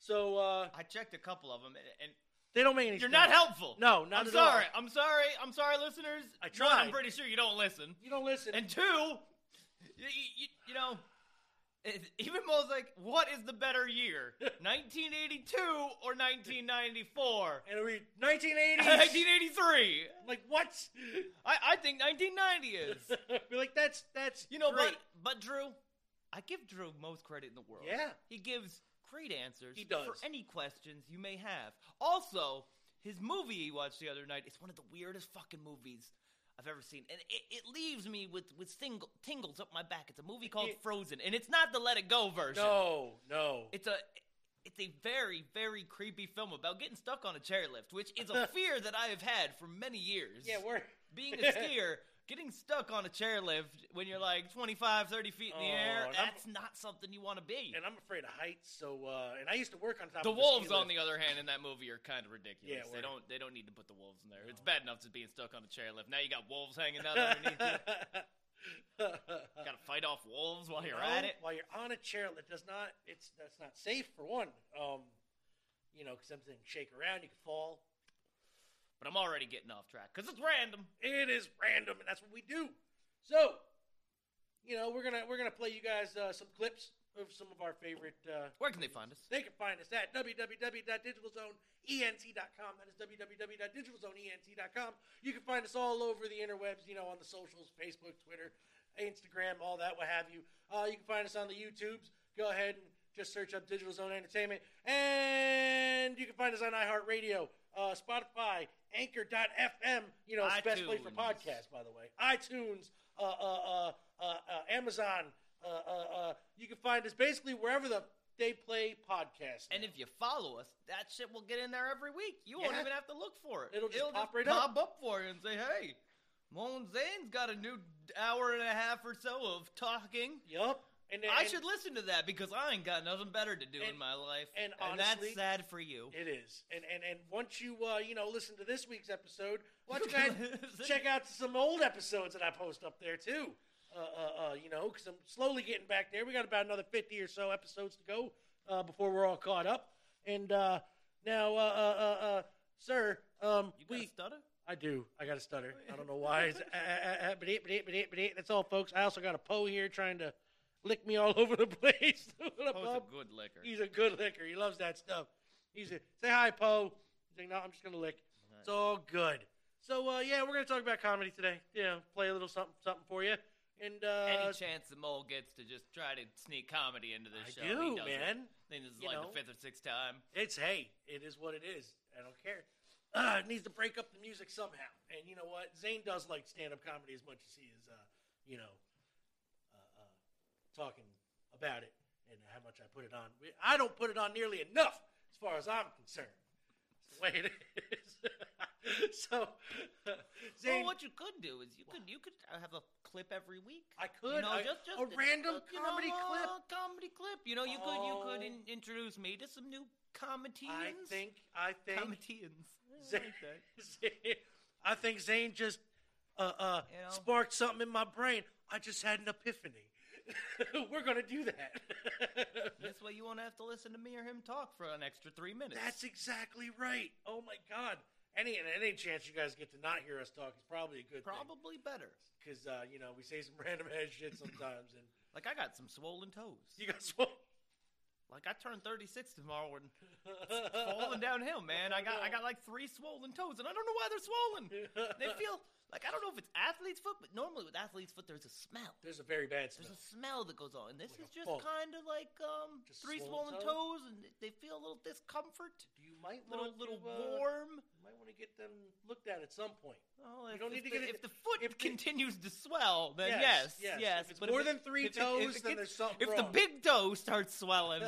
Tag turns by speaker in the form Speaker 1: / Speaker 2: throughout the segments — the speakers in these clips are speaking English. Speaker 1: so uh,
Speaker 2: I checked a couple of them, and,
Speaker 1: they don't make any.
Speaker 2: and you're
Speaker 1: sense.
Speaker 2: not helpful.
Speaker 1: No, not
Speaker 2: I'm
Speaker 1: at
Speaker 2: sorry.
Speaker 1: all.
Speaker 2: I'm sorry. I'm sorry, listeners.
Speaker 1: I
Speaker 2: One,
Speaker 1: tried.
Speaker 2: I'm pretty sure you don't listen.
Speaker 1: You don't listen.
Speaker 2: And two, you, you, you know, it- even Mo's like, what is the better year, 1982 or 1994?
Speaker 1: and we 1980s.
Speaker 2: 1983.
Speaker 1: like what?
Speaker 2: I, I think 1990 is.
Speaker 1: We're like that's that's
Speaker 2: You know,
Speaker 1: great.
Speaker 2: but but Drew, I give Drew most credit in the world.
Speaker 1: Yeah.
Speaker 2: he gives great answers.
Speaker 1: He does.
Speaker 2: for any questions you may have. Also, his movie he watched the other night is one of the weirdest fucking movies I've ever seen, and it, it leaves me with with single, tingles up my back. It's a movie called
Speaker 1: It-
Speaker 2: Frozen, and it's not the Let It Go version.
Speaker 1: no, no.
Speaker 2: It's a it's a very very creepy film about getting stuck on a chairlift, which is a fear that I have had for many years
Speaker 1: yeah, we're
Speaker 2: being a skier, getting stuck on a chairlift when you're like 25, 30 feet in the
Speaker 1: Oh,
Speaker 2: air,
Speaker 1: and I'm-
Speaker 2: that's not something you want to be.
Speaker 1: and I'm afraid of heights. So uh, and I used to work on top.
Speaker 2: The
Speaker 1: of
Speaker 2: wolves,
Speaker 1: ski
Speaker 2: on
Speaker 1: lift.
Speaker 2: the other hand, in that movie are kind of ridiculous.
Speaker 1: Yeah,
Speaker 2: they
Speaker 1: we're-
Speaker 2: don't they don't need to put the wolves in there. It's bad enough just being stuck on a chairlift. Now you got wolves hanging out underneath you. You got to fight off wolves while you're
Speaker 1: No,
Speaker 2: at it.
Speaker 1: While you're on a chair, that does not. It's that's not safe for one. Um, you know, because something shake around, you can fall.
Speaker 2: But I'm already getting off track because it's random.
Speaker 1: It is random, and that's what we do. So, you know, we're gonna we're gonna play you guys uh, some clips of some of our favorite. Uh,
Speaker 2: Where can they find us?
Speaker 1: They can find us at www.digitalzoneent.com. That is www.digitalzoneent.com. You can find us all over the interwebs, you know, on the socials Facebook, Twitter, Instagram, all that, what have you. Uh, you can find us on the YouTubes. Go ahead and just search up Digital Zone Entertainment. And you can find us on iHeartRadio, uh, Spotify, Anchor.fm, you know, especially for
Speaker 2: iTunes.
Speaker 1: podcasts, by the way. iTunes, uh, uh, uh, uh, uh, Amazon. Uh, uh, uh, you can find us basically wherever the they play podcasts.
Speaker 2: And if you follow us, that shit will get in there every week. You won't
Speaker 1: Yeah.
Speaker 2: even have to look for it.
Speaker 1: It'll just pop right
Speaker 2: pop up. for you and say, "Hey, Moan Zane's got a new hour and a half or so of talking.
Speaker 1: Yup. And,
Speaker 2: I
Speaker 1: and-
Speaker 2: should listen to that because I ain't got nothing better to do in
Speaker 1: and-
Speaker 2: my life."
Speaker 1: and honestly-
Speaker 2: that's sad for you.
Speaker 1: It is, and and and once you uh, you know listen to this week's episode, why don't you guys check out some old episodes that I post up there too. Uh, uh, uh, you know, because I'm slowly getting back there. We got about another 50 or so episodes to go uh, before we're all caught up. And uh, now, uh, uh, uh, uh, sir, um,
Speaker 2: You got
Speaker 1: we
Speaker 2: a stutter?
Speaker 1: I do. I got a stutter. I don't know why. It's, uh, uh, uh, but it, but it, but it, but it. That's all, folks. I also got a Poe here trying to lick me all over the place. What up,
Speaker 2: Poe's
Speaker 1: Bob?
Speaker 2: a good liquor.
Speaker 1: He's a good licker. He loves that stuff. He's a say hi, Poe. He's like, no, I'm just gonna lick. It's all good. So uh, yeah, we're gonna talk about comedy today. You know, play a little something, something for you. And uh,
Speaker 2: Any chance the mole gets to just try to sneak comedy into this show?
Speaker 1: I do,
Speaker 2: he does it.
Speaker 1: man.
Speaker 2: I think this is
Speaker 1: You
Speaker 2: like
Speaker 1: know.
Speaker 2: the fifth or sixth time.
Speaker 1: It's hey, it is what it is. I don't care. Uh, it needs to break up the music somehow. And you know what? Zane does like stand-up comedy as much as he is, uh, you know, uh, uh, talking about it and uh, how much I put it on. We- I don't put it on nearly enough, as far as I'm concerned. That's the way it is. so,
Speaker 2: Well,
Speaker 1: Zane,
Speaker 2: what you could do is you could you could have a clip every week.
Speaker 1: I could
Speaker 2: you know,
Speaker 1: I- Oh,
Speaker 2: just, just
Speaker 1: a random
Speaker 2: uh, you know,
Speaker 1: comedy clip.
Speaker 2: uh, comedy clip. You know, you could you could
Speaker 1: Oh.
Speaker 2: in, introduce me to some new comedians.
Speaker 1: I think I think
Speaker 2: comedians. I
Speaker 1: Zane,
Speaker 2: like that.
Speaker 1: I think Zane just uh, uh,
Speaker 2: You know?
Speaker 1: sparked something in my brain. I just had an epiphany. We're gonna do that.
Speaker 2: This way, you won't have to listen to me or him talk for an extra three minutes.
Speaker 1: That's exactly right. Oh my God! Any and any chance you guys get to not hear us talk is probably a good
Speaker 2: probably better.
Speaker 1: because uh, you know we say some random ass shit sometimes, and
Speaker 2: Like I got some swollen toes.
Speaker 1: you guys won't.
Speaker 2: Like I turned 36 tomorrow and falling downhill,
Speaker 1: Oh,
Speaker 2: man. I got I got like three swollen toes, and I don't know why they're swollen. They feel like I don't know if it's athlete's foot, but normally with athlete's foot, there's a smell.
Speaker 1: There's a very bad smell.
Speaker 2: There's a smell that goes on. And this
Speaker 1: Like
Speaker 2: is
Speaker 1: a
Speaker 2: just
Speaker 1: fog.
Speaker 2: kind of like um
Speaker 1: Just
Speaker 2: three
Speaker 1: swollen
Speaker 2: swollen
Speaker 1: toe?
Speaker 2: toes, and they feel a little discomfort,
Speaker 1: You might
Speaker 2: a little
Speaker 1: want
Speaker 2: little
Speaker 1: to, uh,
Speaker 2: warm.
Speaker 1: You might want to get them looked at at some point.
Speaker 2: Oh,
Speaker 1: you
Speaker 2: if,
Speaker 1: don't need
Speaker 2: if
Speaker 1: to
Speaker 2: the,
Speaker 1: get it-
Speaker 2: if the foot
Speaker 1: if the-
Speaker 2: continues to swell, then
Speaker 1: Yes, yes.
Speaker 2: yes, yes.
Speaker 1: If it's more
Speaker 2: it-
Speaker 1: than three
Speaker 2: if it- if
Speaker 1: toes,
Speaker 2: it
Speaker 1: then there's
Speaker 2: gets-
Speaker 1: something
Speaker 2: If the
Speaker 1: wrong.
Speaker 2: big toe starts swelling,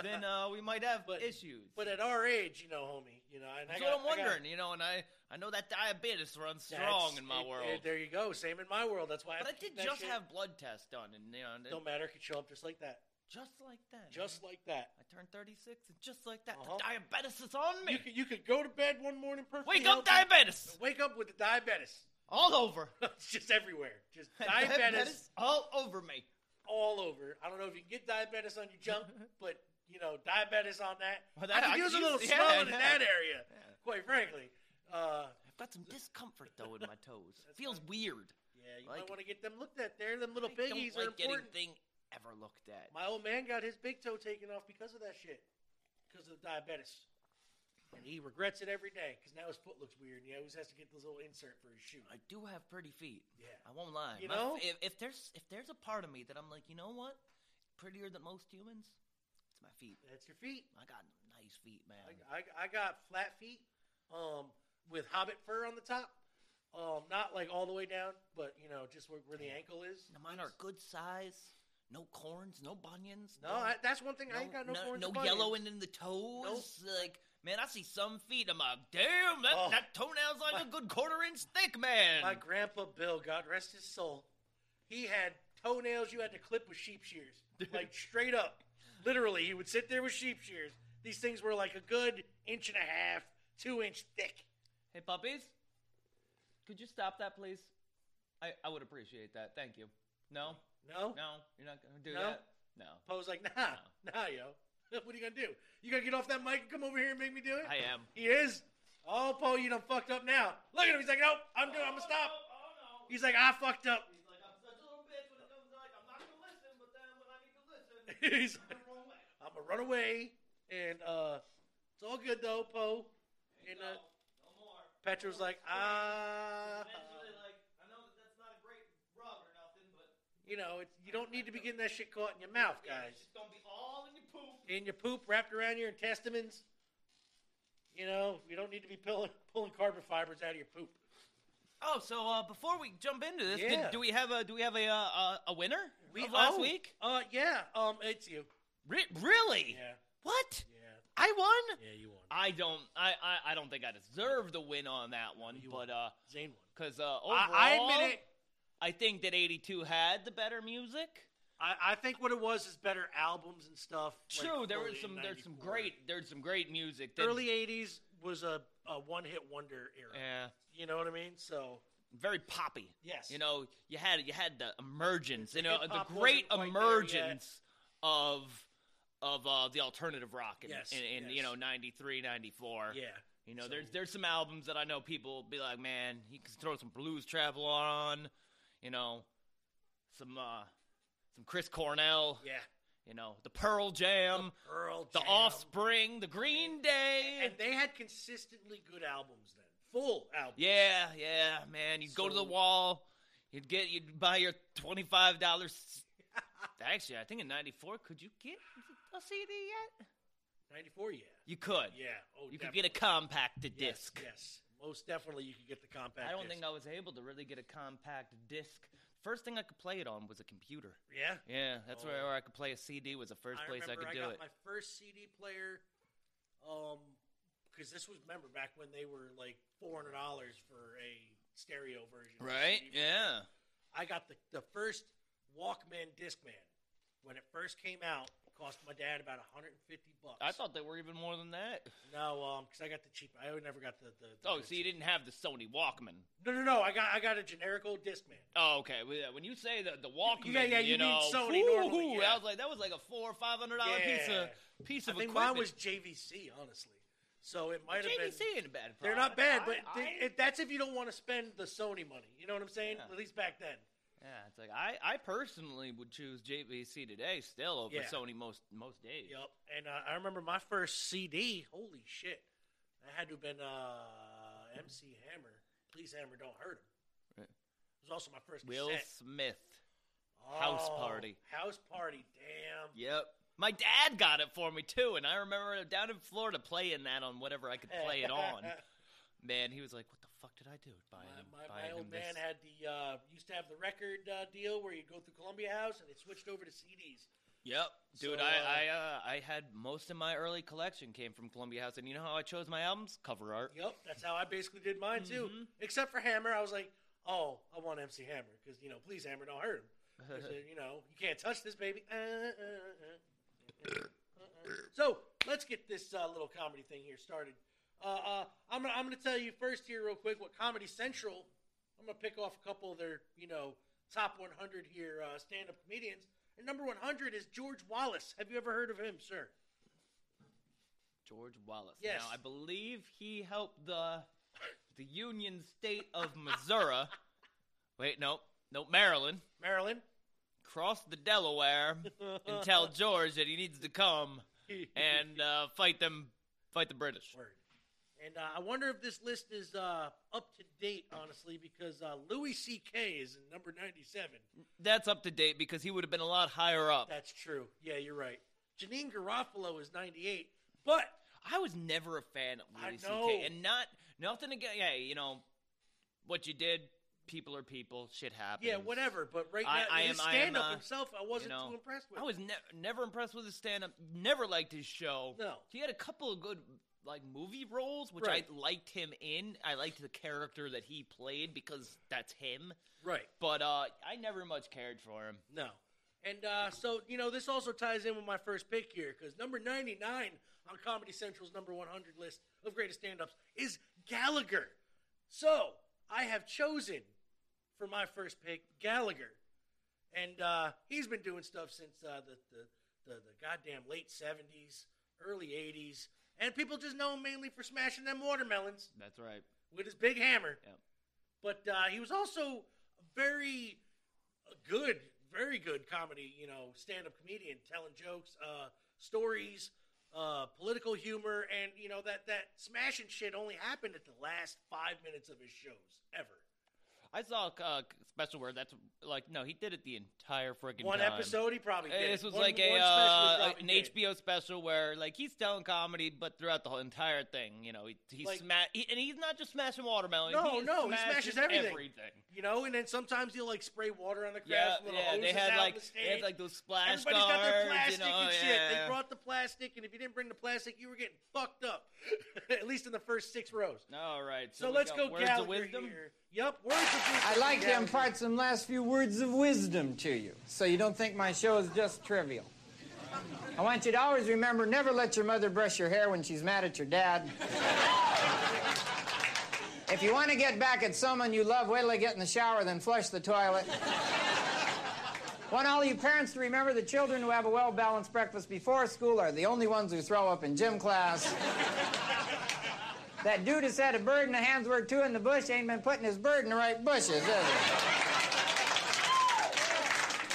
Speaker 2: then uh, we might have
Speaker 1: But-
Speaker 2: issues.
Speaker 1: but at our age, you know, homie, you know, and I
Speaker 2: That's
Speaker 1: got-
Speaker 2: what I'm
Speaker 1: I got-
Speaker 2: wondering, you know, and I, I know that diabetes runs
Speaker 1: That's-
Speaker 2: strong in my
Speaker 1: it-
Speaker 2: world.
Speaker 1: it- there you go. Same in my world. That's why.
Speaker 2: but I
Speaker 1: keep
Speaker 2: did
Speaker 1: that
Speaker 2: just
Speaker 1: shit.
Speaker 2: have blood tests done, and, you know, and it-
Speaker 1: No matter, it could show up just like that.
Speaker 2: just like that.
Speaker 1: Just like that.
Speaker 2: I turned 36, and just like that,
Speaker 1: Uh-huh.
Speaker 2: the diabetes is on me.
Speaker 1: You could, you could go to bed one morning perfectly
Speaker 2: Wake up,
Speaker 1: healthy,
Speaker 2: diabetes!
Speaker 1: Wake up with the diabetes.
Speaker 2: All over.
Speaker 1: it's just everywhere. Just diabetes
Speaker 2: all over me.
Speaker 1: all over. I don't know if you can get diabetes on your junk, but you know, diabetes on that.
Speaker 2: Well, that-
Speaker 1: I could
Speaker 2: I
Speaker 1: use a
Speaker 2: could
Speaker 1: little
Speaker 2: use- yeah,
Speaker 1: swelling in
Speaker 2: yeah.
Speaker 1: that area.
Speaker 2: Yeah.
Speaker 1: Quite frankly, uh,
Speaker 2: I've got some discomfort, though, in my toes. Feels weird.
Speaker 1: yeah, you might
Speaker 2: Like-
Speaker 1: want to get them looked at. There, them little
Speaker 2: I
Speaker 1: piggies
Speaker 2: don't like
Speaker 1: are important.
Speaker 2: anything ever looked at.
Speaker 1: My old man got his big toe taken off because of that shit, because of the diabetes. And he regrets it every day because now his foot looks weird and he always has to get this little insert for his shoe.
Speaker 2: I do have pretty feet.
Speaker 1: Yeah.
Speaker 2: I won't lie.
Speaker 1: You
Speaker 2: My-
Speaker 1: know?
Speaker 2: if, if there's if there's a part of me that I'm like, you know what, prettier than most humans, it's my feet.
Speaker 1: That's your feet.
Speaker 2: I got nice feet, man.
Speaker 1: I, I, I got flat feet um, with hobbit fur on the top. Um, not like all the way down, but you know, just where, where the ankle is.
Speaker 2: Now, mine are good size, no corns, no bunions.
Speaker 1: No, I, that's one thing. I ain't got no,
Speaker 2: no,
Speaker 1: corns or
Speaker 2: no
Speaker 1: bunions.
Speaker 2: yellowing in the toes. Like, man, I see some feet. I'm like, damn, that,
Speaker 1: Oh.
Speaker 2: that toenail's like
Speaker 1: My-
Speaker 2: a good quarter inch thick, man.
Speaker 1: My grandpa Bill, God rest his soul, he had toenails you had to clip with sheep shears, like straight up. Literally, he would sit there with sheep shears. These things were like a good inch and a half, two inch thick.
Speaker 2: hey, puppies, could you stop that, please? I I would appreciate that. Thank you. No,
Speaker 1: No,
Speaker 2: no, you're not gonna do
Speaker 1: No?
Speaker 2: that. No.
Speaker 1: Poe's like, nah, nah, yo. what are you gonna do? You gonna get off that mic and come over here and make me do it?
Speaker 2: I am.
Speaker 1: He is. Oh, Poe, you done fucked up now. Look at him. He's like, nope, I'm doing. I'm gonna stop. oh, He's like, I fucked up. He's like, I'm gonna run away, and uh, it's all good though, Poe. And uh, Petro's like, ah, you know, it's, you don't need to be getting that shit caught in your mouth, guys. In your poop wrapped around your intestines. You know, you don't need to be pulling pulling carbon fibers out of your poop.
Speaker 2: Oh, so uh, before we jump into this, did-
Speaker 1: Yeah.
Speaker 2: do we have a do we have a uh, uh, a winner of last
Speaker 1: oh,
Speaker 2: week?
Speaker 1: Uh, yeah. Um, it's you.
Speaker 2: Re- really?
Speaker 1: Yeah,
Speaker 2: What?
Speaker 1: yeah,
Speaker 2: I won?
Speaker 1: yeah. You won.
Speaker 2: I don't. I, I I don't think I deserve the win on that one,
Speaker 1: You
Speaker 2: but
Speaker 1: won.
Speaker 2: uh,
Speaker 1: Zane won.
Speaker 2: cause uh, overall,
Speaker 1: I, I admit it.
Speaker 2: I think that '82 had the better music.
Speaker 1: I, I think what it was is better albums and stuff. like,
Speaker 2: True, there was
Speaker 1: early
Speaker 2: some. There's some
Speaker 1: 94.
Speaker 2: great. There's some great music. That,
Speaker 1: early '80s was a, a one-hit wonder era.
Speaker 2: Yeah.
Speaker 1: You know what I mean? So
Speaker 2: very poppy.
Speaker 1: Yes.
Speaker 2: You know, you had you had the emergence, you know, the
Speaker 1: hip-hop
Speaker 2: great
Speaker 1: wasn't quite there yet.
Speaker 2: emergence of of uh, the alternative rock in,
Speaker 1: Yes,
Speaker 2: in, in
Speaker 1: yes.
Speaker 2: you know 93, 94.
Speaker 1: yeah,
Speaker 2: You know,
Speaker 1: So-
Speaker 2: there's there's some albums that I know people will be like, man, he can throw some blues travel on, you know, some uh some Chris Cornell,
Speaker 1: yeah.
Speaker 2: you know, the Pearl Jam,
Speaker 1: Pearl
Speaker 2: the
Speaker 1: Jam.
Speaker 2: Offspring, the Green Day.
Speaker 1: and they had consistently good albums then, full albums.
Speaker 2: Yeah, yeah, man. You'd go to the
Speaker 1: So-
Speaker 2: wall, you'd get, you'd buy your twenty five dollars. Actually, I think in '94, could you get a CD yet?
Speaker 1: '94, yeah,
Speaker 2: You could.
Speaker 1: yeah. Oh,
Speaker 2: you could get
Speaker 1: definitely.
Speaker 2: a compact to
Speaker 1: Yes,
Speaker 2: disc.
Speaker 1: Yes, most definitely you could get the compact.
Speaker 2: I don't
Speaker 1: disc.
Speaker 2: think I was able to really get a compact disc. First thing I could play it on was a computer.
Speaker 1: Yeah.
Speaker 2: Yeah, that's where,
Speaker 1: Oh.
Speaker 2: where I could play a CD was the first place I
Speaker 1: remember
Speaker 2: could
Speaker 1: I
Speaker 2: do
Speaker 1: got
Speaker 2: it.
Speaker 1: my first CD player. Um, because this was remember back when they were like four hundred dollars for a stereo version. or
Speaker 2: Right?
Speaker 1: CD version.
Speaker 2: Yeah.
Speaker 1: I got the the first Walkman Discman when it first came out. It cost my dad about hundred and fifty bucks.
Speaker 2: I thought they were even more than that.
Speaker 1: no, um, because I got the cheap. I never got the. the, the
Speaker 2: Oh,
Speaker 1: the
Speaker 2: so you
Speaker 1: cheap-
Speaker 2: didn't have the Sony Walkman.
Speaker 1: No, no, no. I got I got a generic old Discman.
Speaker 2: Oh, okay. Well, yeah, When you say the the Walkman,
Speaker 1: yeah, you mean
Speaker 2: you know,
Speaker 1: Sony normally,
Speaker 2: whew,
Speaker 1: yeah.
Speaker 2: I was like, that was like a four or five hundred dollar piece of piece
Speaker 1: I
Speaker 2: of
Speaker 1: think
Speaker 2: equipment.
Speaker 1: mine was JVC, honestly. So it might have been.
Speaker 2: JVC ain't a bad.
Speaker 1: They're not
Speaker 2: product.
Speaker 1: bad,
Speaker 2: I-
Speaker 1: but
Speaker 2: I-
Speaker 1: they, it, that's if you don't want to spend the Sony money. You know what I'm saying?
Speaker 2: Yeah.
Speaker 1: At least back then.
Speaker 2: yeah, it's like I, I personally would choose JVC today still over
Speaker 1: Yeah.
Speaker 2: Sony most most days.
Speaker 1: Yep. And uh, I remember my first CD. Holy shit! That had to have been uh, MC Hammer. Please Hammer, don't hurt him.
Speaker 2: Right.
Speaker 1: It was also my first
Speaker 2: Will
Speaker 1: cassette.
Speaker 2: Smith. House
Speaker 1: Oh,
Speaker 2: Party.
Speaker 1: House party. Damn.
Speaker 2: Yep. My dad got it for me too, and I remember down in Florida playing that on whatever I could play it on. Man, he was like, "What the fuck did I do?" Buying him,
Speaker 1: My, my, my
Speaker 2: buying him
Speaker 1: old
Speaker 2: this.
Speaker 1: man had the uh, used to have the record uh, deal where you go through Columbia House and it switched over to CDs.
Speaker 2: Yep, dude.
Speaker 1: So, uh,
Speaker 2: I I uh, I had most of my early collection came from Columbia House, and you know how I chose my albums? Cover art.
Speaker 1: Yep, that's how I basically did mine too.
Speaker 2: Mhm.
Speaker 1: Except for Hammer, I was like, oh, I want MC Hammer because you know, please Hammer, don't hurt him. 'Cause, uh, you know, you can't touch this baby. Uh, uh, uh, uh, uh, uh. So let's get this uh, little comedy thing here started. Uh, uh, I'm gonna I'm gonna tell you first here real quick what Comedy Central. I'm gonna pick off a couple of their you know top 100 here uh, stand up comedians. And number 100 is George Wallace. Have you ever heard of him, sir?
Speaker 2: George Wallace.
Speaker 1: Yes.
Speaker 2: Now I believe he helped the the Union State of Missouri. Wait, no, no, Maryland.
Speaker 1: Maryland.
Speaker 2: Cross the Delaware and tell George that he needs to come and uh, fight them, fight the British.
Speaker 1: Word. And uh, I wonder if this list is uh, up to date, honestly, because uh, Louis C.K. is in number 97.
Speaker 2: That's up to date because he would have been a lot higher up.
Speaker 1: That's true. Yeah, you're right. Janine Garofalo is 98. But
Speaker 2: I was never a fan of
Speaker 1: I
Speaker 2: Louis
Speaker 1: know.
Speaker 2: C.K. and not nothing against. Hey, you know what you did. People are people. Shit happens.
Speaker 1: yeah, whatever. But right
Speaker 2: I-
Speaker 1: now,
Speaker 2: I
Speaker 1: his
Speaker 2: am- I am,
Speaker 1: stand up
Speaker 2: uh,
Speaker 1: himself, I wasn't
Speaker 2: you know,
Speaker 1: too impressed with.
Speaker 2: I was ne- never impressed with his stand up. Never liked his show.
Speaker 1: No.
Speaker 2: He had a couple of good like movie roles, which
Speaker 1: Right.
Speaker 2: I liked him in. I liked the character that he played because that's him.
Speaker 1: Right.
Speaker 2: But uh, I never much cared for him.
Speaker 1: No. And uh, so, you know, this also ties in with my first pick here because number 99 on Comedy Central's number 100 list of greatest stand ups is Gallagher. So I have chosen for my first pick Gallagher. And uh, he's been doing stuff since uh, the, the, the, the goddamn late 70s, early 80s. And people just know him mainly for smashing them watermelons
Speaker 2: That's right.
Speaker 1: with his big hammer.
Speaker 2: Yep.
Speaker 1: But uh, he was also a very good, very good comedy, you know, stand up comedian, telling jokes, uh, stories, uh, political humor, and, you know, that, that smashing shit only happened at the last five minutes of his shows ever.
Speaker 2: I saw a uh, special where that's like no, he did it the entire freaking
Speaker 1: One
Speaker 2: time.
Speaker 1: episode, he probably
Speaker 2: Uh,
Speaker 1: did.
Speaker 2: This was
Speaker 1: One-
Speaker 2: like
Speaker 1: one special he
Speaker 2: a uh,
Speaker 1: probably
Speaker 2: an
Speaker 1: did.
Speaker 2: HBO special where like he's telling comedy, but throughout the whole entire thing, you know, he, he's
Speaker 1: Like-
Speaker 2: sma- he, and he's not just smashing watermelon.
Speaker 1: No,
Speaker 2: he is
Speaker 1: no, he
Speaker 2: smashing
Speaker 1: smashes everything.
Speaker 2: everything.
Speaker 1: You know, and then sometimes he'll, like, spray water on the crowd
Speaker 2: Yeah,
Speaker 1: from the
Speaker 2: yeah. They
Speaker 1: hoses
Speaker 2: had
Speaker 1: out
Speaker 2: like
Speaker 1: on the
Speaker 2: they had
Speaker 1: stage.
Speaker 2: like those splash
Speaker 1: Everybody's got their
Speaker 2: guards,
Speaker 1: plastic
Speaker 2: you know,
Speaker 1: and shit.
Speaker 2: yeah.
Speaker 1: They brought the plastic, and if you didn't bring the plastic, you were getting fucked up. At least in the first six rows.
Speaker 2: All right,
Speaker 1: So,
Speaker 2: so, we
Speaker 1: let's
Speaker 2: got
Speaker 1: go
Speaker 2: words
Speaker 1: Gallagher
Speaker 2: of wisdom.
Speaker 1: here. Yep, words of wisdom.
Speaker 3: I'd like to
Speaker 1: Gallagher.
Speaker 3: impart some last few words of wisdom to you, so you don't think my show is just trivial. I want you to always remember never let your mother brush your hair when she's mad at your dad. If you want to get back at someone you love, wait till they get in the shower, then flush the toilet. Want all you parents to remember the children who have a well balanced breakfast before school are the only ones who throw up in gym class. That dude has had a bird and a hand's worth two in the bush ain't been putting his bird in the right bushes, is he?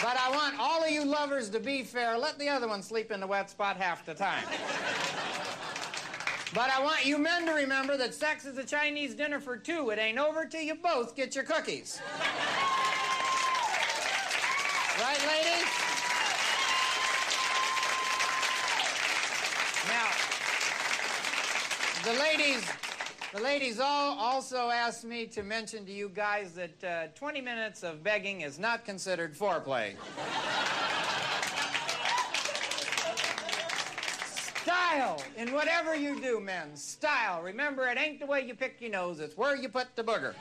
Speaker 3: But I want all of you lovers to be fair. Let the other one sleep in the wet spot half the time. But I want you men to remember that sex is a Chinese dinner for two. It ain't over till you both get your cookies. Right, ladies? Now, the ladies, the ladies all also asked me to mention to you guys that uh, 20 minutes of begging is not considered foreplay. Style in whatever you do, men. Style. Remember, it ain't the way you pick your nose, it's where you put the booger.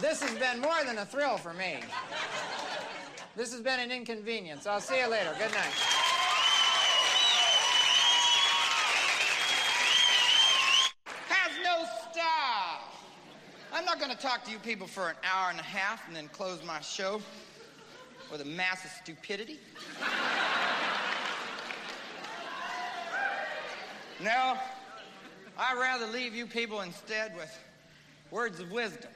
Speaker 3: This has been more than a thrill for me. This has been an inconvenience. I'll see you later. Good night. Have no style. I'm not going to talk to you people for an hour and a half and then close my show with a mass of stupidity. no, I'd rather leave you people instead with words of wisdom.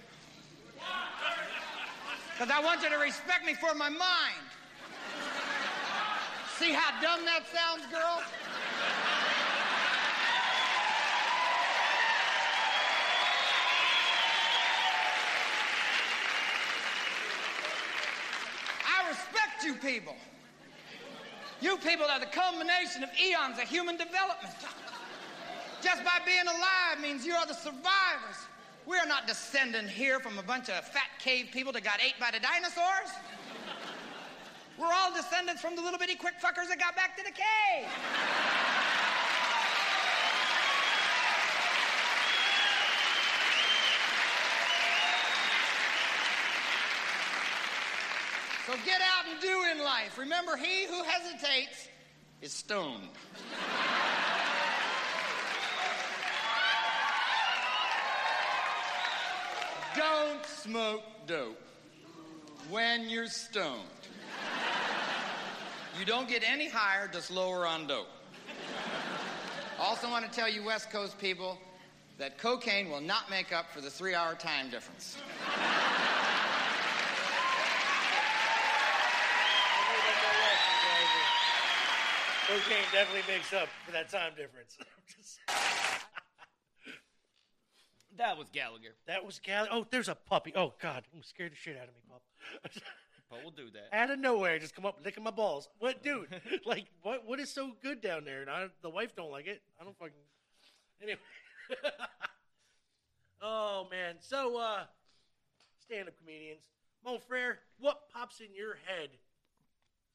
Speaker 3: Because I want you to respect me for my mind. See how dumb that sounds, girl? I respect you people. You people are the culmination of eons of human development. Just by being alive means you are the survivors. We are not descending here from a bunch of fat cave people that got ate by the dinosaurs. We're all descendants from the little bitty quick fuckers that got back to the cave. So get out and do in life. Remember, he who hesitates is stoned. Don't smoke dope when you're stoned. You don't get any higher, just lower on dope. Also, want to tell you, West Coast people, that cocaine will not make up for the three hour time difference.
Speaker 1: Cocaine definitely makes up for that time difference. Just-
Speaker 2: That was Gallagher.
Speaker 1: that was Gal. Oh, there's a puppy. Oh God, you scared the shit out of me, pup.
Speaker 2: But we'll do that.
Speaker 1: out of nowhere, just come up licking my balls. What, dude? like, what? What is so good down there? And I, the wife don't like it. I don't fucking. Anyway. oh man. So, uh, stand-up comedians, Mo Frere, what pops in your head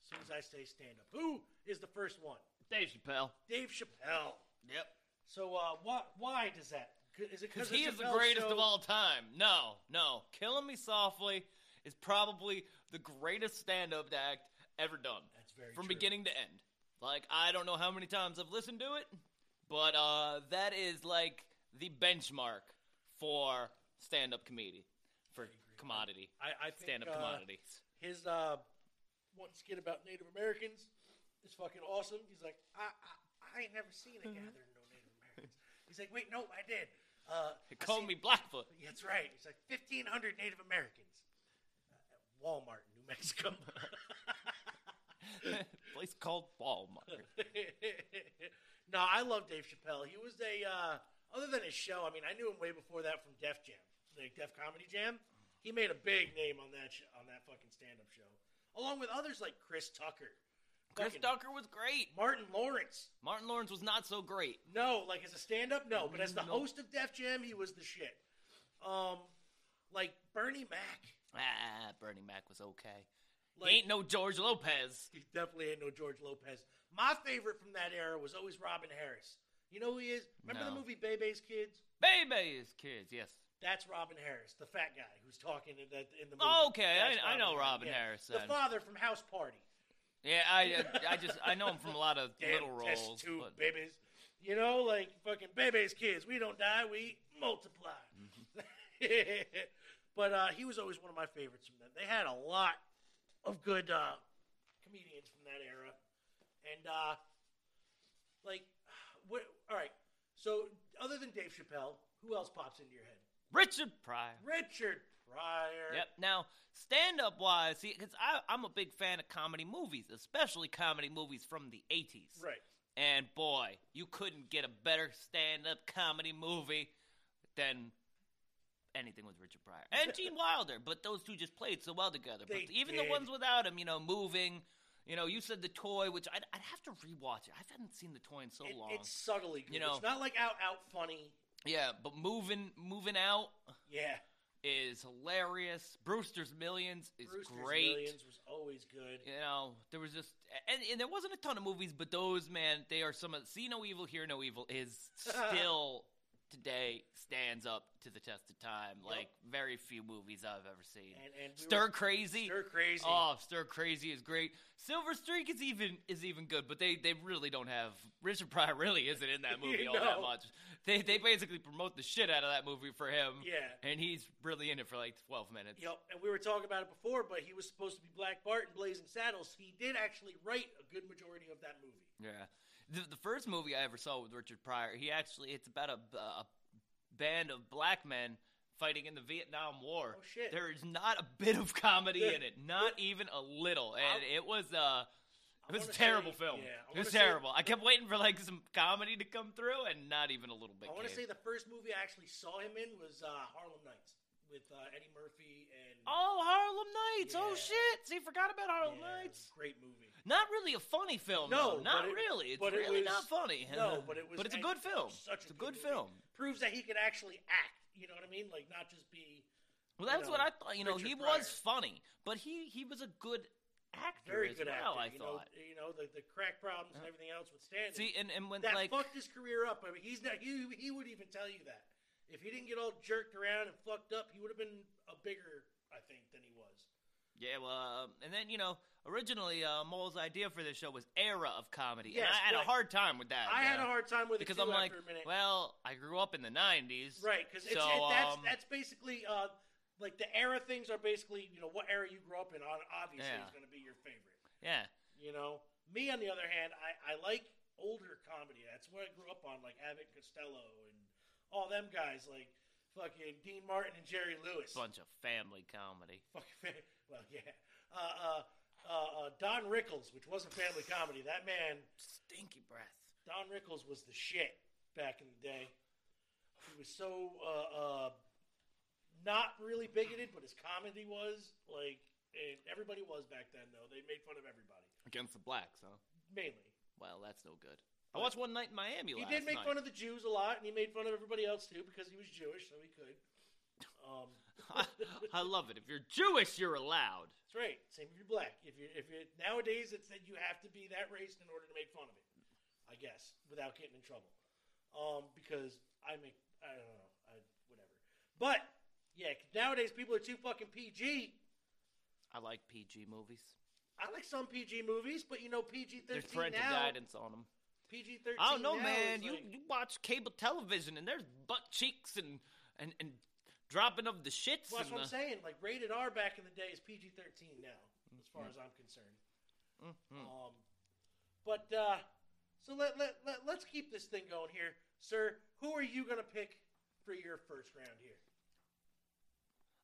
Speaker 1: as soon as I say stand-up? Who is the first one?
Speaker 2: Dave Chappelle.
Speaker 1: Dave Chappelle.
Speaker 2: Yep.
Speaker 1: So, uh, what? Why does that? Is it because
Speaker 2: Because he is the greatest of all time. No, no. Killing Me Softly is probably the greatest stand up act ever done.
Speaker 1: That's very
Speaker 2: From
Speaker 1: true.
Speaker 2: beginning to end. Like, I don't know how many times I've listened to it, but uh, that is like the benchmark for stand up comedy, for commodity,
Speaker 1: I, I think,
Speaker 2: stand up
Speaker 1: uh,
Speaker 2: commodities.
Speaker 1: his uh, one skit about Native Americans is fucking awesome. He's like, I, I, I ain't never seen a gathering of no Native Americans. He's like, wait, no, I did. Uh,
Speaker 2: They
Speaker 1: I
Speaker 2: call
Speaker 1: seen-
Speaker 2: me Blackfoot.
Speaker 1: Yeah, That's right. He's like 1,500 Native Americans at Walmart, in New Mexico.
Speaker 2: place called Walmart.
Speaker 1: no, I love Dave Chappelle. He was a uh, other than his show. I mean, I knew him way before that from Def Jam, like Def Comedy Jam. He made a big name on that sh- on that fucking stand up show, along with others like Chris Tucker,
Speaker 2: Chris
Speaker 1: fucking
Speaker 2: Tucker was great.
Speaker 1: Martin Lawrence.
Speaker 2: Martin Lawrence was not so great.
Speaker 1: No, like as a stand up, no, but as the
Speaker 2: No.
Speaker 1: host of Def Jam, he was the shit. Um, like Bernie Mac.
Speaker 2: Ah, Bernie Mac was okay.
Speaker 1: Like,
Speaker 2: he ain't no George Lopez.
Speaker 1: He definitely ain't no George Lopez. My favorite from that era was always Robin Harris. You know who he is? Remember the
Speaker 2: No.
Speaker 1: movie Bebe's Kids?
Speaker 2: Baby is kids, yes.
Speaker 1: That's Robin Harris, the fat guy who's talking in the, in the movie.
Speaker 2: Oh, okay, I-
Speaker 1: That's
Speaker 2: I know Robin Harris,
Speaker 1: The
Speaker 2: then.
Speaker 1: father from House Party.
Speaker 2: Yeah, I, uh, I just I know him from a lot of
Speaker 1: Damn
Speaker 2: little
Speaker 1: test
Speaker 2: roles.
Speaker 1: tube
Speaker 2: but-
Speaker 1: babies. You know, like fucking babies, kids. We don't die, we multiply. but uh, he was always one of my favorites from them. They had a lot of good uh, comedians from that era. And, uh, like, what, all right. So, other than Dave Chappelle, who else pops into your head?
Speaker 2: Richard Pryor.
Speaker 1: Richard Pryor.
Speaker 2: Yep. Now, stand up wise, see, because I'm a big fan of comedy movies, especially comedy movies from the 80s.
Speaker 1: Right.
Speaker 2: And boy, you couldn't get a better stand up comedy movie than anything with Richard Pryor and Gene Wilder. But those two just played so well together.
Speaker 1: They
Speaker 2: but even
Speaker 1: did.
Speaker 2: the ones without him, you know, moving. You know, you said the toy, which I'd, I'd have to rewatch it. I haven't seen the toy in so
Speaker 1: It-
Speaker 2: long.
Speaker 1: it's subtly good.
Speaker 2: You know-
Speaker 1: it's not like out, out funny.
Speaker 2: Yeah, but moving, moving out.
Speaker 1: Yeah.
Speaker 2: is hilarious. Brewster's Millions is
Speaker 1: Brewster's
Speaker 2: great.
Speaker 1: Millions was always good.
Speaker 2: You know, there was just and, and there wasn't a ton of movies, but those man, they are some of See No Evil, Hear No Evil is still today stands up to the test of time. Like very few movies I've ever seen.
Speaker 1: And, and we
Speaker 2: Stir
Speaker 1: were-
Speaker 2: Crazy.
Speaker 1: Stir Crazy.
Speaker 2: Oh, Stir Crazy is great. Silver Streak is even is even good, but they, they really don't have Richard Pryor really isn't in that movie all that
Speaker 1: No.
Speaker 2: much. They they basically promote the shit out of that movie for him.
Speaker 1: Yeah.
Speaker 2: And he's really in it for like twelve minutes.
Speaker 1: Yep, and we were talking about it before, but he was supposed to be Black Bart in Blazing Saddles. He did actually write a good majority of that movie.
Speaker 2: Yeah. The, the first movie I ever saw with Richard Pryor, he actually, it's about a, a band of black men fighting in the Vietnam War.
Speaker 1: Oh, shit.
Speaker 2: There is not a bit of comedy
Speaker 1: Yeah.
Speaker 2: in it, not even a little. And it was, uh,
Speaker 1: I
Speaker 2: it was a
Speaker 1: wanna
Speaker 2: terrible
Speaker 1: say-
Speaker 2: film.
Speaker 1: yeah, I
Speaker 2: it was
Speaker 1: wanna say-
Speaker 2: terrible. I kept waiting for like some comedy to come through, and not even a little bit.
Speaker 1: I want to say
Speaker 2: came.
Speaker 1: the first movie I actually saw him in was uh, Harlem Nights with uh, Eddie Murphy and.
Speaker 2: oh, Harlem Nights! Oh
Speaker 1: Yeah.
Speaker 2: shit! See, forgot about
Speaker 1: yeah, it
Speaker 2: Harlem
Speaker 1: was
Speaker 2: Nights.
Speaker 1: a Great movie.
Speaker 2: Not really a funny film.
Speaker 1: No,
Speaker 2: though. not
Speaker 1: but it-
Speaker 2: really. It's
Speaker 1: but it
Speaker 2: really
Speaker 1: was-
Speaker 2: not funny.
Speaker 1: No, but it was.
Speaker 2: But it's a
Speaker 1: and
Speaker 2: good
Speaker 1: it
Speaker 2: film.
Speaker 1: was Such
Speaker 2: it's a good,
Speaker 1: movie.
Speaker 2: film.
Speaker 1: Proves that he can actually act. You know what I mean? Like not just be
Speaker 2: Well,
Speaker 1: you
Speaker 2: that's what
Speaker 1: know,
Speaker 2: I thought. You know,
Speaker 1: Richard
Speaker 2: he
Speaker 1: Pryor.
Speaker 2: was funny, but he he was a good actor
Speaker 1: very
Speaker 2: as
Speaker 1: good actor.
Speaker 2: well. I
Speaker 1: you know,
Speaker 2: thought.
Speaker 1: you know the, the crack problems and everything else withstanding.
Speaker 2: See, and and when
Speaker 1: that
Speaker 2: like
Speaker 1: fucked his career up. I mean, he's not. He, he would even tell you that if he didn't get all jerked around and fucked up, he would have been a bigger, I think, than he was.
Speaker 2: yeah, well, um, and then you know, originally uh, Mole's idea for this show was era of comedy, and
Speaker 1: Yes,
Speaker 2: I had a
Speaker 1: but
Speaker 2: hard time with that.
Speaker 1: I had a
Speaker 2: uh,
Speaker 1: hard time with
Speaker 2: because
Speaker 1: it
Speaker 2: I'm
Speaker 1: too
Speaker 2: like,
Speaker 1: after a minute.
Speaker 2: well, I grew up in the '90s,
Speaker 1: right? Because
Speaker 2: so,
Speaker 1: it, that's
Speaker 2: um,
Speaker 1: that's basically uh, like the era things are basically you know what era you grew up in. On obviously
Speaker 2: Yeah.
Speaker 1: is going to be your favorite.
Speaker 2: yeah.
Speaker 1: You know, me on the other hand, I, I like older comedy. That's what I grew up on, like Abbott and Costello and all them guys, like fucking Dean Martin and Jerry Lewis.
Speaker 2: bunch of family comedy.
Speaker 1: Fucking fa- well, yeah. Uh, uh, uh, uh, Don Rickles, which wasn't family comedy. That man,
Speaker 2: Stinky breath.
Speaker 1: Don Rickles, was the shit back in the day. He was so uh, uh, not really bigoted, but his comedy was like, and everybody was back then. Though they made fun of everybody
Speaker 2: Against the blacks, huh?
Speaker 1: mainly.
Speaker 2: Well, that's no good. I watched One Night in Miami
Speaker 1: He
Speaker 2: last
Speaker 1: did make
Speaker 2: night.
Speaker 1: fun of the Jews a lot, and he made fun of everybody else too because he was Jewish, so he could. Um,
Speaker 2: I, I love it. If you're Jewish, you're allowed.
Speaker 1: that's right. Same if you're black. If you if you nowadays it's that you have to be that race in order to make fun of it, I guess, without getting in trouble. Um, because I make I don't know I whatever. But yeah, 'cause nowadays people are too fucking PG.
Speaker 2: I like PG movies.
Speaker 1: I like some PG movies, but you know PG
Speaker 2: There's
Speaker 1: thirteen
Speaker 2: parental
Speaker 1: now.
Speaker 2: guidance on them.
Speaker 1: PG thirteen.
Speaker 2: I don't know, man. You, you watch cable television and there's butt cheeks and and, and dropping of the shits.
Speaker 1: Well, that's
Speaker 2: and
Speaker 1: what I'm
Speaker 2: the-
Speaker 1: saying. Like rated R back in the day is PG-13 now, as far as I'm concerned.
Speaker 2: Mm-hmm. Hmm.
Speaker 1: Um, but uh, so let, let let let's keep this thing going here, sir. Who are you gonna pick for your first round here?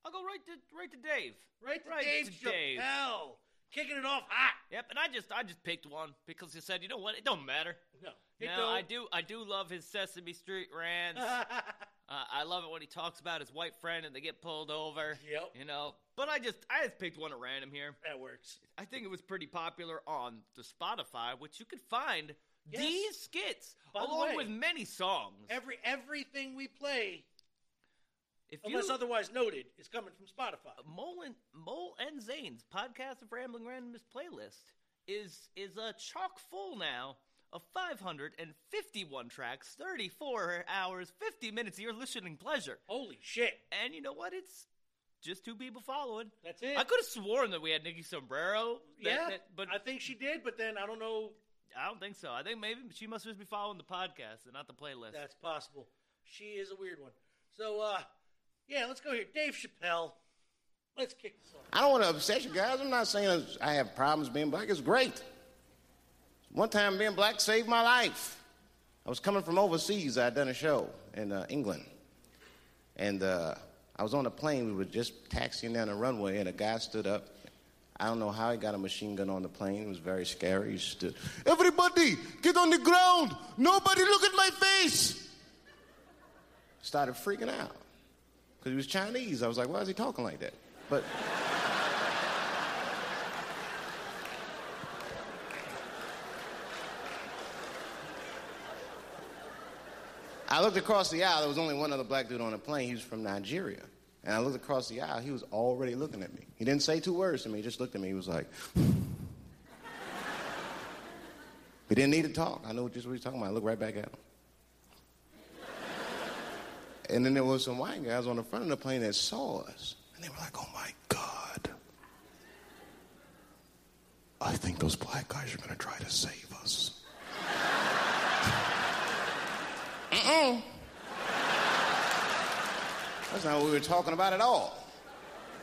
Speaker 2: I'll go right to right to Dave.
Speaker 1: Right to
Speaker 2: Right
Speaker 1: Dave
Speaker 2: to Dave.
Speaker 1: Chappelle, kicking it off hot.
Speaker 2: Yep, and I just I just picked one because you said you know what it don't matter.
Speaker 1: No, it
Speaker 2: now I do I do love his Sesame Street rants. uh, I love it when he talks about his white friend and they get pulled over.
Speaker 1: Yep.
Speaker 2: You know, but I just I just picked one at random here.
Speaker 1: that works.
Speaker 2: I think it was pretty popular on the Spotify, which you could find
Speaker 1: Yes.
Speaker 2: these skits
Speaker 1: By the
Speaker 2: along
Speaker 1: way,
Speaker 2: with many songs.
Speaker 1: Every everything we play,
Speaker 2: if
Speaker 1: unless
Speaker 2: you, Uh,
Speaker 1: otherwise noted, is coming from Spotify.
Speaker 2: Mole and, Mole and Zane's podcast of Rambling Randomness playlist is is a chock full now of 551 tracks, 34 hours, 50 minutes of your listening pleasure.
Speaker 1: Holy shit,
Speaker 2: And you know what? It's just two people following.
Speaker 1: that's it.
Speaker 2: I could have sworn that we had Nikki Sombrero. that-
Speaker 1: yeah,
Speaker 2: that- but
Speaker 1: I think she did, but then I don't know.
Speaker 2: I don't think so. I think maybe she must just be following the podcast and not the playlist.
Speaker 1: That's possible. She is a weird one. So, uh, yeah, let's go here. Dave Chappelle. Let's kick this off.
Speaker 4: I don't want to upset you guys. I'm not saying I have problems being black. It's great. One time being black saved my life. I was coming from overseas. I'd done a show in uh, England. And uh, I was on a plane. We were just taxiing down the runway, and a guy stood up. I don't know how he got a machine gun on the plane. It was very scary. He stood, Everybody, get on the ground. Nobody look at my face. Started freaking out. Because he was Chinese. I was like, why is he talking like that? But. I looked across the aisle. There was only one other black dude on the plane. He was from Nigeria. And I looked across the aisle. He was already looking at me. He didn't say two words to me. He just looked at me. He was like, he didn't need to talk. I know just what he's talking about. I looked right back at him. and then there was some white guys on the front of the plane that saw us. And they were like, oh my God. I think those black guys are going to try to save us. Mm-mm. Uh-uh. That's not what we were talking about at all.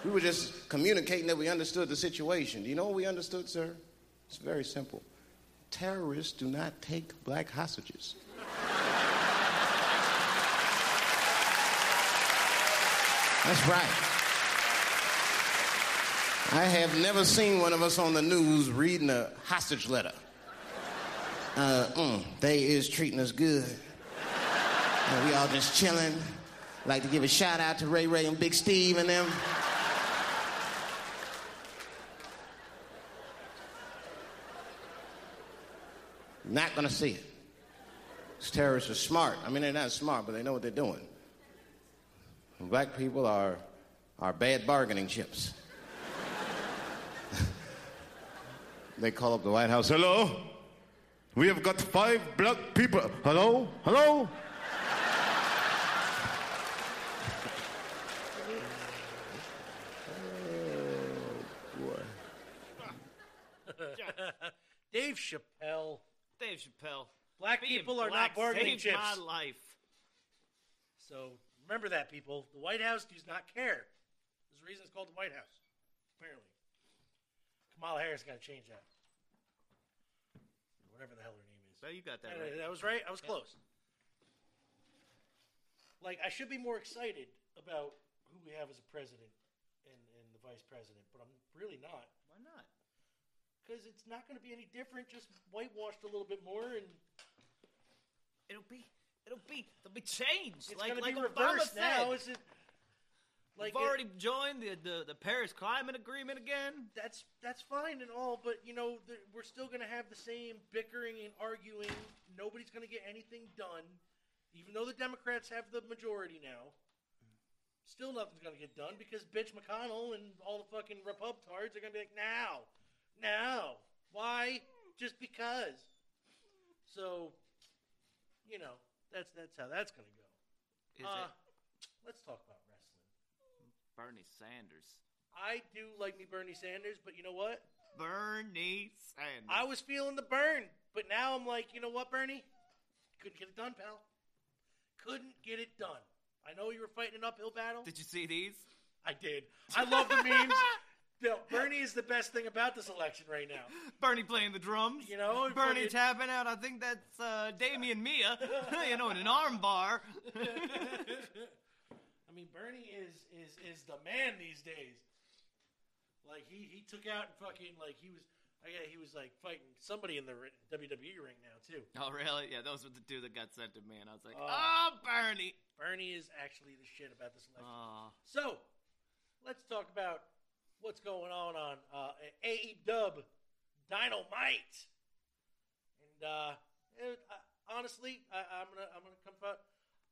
Speaker 4: We were just communicating that we understood the situation. Do you know what we understood, sir? It's very simple. Terrorists do not take black hostages. That's right. I have never seen one of us on the news reading a hostage letter. Uh, mm, they is treating us good. And we all just chilling. Like to give a shout out to Ray Ray and Big Steve and them. Not gonna see it. These terrorists are smart. I mean, they're not smart, but they know what they're doing. Black people are, are bad bargaining chips. They call up the White House. Hello? We have got five black people. Hello? Hello?
Speaker 1: Dave Chappelle.
Speaker 2: Dave Chappelle.
Speaker 1: Black
Speaker 2: Being
Speaker 1: people are
Speaker 2: black
Speaker 1: not bargaining chips.
Speaker 2: saved my life.
Speaker 1: So remember that, people. The White House does not care. There's a reason it's called the White House, apparently. Kamala Harris got to change that. Whatever the hell her name is.
Speaker 2: So you got that
Speaker 1: That,
Speaker 2: right.
Speaker 1: Uh, that was right. I was close. Like I should be more excited about who we have as a president and, and the vice president, but I'm really not
Speaker 2: Why not?
Speaker 1: because it's not going to be any different. Just whitewashed a little bit more, and
Speaker 2: It'll be, it'll be, it'll be changed.
Speaker 1: it's
Speaker 2: like
Speaker 1: going to be
Speaker 2: like Obama
Speaker 1: reversed
Speaker 2: said,
Speaker 1: now. Is it?
Speaker 2: we've
Speaker 1: Like it-
Speaker 2: already joined the, the the Paris Climate Agreement again.
Speaker 1: that's that's fine and all, but you know the, we're still going to have the same bickering and arguing. Nobody's going to get anything done, even though the Democrats have the majority now. Still, nothing's going to get done because bitch McConnell and all the fucking Repubtards are going to be like, now, now, why? Just because. So, you know, that's that's how that's going to go.
Speaker 2: Is
Speaker 1: Uh,
Speaker 2: it
Speaker 1: let's talk about wrestling.
Speaker 2: Bernie Sanders?
Speaker 1: I do like me Bernie Sanders, but you know what?
Speaker 2: Bernie Sanders.
Speaker 1: I was feeling the burn, but now I'm like, you know what, Bernie? Couldn't get it done, pal. Couldn't get it done. I know you were fighting an uphill battle.
Speaker 2: Did you see these?
Speaker 1: I did. I love the memes. No, Bernie is the best thing about this election right now.
Speaker 2: Bernie playing the drums.
Speaker 1: You know,
Speaker 2: Bernie
Speaker 1: fucking-
Speaker 2: tapping out. I think that's uh, Damien Mia. you know, in an arm bar.
Speaker 1: I mean, Bernie is is is the man these days. Like he he took out fucking like he was. I yeah, he was like fighting somebody in the ri- WWE ring now too.
Speaker 2: oh, really? Yeah, those were the two that got sent to me, and I was like, oh,
Speaker 1: Oh.
Speaker 2: Bernie.
Speaker 1: Bernie is actually the shit about this election.
Speaker 2: Oh,
Speaker 1: So, let's talk about what's going on on uh, AEW Dynamite. And uh, it, I, honestly, I, I'm gonna I'm gonna come out.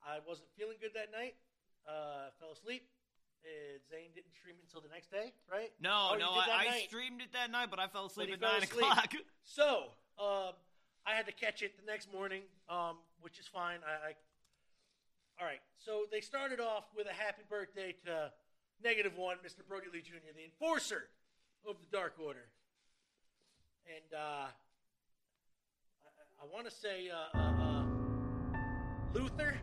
Speaker 1: I wasn't feeling good that night. Uh, fell asleep. Uh, Zane didn't stream it until the next day, right?
Speaker 2: no,
Speaker 1: Oh, you
Speaker 2: no,
Speaker 1: did that
Speaker 2: I, I
Speaker 1: night.
Speaker 2: streamed it that night, but I fell asleep
Speaker 1: he
Speaker 2: at
Speaker 1: fell
Speaker 2: nine
Speaker 1: asleep.
Speaker 2: o'clock.
Speaker 1: So, um, I had to catch it the next morning, um, which is fine. I, I all right. So they started off with a happy birthday to negative one, Mr. Brody Lee Jr., the enforcer of the Dark Order, and uh, I, I- I want to say uh, uh, uh, Luther.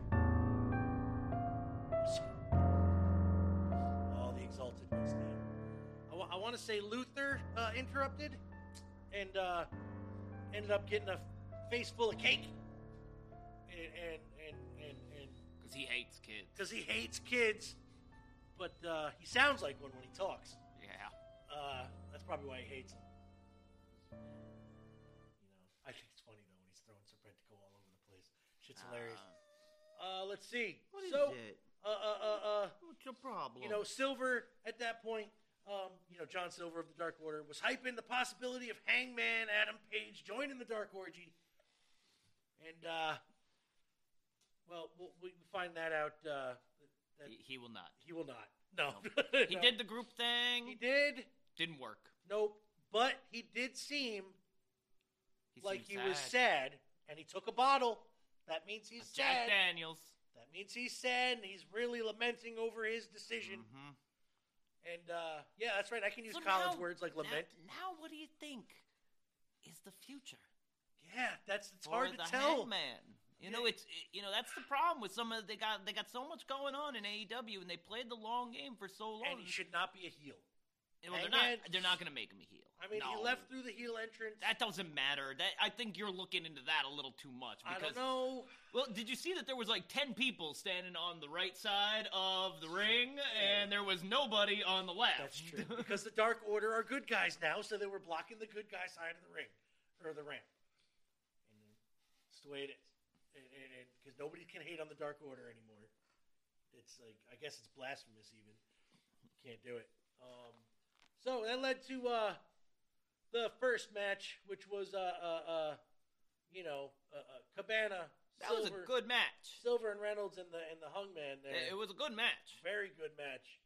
Speaker 1: Oh, the Exalted One's name. I want to say Luther uh, interrupted and uh, ended up getting a face full of cake. And and and and and
Speaker 2: Because he hates kids.
Speaker 1: because he hates kids, but uh, he sounds like one when he talks.
Speaker 2: Yeah.
Speaker 1: Uh, that's probably why he hates him. You know, I think it's funny though when he's throwing Serpentico all over the place. Shit's hilarious. Uh, let's see.
Speaker 2: Uh-huh. What is
Speaker 1: so,
Speaker 2: it?
Speaker 1: uh, uh, uh, uh,
Speaker 2: What's your problem?
Speaker 1: you know, Silver at that point, um, you know, John Silver of the Dark Order was hyping the possibility of Hangman Adam Page joining the Dark Orgy, and uh, well, we'll we find that out. Uh, that
Speaker 2: he, he will not.
Speaker 1: he will not. No.
Speaker 2: He
Speaker 1: No.
Speaker 2: did the group thing.
Speaker 1: He did.
Speaker 2: Didn't work.
Speaker 1: Nope. But he did seem
Speaker 2: He
Speaker 1: like he
Speaker 2: seemed
Speaker 1: was sad, and he took a bottle. That means he's sad.
Speaker 2: Jack Daniels.
Speaker 1: That means he's sad, and he's really lamenting over his decision.
Speaker 2: Mhm.
Speaker 1: And uh, yeah, that's right. I can use
Speaker 2: So
Speaker 1: college
Speaker 2: now-
Speaker 1: words like
Speaker 2: now-
Speaker 1: lament.
Speaker 2: Now, what do you think is the future?
Speaker 1: yeah, that's it's
Speaker 2: for
Speaker 1: hard to
Speaker 2: the
Speaker 1: tell.
Speaker 2: Hangman. You know,
Speaker 1: Yeah.
Speaker 2: it's it- you know that's the problem with some of they got they got so much going on in AEW, and they played the long game for so long.
Speaker 1: And he should not be a heel.
Speaker 2: well, they're not
Speaker 1: Hangman-
Speaker 2: they're not going to make him a heel.
Speaker 1: I mean,
Speaker 2: No.
Speaker 1: he left through the heel entrance.
Speaker 2: That doesn't matter. That I think you're looking into that a little too much.
Speaker 1: I
Speaker 2: Because,
Speaker 1: don't know.
Speaker 2: Well, did you see that there was like ten people standing on the right side of the ring, and there was nobody on the left?
Speaker 1: That's true. because the Dark Order are good guys now, so they were blocking the good guy side of the ring or the ramp. And it's the way it is. Because nobody can hate on the Dark Order anymore. It's like I guess it's blasphemous even. You can't do it. Um, so that led to uh, the first match, which was uh, uh, uh, you know uh, uh, Cabana
Speaker 2: that was
Speaker 1: Silver,
Speaker 2: a good match.
Speaker 1: Silver and Reynolds and the and the Hungman there.
Speaker 2: It- it was a good match.
Speaker 1: very good match.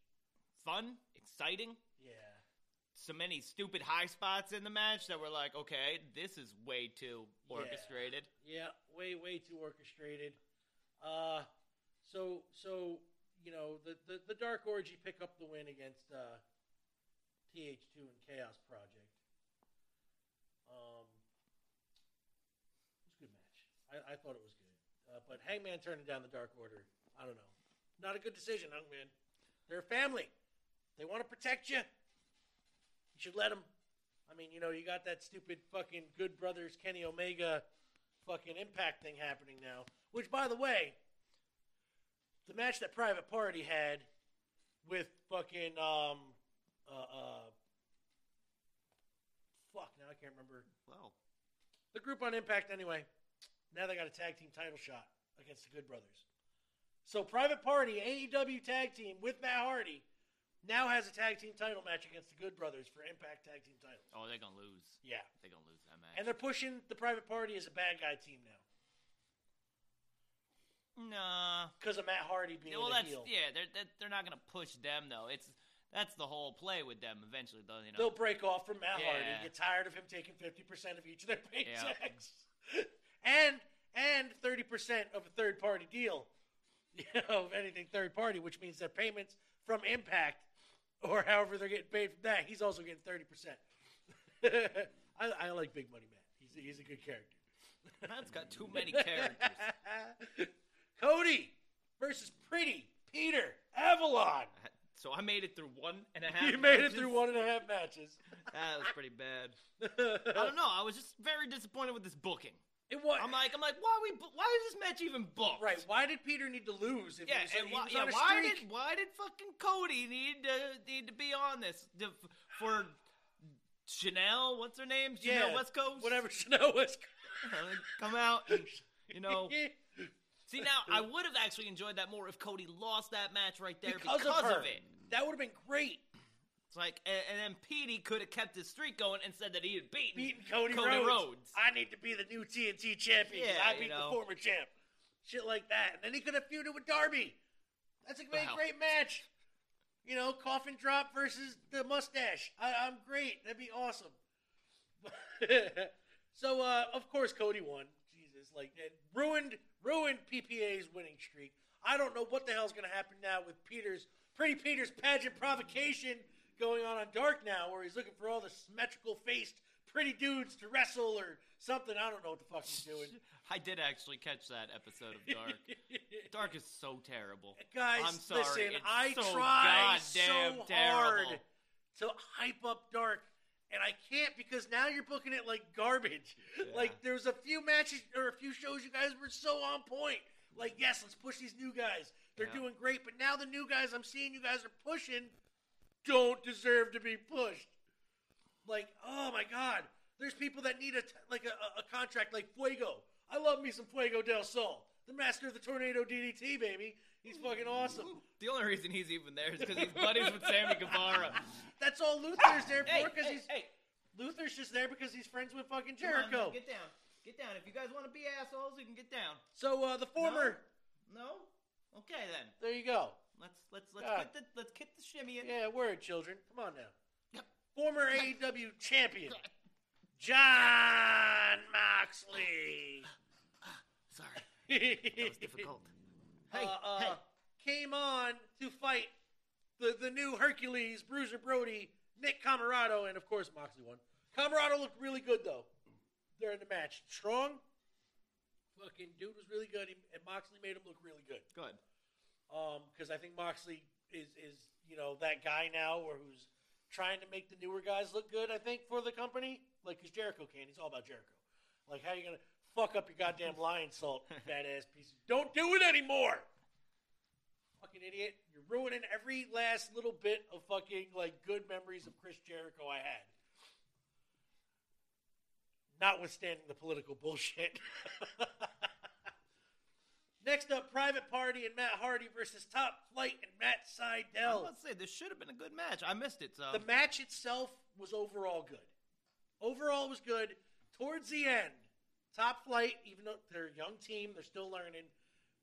Speaker 2: Fun, exciting.
Speaker 1: Yeah.
Speaker 2: so many stupid high spots in the match that were like, okay, this is way too
Speaker 1: Yeah.
Speaker 2: orchestrated.
Speaker 1: Yeah, way way too orchestrated. Uh, so so you know the the, the Dark Orgy pick up the win against uh, TH2 and Chaos Project. Um, it was a good match. I, I thought it was good, uh, but Hangman turning down the Dark Order, I don't know, not a good decision, Hangman. They're a family. They want to protect you. You should let them. I mean, you know, you got that stupid fucking Good Brothers Kenny Omega fucking Impact thing happening now. Which, by the way, the match that Private Party had with fucking um uh uh fuck now I can't remember
Speaker 2: Well,
Speaker 1: the group on Impact anyway. Now they got a tag team title shot against the Good Brothers. So Private Party AEW tag team with Matt Hardy now has a tag team title match against the Good Brothers for Impact tag team titles.
Speaker 2: oh, they're gonna lose.
Speaker 1: Yeah.
Speaker 2: They're gonna lose that match.
Speaker 1: And they're pushing the Private Party as a bad guy team now
Speaker 2: nah.
Speaker 1: because of Matt Hardy being
Speaker 2: well,
Speaker 1: a
Speaker 2: that's
Speaker 1: heel.
Speaker 2: yeah. They're, they're they're not gonna push them though. It's that's the whole play with them. Eventually, though, you know.
Speaker 1: They'll break off from Matt Hardy.
Speaker 2: Yeah.
Speaker 1: Get tired of him taking fifty percent of each of their
Speaker 2: Yeah.
Speaker 1: paychecks, and and thirty percent of a third party deal, you know, of anything third party, which means their payments from Impact or however they're getting paid from that, he's also getting thirty percent. I, I like Big Money Matt. He's a, he's a good character.
Speaker 2: Matt's got too many characters.
Speaker 1: Cody versus Pretty Peter Avalon.
Speaker 2: so I made it through one and a half.
Speaker 1: You made it
Speaker 2: matches. Uh,
Speaker 1: through one and a half matches.
Speaker 2: That was pretty bad. I don't know. I was just very disappointed with this booking.
Speaker 1: It was.
Speaker 2: I'm like, I'm like, why we? bu- Why is this match even booked?
Speaker 1: Right. Why did Peter need to lose? If
Speaker 2: Yeah,
Speaker 1: he was,
Speaker 2: and
Speaker 1: he
Speaker 2: why,
Speaker 1: was
Speaker 2: yeah,
Speaker 1: on a
Speaker 2: why
Speaker 1: streak?
Speaker 2: did why did fucking Cody need to need to be on this The- for Chanel? What's her name? Chanel West Coast. Uh,
Speaker 1: Whatever Chanel West
Speaker 2: Come out and you know.
Speaker 1: Coast.
Speaker 2: See now, I would have actually enjoyed that more if Cody lost that match right there
Speaker 1: because,
Speaker 2: because,
Speaker 1: of, her.
Speaker 2: it.
Speaker 1: That would have been great.
Speaker 2: It's like, and, and then Petey could have kept his streak going and said that he had beaten
Speaker 1: Beating Cody,
Speaker 2: Rhodes.
Speaker 1: Rhodes. I need to be the new TNT champion. 'cause
Speaker 2: Yeah,
Speaker 1: I
Speaker 2: you
Speaker 1: beat
Speaker 2: know.
Speaker 1: the former champ. Shit like that. And then he could have feuded with Darby. That's a great,
Speaker 2: Wow.
Speaker 1: great match. You know, coffin drop versus the mustache. I, I'm great. That'd be awesome. so, uh, of course, Cody won. Jesus, like it ruined, ruined PPA's winning streak. I don't know what the hell's going to happen now with Peter's pretty Peter's pageant provocation going on on Dark now, where he's looking for all the symmetrical faced pretty dudes to wrestle or something. I don't know what the fuck he's doing.
Speaker 2: I did actually catch that episode of Dark. Dark is so terrible.
Speaker 1: Guys,
Speaker 2: I'm sorry.
Speaker 1: listen,
Speaker 2: it's
Speaker 1: I
Speaker 2: so
Speaker 1: try
Speaker 2: goddamn
Speaker 1: so hard
Speaker 2: terrible.
Speaker 1: to hype up Dark, and I can't because now you're booking it like garbage. Like there was a few matches or a few shows you guys were so on point. Like yes, let's push these new guys. They're
Speaker 2: Yeah.
Speaker 1: doing great, but now the new guys I'm seeing you guys are pushing don't deserve to be pushed. Like oh my god, there's people that need a t- like a, a- a contract like Fuego. I love me some Fuego del Sol, the master of the tornado DDT, baby. He's fucking awesome.
Speaker 2: The only reason he's even there is because he's buddies with Sammy Guevara.
Speaker 1: That's all Luther's there
Speaker 2: Hey,
Speaker 1: for because
Speaker 2: hey,
Speaker 1: he's
Speaker 2: hey,
Speaker 1: Luther's just there because he's friends with fucking
Speaker 2: come on,
Speaker 1: Jericho.
Speaker 2: get down, get down. If you guys want to be assholes, you can get down.
Speaker 1: so uh, the former,
Speaker 2: No, okay then.
Speaker 1: there you go.
Speaker 2: Let's let's let's
Speaker 1: Yeah.
Speaker 2: quit the let's kick the shimmy in.
Speaker 1: Yeah, word, children. Come on now.
Speaker 2: Yep.
Speaker 1: Former AEW champion, John Moxley.
Speaker 2: Sorry, that was difficult. Hey,
Speaker 1: uh, uh,
Speaker 2: hey,
Speaker 1: came on to fight the, the new Hercules, Bruiser Brody, Nick Camarado, and of course Moxley won. Camarado looked really good though during the match. Strong, fucking dude was really good, he- and Moxley made him look really good.
Speaker 2: good.
Speaker 1: Um, because I think Moxley is is you know that guy now, or who's trying to make the newer guys look good. I think for the company, like because Jericho can, he's all about Jericho. Like, how you gonna fuck up your goddamn lion salt, you badass piece? of- Don't do it anymore. Fucking idiot! You're ruining every last little bit of fucking like good memories of Chris Jericho I had. Notwithstanding the political bullshit. Next up, Private Party and Matt Hardy versus Top Flight and Matt
Speaker 2: I
Speaker 1: Seidel.
Speaker 2: was about to say this should have been a good match. I um, missed it. So
Speaker 1: The match itself was overall good. Overall was good. Towards the end, Top Flight, even though they're a young team, they're still learning.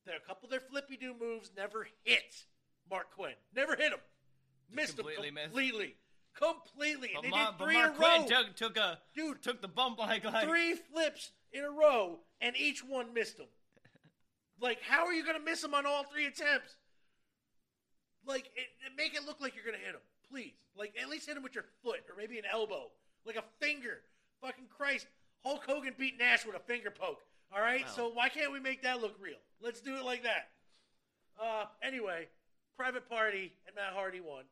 Speaker 1: That a couple of their flippy do moves never hit Mark Quinn. Never hit him. Missed
Speaker 2: completely
Speaker 1: him
Speaker 2: missed.
Speaker 1: completely. Completely.
Speaker 2: but
Speaker 1: and they
Speaker 2: Ma-
Speaker 1: did
Speaker 2: but
Speaker 1: three in a
Speaker 2: Mark Quinn
Speaker 1: row.
Speaker 2: took, took a
Speaker 1: Dude.
Speaker 2: took the bump like like
Speaker 1: three flips in a row, and each one missed him. Like, how are you going to miss him on all three attempts? Like, it, it- make it look like you're going to hit him, please. Like, at least hit him with your foot or maybe an elbow, like a finger. Fucking Christ, Hulk Hogan beat Nash with a finger poke. All right,
Speaker 2: Wow.
Speaker 1: so why can't we make that look real? Let's do it like that. Uh, anyway, Private Party and Matt Hardy won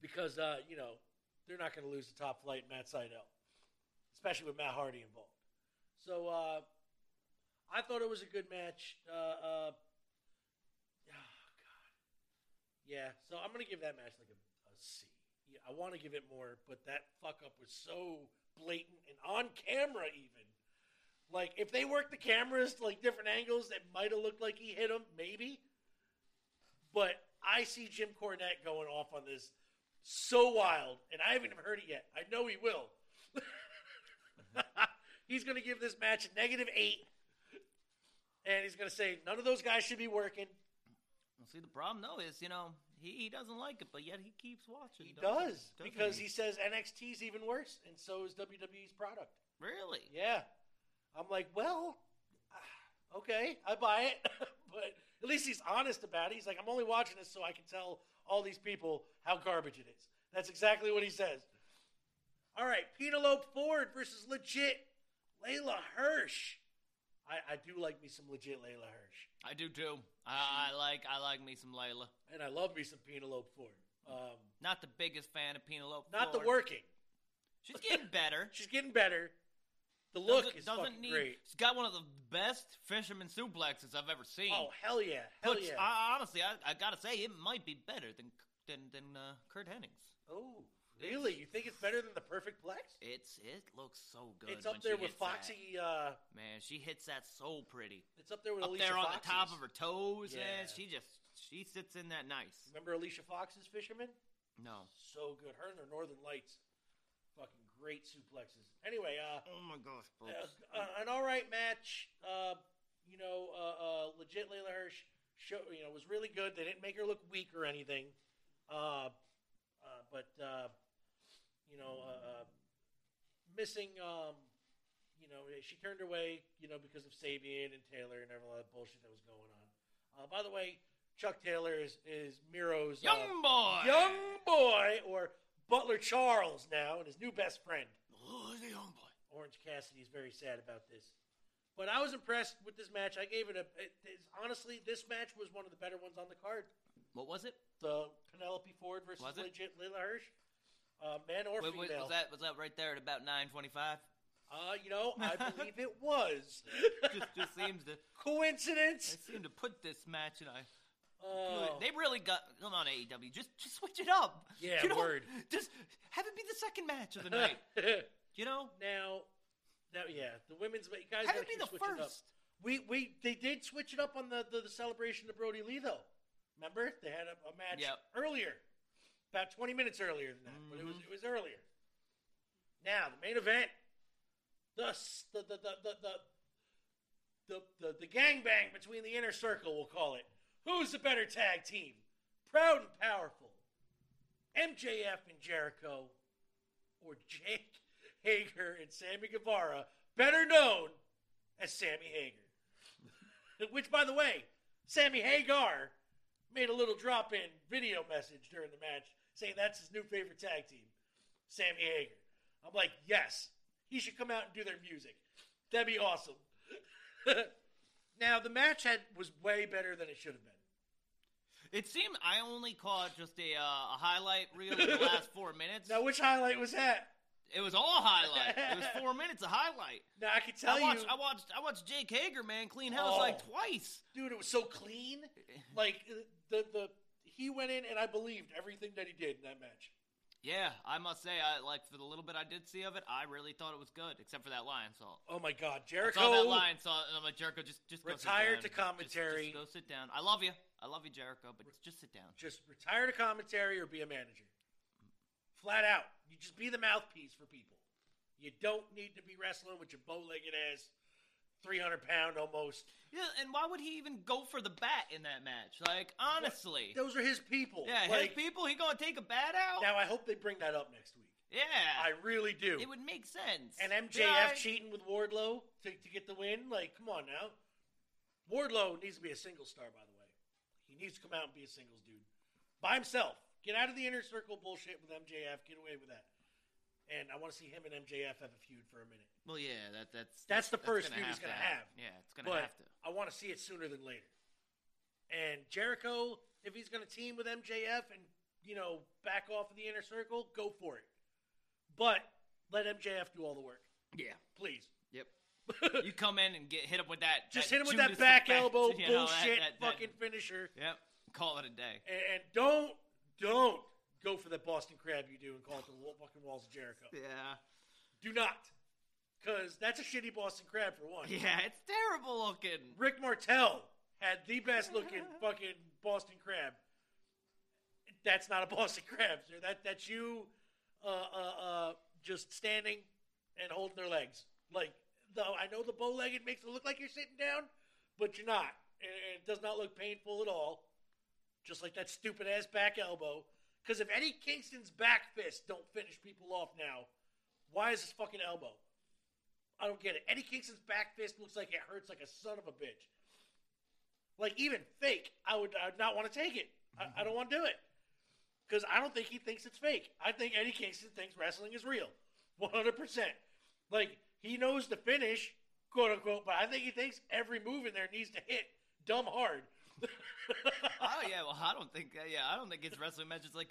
Speaker 1: because uh, you know they're not going to lose the top flight Matt Seidel, especially with Matt Hardy involved. So uh, I thought it was a good match. Uh, uh, oh God, yeah. So I'm going to give that match like a, a C. Yeah, I want to give it more, but that fuck up was so blatant and on camera even. Like if they worked the cameras to like different angles, that might have looked like he hit him, maybe. But I see Jim Cornette going off on this so wild, and I haven't even heard it yet. I know he will. he's going to give this match a negative eight, and he's going to say none of those guys should be working.
Speaker 2: Well, See, the problem though is, you know, he, he doesn't like it, but yet he keeps watching.
Speaker 1: He
Speaker 2: doesn't
Speaker 1: does because
Speaker 2: doesn't
Speaker 1: he says NXT's even worse, and so is WWE's product.
Speaker 2: really.
Speaker 1: Yeah. I'm like, well, ah, okay, I buy it. but at least he's honest about it. He's like, I'm only watching this so I can tell all these people how garbage it is. That's exactly what he says. All right, Penelope Ford versus legit Layla Hirsch. I, I do like me some legit Layla Hirsch.
Speaker 2: I do too. I, I like I like me some Layla.
Speaker 1: Hmm. And I love me some Penelope Ford. Um,
Speaker 2: Not the biggest fan of Penelope.
Speaker 1: not the
Speaker 2: Ford.
Speaker 1: working.
Speaker 2: She's getting better.
Speaker 1: She's getting better. The look
Speaker 2: doesn't,
Speaker 1: is
Speaker 2: doesn't
Speaker 1: fucking
Speaker 2: need.
Speaker 1: great.
Speaker 2: She's got one of the best fisherman suplexes I've ever seen.
Speaker 1: Oh hell yeah, hell
Speaker 2: Puts-
Speaker 1: yeah.
Speaker 2: I, honestly, I, I gotta say it might be better than than than uh, Kurt Hennings.
Speaker 1: Oh, really? You think it's better than the Perfect Plex?
Speaker 2: It's it looks so good.
Speaker 1: it's up
Speaker 2: when
Speaker 1: there
Speaker 2: she
Speaker 1: with
Speaker 2: hits that.
Speaker 1: Foxy. Uh,
Speaker 2: Man, she hits that so pretty.
Speaker 1: it's up there with
Speaker 2: Up
Speaker 1: Alicia
Speaker 2: there on
Speaker 1: Fox's.
Speaker 2: the top of her toes, man.
Speaker 1: Yeah.
Speaker 2: She just she sits in that nice.
Speaker 1: Remember Alicia Fox's Fisherman?
Speaker 2: No.
Speaker 1: So good. Her and her Northern Lights, fucking great suplexes. Anyway, uh,
Speaker 2: Oh my gosh, folks.
Speaker 1: uh, uh, an all right match. Uh, you know, uh, uh, legit Layla Hirsch show, you know was really good. They didn't make her look weak or anything. Uh, uh, but uh, you know, uh, uh, missing. Um, you know, eh, she turned away. You know, because of Sabian and Taylor and all that bullshit that was going on. Uh, by the way, Chuck Taylor is is Miro's uh,
Speaker 2: Young boy.
Speaker 1: young boy or Butler Charles now, and his new best friend.
Speaker 2: Oh, the young boy.
Speaker 1: Orange Cassidy is very sad about this. But I was impressed with this match. I gave it a. It, it's, honestly, this match was one of the better ones on the card.
Speaker 2: What was it?
Speaker 1: The Penelope Ford versus
Speaker 2: Was it?
Speaker 1: legit Lila Hirsch, uh, man or
Speaker 2: Wait,
Speaker 1: female.
Speaker 2: wait, was that was that right there at about nine twenty-five?
Speaker 1: Uh, you know, I believe it was.
Speaker 2: Just just seems to
Speaker 1: Coincidence?
Speaker 2: they seem to put this match and I.
Speaker 1: Oh,
Speaker 2: They really got come on AEW. Just just switch it up.
Speaker 1: Yeah,
Speaker 2: you know,
Speaker 1: word.
Speaker 2: Just have it be the second match of the night. you know,
Speaker 1: now, now, yeah, the women's you guys
Speaker 2: have
Speaker 1: gotta
Speaker 2: it be
Speaker 1: keep
Speaker 2: the
Speaker 1: switching
Speaker 2: first.
Speaker 1: up. We we they did switch it up on the the, the celebration of Brody Lee though. Remember they had a, a match
Speaker 2: Yep.
Speaker 1: earlier, about twenty minutes earlier than that, but it was it was earlier. Now the main event, the s- the the the the the, the, the, the gangbang between the inner circle, we'll call it, Who's the better tag team? Proud and powerful. MJF and Jericho, or Jake Hager and Sammy Guevara, better known as Sammy Hager. Which, by the way, Sammy Hagar made a little drop in video message during the match saying that's his new favorite tag team, Sammy Hager. I'm like, yes, he should come out and do their music. That'd be awesome. now the match had was way better than it should have been.
Speaker 2: It seemed I only caught just a, uh, a highlight reel of the last four minutes.
Speaker 1: Now which highlight was that?
Speaker 2: It was all highlight. It was four minutes of highlight.
Speaker 1: Now I can tell
Speaker 2: I watched,
Speaker 1: you,
Speaker 2: I watched, I watched Jake Hager, man, clean house
Speaker 1: Oh.
Speaker 2: like twice.
Speaker 1: dude, it was so clean. Like the the he went in and I believed everything that he did in that match.
Speaker 2: Yeah, I must say, I like for the little bit I did see of it, I really thought it was good, except for that lion salt.
Speaker 1: Oh my God,
Speaker 2: I
Speaker 1: Jericho!
Speaker 2: saw that lion salt, and I'm like, Jericho, just just go sit
Speaker 1: Retire to
Speaker 2: down. Just- just
Speaker 1: commentary.
Speaker 2: go sit down. I love you. I love you, Jericho, but just sit down.
Speaker 1: Just retire to commentary or be a manager. Flat out, you just be the mouthpiece for people. You don't need to be wrestling with your bow-legged ass, three hundred pound almost.
Speaker 2: Yeah, and why would he even go for the bat in that match? Like, honestly.
Speaker 1: Those are his people.
Speaker 2: Yeah,
Speaker 1: Like,
Speaker 2: his people, he gonna take a bat out?
Speaker 1: Now I hope they bring that up next week.
Speaker 2: yeah.
Speaker 1: I really do.
Speaker 2: it would make sense.
Speaker 1: And MJF
Speaker 2: Yeah, I-
Speaker 1: cheating with Wardlow to, to get the win? Like, come on now. Wardlow needs to be a single star, by the way. He needs to come out and be a singles dude by himself. Get out of the inner circle bullshit with MJF. Get away with that. And I want to see him and MJF have a feud for a minute.
Speaker 2: Well, yeah, that, that's
Speaker 1: That's the first
Speaker 2: gonna
Speaker 1: feud he's
Speaker 2: have
Speaker 1: gonna
Speaker 2: to happen.
Speaker 1: have.
Speaker 2: Yeah, it's gonna
Speaker 1: But
Speaker 2: have to.
Speaker 1: I want to see it sooner than later. And Jericho, if he's going to team with MJF and, you know, back off of the inner circle, go for it. But let MJF do all the work,
Speaker 2: Yeah.
Speaker 1: please.
Speaker 2: Yep. you come in and get hit him with that.
Speaker 1: Just hit him with that
Speaker 2: Judas
Speaker 1: back
Speaker 2: effect,
Speaker 1: elbow
Speaker 2: you know, that-
Speaker 1: bullshit
Speaker 2: that- that-
Speaker 1: fucking finisher. Eh.
Speaker 2: Yep. Call it a day.
Speaker 1: And, and don't, don't go for that Boston crab you do and call it the wa- fucking walls of Jericho.
Speaker 2: Yeah.
Speaker 1: Do not. Because that's a shitty Boston crab for one.
Speaker 2: Yeah, it's terrible looking.
Speaker 1: Rick Martel had the best looking fucking Boston crab. That's not a Boston crab, sir. That that's you, uh, uh, uh, just standing and holding their legs. Like though, I know the bow legged makes it look like you're sitting down, but you're not, and, and it does not look painful at all. Just like that stupid ass back elbow. Because if Eddie Kingston's back fists don't finish people off now, why is this fucking elbow? I don't get it. Eddie Kingston's back fist looks like it hurts like a son of a bitch. Like even fake, I would, I would not want to take it. I, I don't want to do it because I don't think he thinks it's fake. I think Eddie Kingston thinks wrestling is real, one hundred percent. Like he knows the finish, quote unquote, but I think he thinks every move in there needs to hit dumb hard.
Speaker 2: oh yeah. Well, I don't think. Yeah, I don't think it's wrestling matches. Like,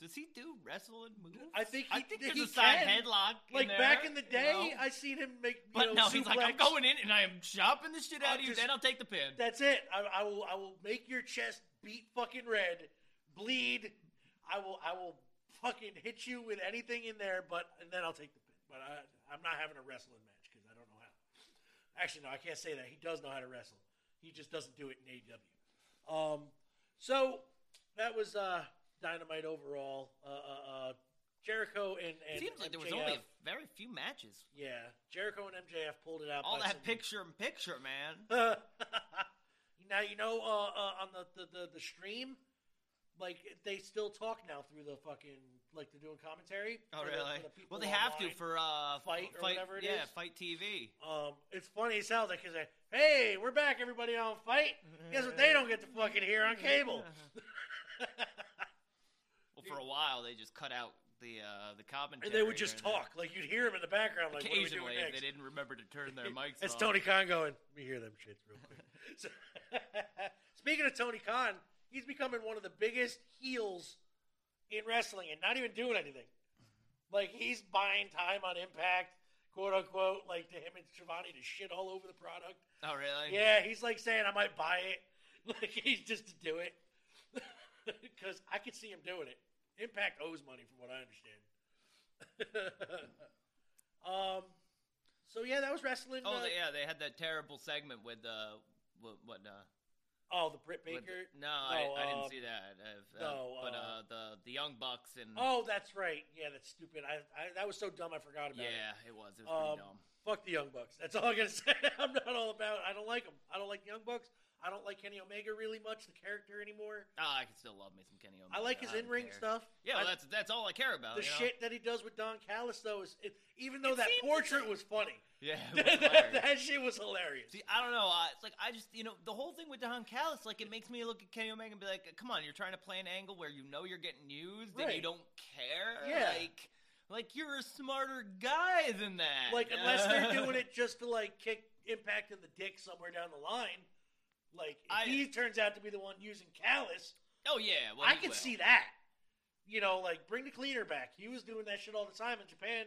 Speaker 2: does he do wrestling moves?
Speaker 1: I think he-
Speaker 2: I think there's
Speaker 1: he
Speaker 2: a side
Speaker 1: can.
Speaker 2: headlock.
Speaker 1: Like
Speaker 2: in there,
Speaker 1: back in the
Speaker 2: you
Speaker 1: day,
Speaker 2: know?
Speaker 1: I seen him make. You
Speaker 2: But
Speaker 1: know,
Speaker 2: no, he's like, I'm
Speaker 1: suplex.
Speaker 2: going in and I am chopping the shit
Speaker 1: I'll
Speaker 2: out of you.
Speaker 1: just-
Speaker 2: Then I'll take the pin.
Speaker 1: That's it. I, I will. I will make your chest beat fucking red, bleed. I will. I will fucking hit you with anything in there, but and then I'll take the pin. But I, I'm not having a wrestling match because I don't know how. Actually, no, I can't say that. He does know how to wrestle. He just doesn't do it in AEW. Um, so that was uh, Dynamite overall. Uh, uh, uh, Jericho and, and
Speaker 2: Seems like there was
Speaker 1: MJF.
Speaker 2: only a very few matches.
Speaker 1: yeah. Jericho and MJF pulled it out.
Speaker 2: All
Speaker 1: by
Speaker 2: that
Speaker 1: some-
Speaker 2: picture in picture, man.
Speaker 1: now you know uh, uh, on the, the, the, the stream, like they still talk now through the fucking like they're doing commentary.
Speaker 2: Oh,
Speaker 1: for the-
Speaker 2: really?
Speaker 1: for the people
Speaker 2: well, they have to
Speaker 1: online.
Speaker 2: for uh,
Speaker 1: Fight or whatever it
Speaker 2: yeah,
Speaker 1: is.
Speaker 2: Fight TV.
Speaker 1: Um, it's funny as hell that because hey, we're back, everybody on fight. Guess what? They don't get to fucking hear on cable.
Speaker 2: Well, for a while they just cut out the uh, the commentary.
Speaker 1: And they would just
Speaker 2: and then
Speaker 1: talk. Like you'd hear them in the background. Like what are we
Speaker 2: Occasionally,
Speaker 1: doing
Speaker 2: if
Speaker 1: next?
Speaker 2: they didn't remember to turn their mics.
Speaker 1: It's
Speaker 2: off.
Speaker 1: Tony Khan going, we hear them shits real quick. So, speaking of Tony Khan, he's becoming one of the biggest heels in wrestling and not even doing anything. Like, he's buying time on Impact, quote unquote, like to him and Giovanni to shit all over the product.
Speaker 2: Oh, really?
Speaker 1: Yeah, he's like saying, I might buy it. Like, he's just to do it. Because I could see him doing it. Impact owes money, from what I understand. um, so, yeah, that was wrestling.
Speaker 2: Oh,
Speaker 1: uh,
Speaker 2: they, yeah. They had that terrible segment with uh, what, what uh,
Speaker 1: Oh, the Britt
Speaker 2: with-
Speaker 1: Baker.
Speaker 2: no, I,
Speaker 1: No,
Speaker 2: I
Speaker 1: uh,
Speaker 2: didn't see that. Uh,
Speaker 1: no,
Speaker 2: but
Speaker 1: uh,
Speaker 2: uh, the the Young Bucks and
Speaker 1: Oh, that's right. Yeah, that's stupid. I, I that was so dumb. I forgot about
Speaker 2: yeah,
Speaker 1: it.
Speaker 2: it was. It was
Speaker 1: Um,
Speaker 2: pretty dumb.
Speaker 1: Fuck the Young Bucks. That's all I'm gonna say. I'm not all about. I don't like them. I don't like Young Bucks. I don't like Kenny Omega really much, the character anymore.
Speaker 2: Ah, I can still love me some Kenny Omega.
Speaker 1: I like his
Speaker 2: don't
Speaker 1: in ring
Speaker 2: care.
Speaker 1: stuff.
Speaker 2: Yeah, well,
Speaker 1: I-
Speaker 2: that's that's all I care about.
Speaker 1: the
Speaker 2: Oh, you know?
Speaker 1: shit that he does with Don Callis though is it, even though
Speaker 2: It
Speaker 1: that
Speaker 2: seems-
Speaker 1: portrait was funny.
Speaker 2: Yeah. it was hilarious.
Speaker 1: that shit was hilarious.
Speaker 2: See, I don't know. I, it's like I just, you know, the whole thing with Don Callis, like it makes me look at Kenny Omega and be like, "Come on, you're trying to play an angle where you know you're getting used and you
Speaker 1: Right.
Speaker 2: don't care."
Speaker 1: Yeah.
Speaker 2: Like, like you're a smarter guy than that.
Speaker 1: Like unless they're doing it just to like kick impact in the dick somewhere down the line. Like if
Speaker 2: I-
Speaker 1: he turns out to be the one using Callis,
Speaker 2: Oh yeah. Well,
Speaker 1: I
Speaker 2: he
Speaker 1: can
Speaker 2: will.
Speaker 1: see that. You know, like bring the cleaner back. He was doing that shit all the time in Japan.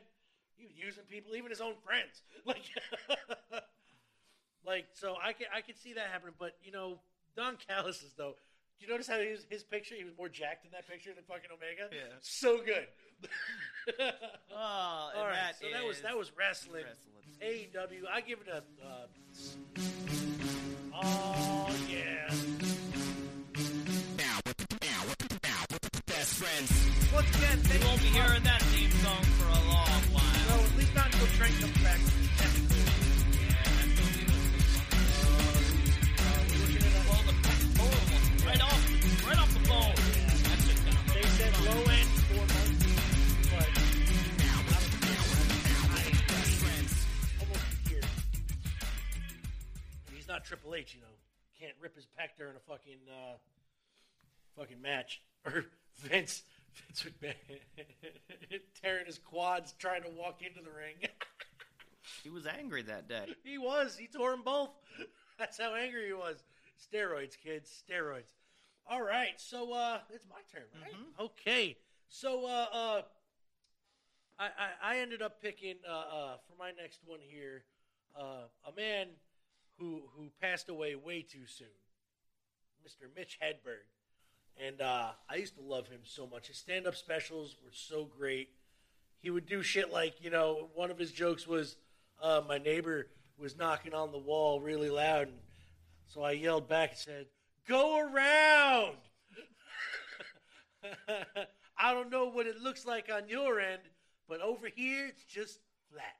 Speaker 1: He was using people, even his own friends. Like, like so I can I can see that happening. But you know, Don Callis's though. Do you notice how his, his picture? He was more jacked in that picture than fucking Omega.
Speaker 2: Yeah.
Speaker 1: So good.
Speaker 2: Oh, all
Speaker 1: all right. so that was that was wrestling.
Speaker 2: wrestling.
Speaker 1: AEW. I give it a. Uh, s- oh yeah.
Speaker 2: Once again, they won't be hearing that theme song for a long
Speaker 1: No,
Speaker 2: while.
Speaker 1: at least not until Trent comes back.
Speaker 2: Yeah, that's gonna be the theme song. Well, the- oh, right off, right off the bone. That's just gonna-
Speaker 1: They said low end four months, but almost a year. And he's not Triple H, you know. Can't rip his pec during a fucking uh, fucking match. Or Vince Vince McMahon tearing his quads trying to walk into the ring.
Speaker 2: He was angry that day.
Speaker 1: he was. He tore them both. That's how angry he was. Steroids, kids. Steroids. All right. So uh, it's my turn, right? Okay. So uh, uh, I, I I ended up picking uh, uh for my next one here uh, a man who who passed away way too soon, Mr. Mitch Hedberg, and uh, I used to love him so much. His stand up specials were so great. He would do shit like you know one of his jokes was uh, my neighbor was knocking on the wall really loud, and so I yelled back and said, "Go around." I don't know what it looks like on your end, but over here it's just flat.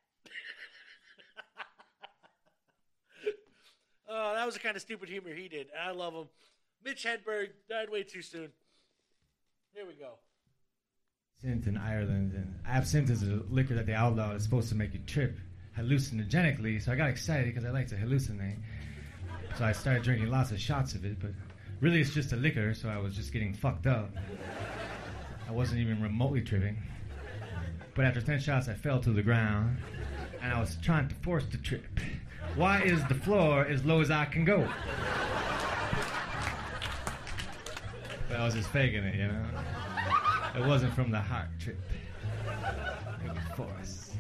Speaker 1: oh, that was the kind of stupid humor he did. I love him. Mitch Hedberg died way too soon. Here we go.
Speaker 5: absinthe in Ireland, and absinthe is a liquor that they outlawed. It's supposed to make you trip hallucinogenically. So I got excited because I like to hallucinate. So I started drinking lots of shots of it, but really it's just a liquor. So I was just getting fucked up. I wasn't even remotely tripping. But after ten shots, I fell to the ground, and I was trying to force the trip. Why is the floor as low as I can go? But I was just faking it, you know. It wasn't from the heart trip. It was forced.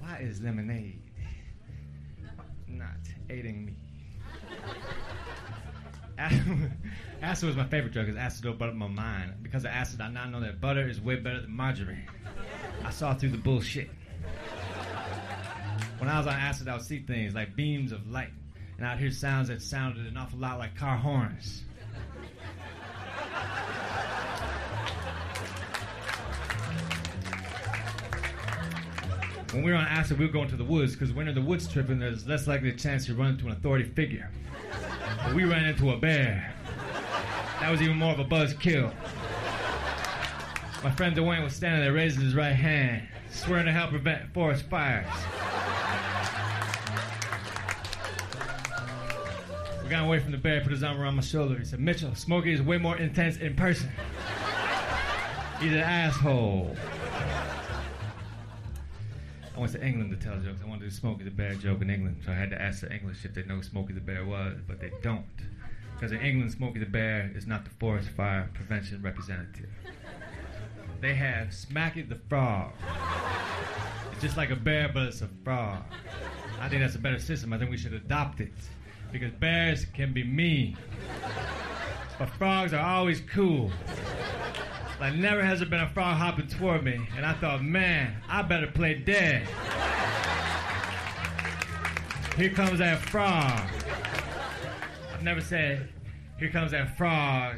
Speaker 5: Why is lemonade not aiding me? Ac- acid was my favorite drug because acid opened up my mind. Because of acid, I now know that butter is way better than margarine. I saw through the bullshit. When I was on acid, I would see things like beams of light, and I'd hear sounds that sounded an awful lot like car horns. When we were on acid, we would go into the woods because when in the woods tripping, there's less likely a chance you run into an authority figure. But we ran into a bear. That was even more of a buzz kill. My friend Dwayne was standing there raising his right hand, swearing to help prevent forest fires. We got away from the bear, put his arm around my shoulder. He said, Mitchell, Smokey is way more intense in person. He's an asshole. I went to England to tell jokes. I wanted to do Smokey the Bear joke in England, so I had to ask the English if they know who Smokey the Bear was, but they don't. Because in England, Smokey the Bear is not the forest fire prevention representative. They have Smacky the Frog. It's just like a bear, but it's a frog. I think that's a better system. I think we should adopt it. Because bears can be mean. But frogs are always cool. Like never has there been a frog hopping toward me, and I thought, man, I better play dead. Here comes that frog. I've never said, here comes that frog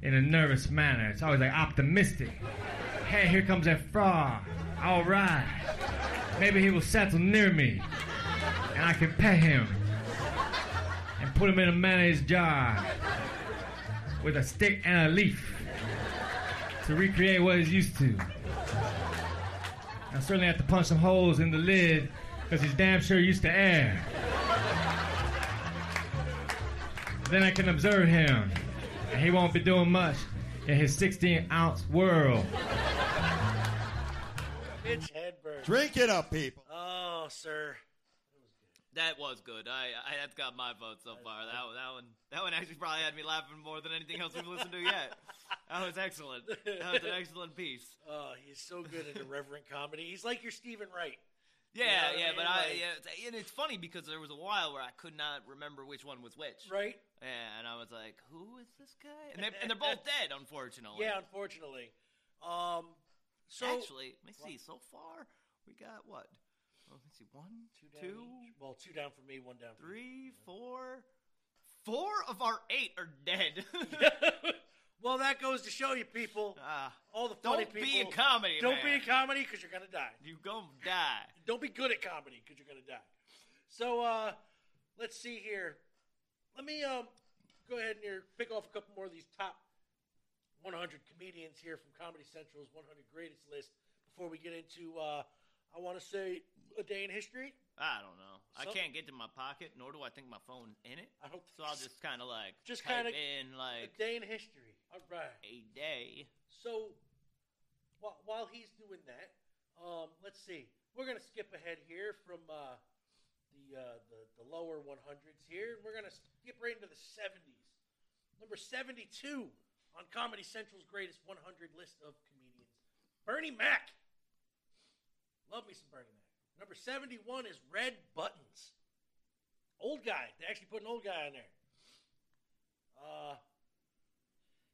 Speaker 5: in a nervous manner. It's always like optimistic. Hey, here comes that frog. All right. Maybe he will settle near me, and I can pet him. and put him in a mayonnaise jar with a stick and a leaf to recreate what he's used to. I certainly have to punch some holes in the lid because he's damn sure used to air. then I can observe him, and he won't be doing much in his 16 ounce world.
Speaker 1: Mitch Hedberg.
Speaker 6: Drink it up, people.
Speaker 1: Oh, sir.
Speaker 2: That was good. I, I that's got my vote so far. That one, that one that one actually probably had me laughing more than anything else we've listened to yet. That was Oh, excellent. That was an excellent piece.
Speaker 1: Oh, he's so good at irreverent comedy. He's like your Stephen Wright.
Speaker 2: Yeah,
Speaker 1: You know
Speaker 2: yeah,
Speaker 1: what
Speaker 2: but
Speaker 1: I
Speaker 2: I
Speaker 1: mean?
Speaker 2: yeah, it's- and it's funny because there was a while where I could not remember which one was which.
Speaker 1: Right?
Speaker 2: Yeah, and I was like, who is this guy? And, they, and they're both dead, unfortunately.
Speaker 1: Yeah, unfortunately. Um, so
Speaker 2: Actually, let me see. So far, we got what? Oh, let's see. One,
Speaker 1: two, down
Speaker 2: two,
Speaker 1: each. well, two down for me, one down for you.
Speaker 2: three, four. Four of our eight are dead.
Speaker 1: well, that goes to show you people,
Speaker 2: Ah,
Speaker 1: all the funny
Speaker 2: don't
Speaker 1: people.
Speaker 2: be in comedy.
Speaker 1: Don't
Speaker 2: man.
Speaker 1: be in comedy because you're gonna die.
Speaker 2: You gonna die.
Speaker 1: Don't be good at comedy because you're gonna die. So uh, let's see here. Let me um, go ahead and here pick off a couple more of these top 100 comedians here from Comedy Central's 100 Greatest list before we get into uh, I want to say a day in history.
Speaker 2: I don't know.
Speaker 1: So-
Speaker 2: I can't get to my pocket, nor do I think my phone's in it.
Speaker 1: I hope
Speaker 2: So I'll just kind of like
Speaker 1: Just
Speaker 2: type
Speaker 1: kinda-
Speaker 2: in like
Speaker 1: a day in history. All right.
Speaker 2: a day.
Speaker 1: So while, while he's doing that, um, let's see. We're gonna skip ahead here from uh, the, uh, the the lower 100s here, and we're gonna skip right into the 70s. Number 72 on Comedy Central's greatest 100 list of comedians, Bernie Mac. Love me some Bernie Mac. Number 71 is Red Buttons. Old guy. They actually put an old guy on there. Uh,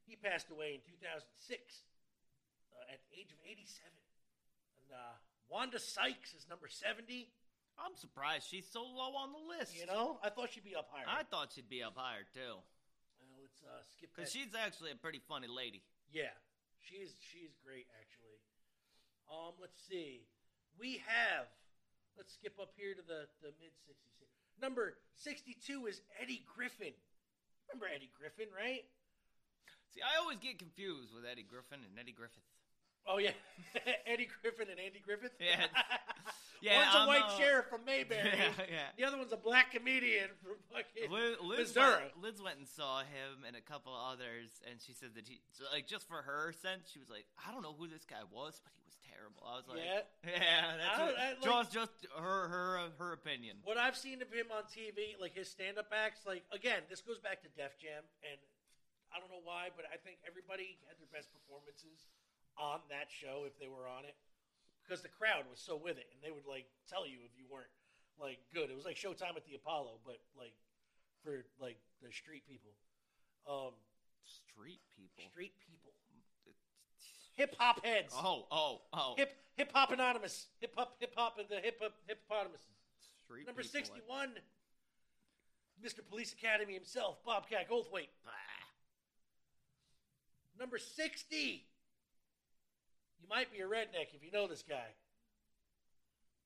Speaker 1: he passed away in 2006 uh, at the age of 87. And uh, Wanda Sykes is number 70.
Speaker 2: I'm surprised she's so low on the list.
Speaker 1: You know, I thought she'd be up higher.
Speaker 2: I thought she'd be up higher too,
Speaker 1: Uh, let's uh, skip that.
Speaker 2: because she's actually a pretty funny lady.
Speaker 1: yeah, she's she's great actually. Um, let's see. We have. Let's skip up here to the the mid 60s. here. Number 62 is Eddie Griffin. Remember Eddie Griffin, right?
Speaker 2: See, I always get confused with Eddie Griffin and Eddie Griffith.
Speaker 1: Oh yeah, Eddie Griffin and Andy Griffith.
Speaker 2: Yeah. Yeah,
Speaker 1: one's a
Speaker 2: I'm,
Speaker 1: white
Speaker 2: uh,
Speaker 1: sheriff from Mayberry.
Speaker 2: Yeah, yeah.
Speaker 1: The other one's a black comedian from fucking
Speaker 2: Liz, Liz,
Speaker 1: Missouri.
Speaker 2: went, Liz went and saw him and a couple others, and she said that he, so, like, just for her sense, she was like, I don't know who this guy was, but he was terrible. I was like,
Speaker 1: Yeah.
Speaker 2: yeah
Speaker 1: I
Speaker 2: that's what,
Speaker 1: don't- I, like-
Speaker 2: just just her her her opinion.
Speaker 1: What I've seen of him on TV, like his stand-up acts, like again, this goes back to Def Jam, and I don't know why, but I think everybody had their best performances on that show if they were on it, because the crowd was so with it, and they would like tell you if you weren't like good. It was like Showtime at the Apollo, but like for like the street people, um,
Speaker 2: Street people.
Speaker 1: street people, hip hop heads,
Speaker 2: Oh oh oh.
Speaker 1: hip hip hop anonymous, hip hop hip hop and the hip hop hippopotamuses.
Speaker 2: Street
Speaker 1: Number
Speaker 2: people.
Speaker 1: 61, Mr. Police Academy himself, Bobcat Goldthwait.
Speaker 2: Ah,
Speaker 1: Number 60, you might be a redneck if you know this guy,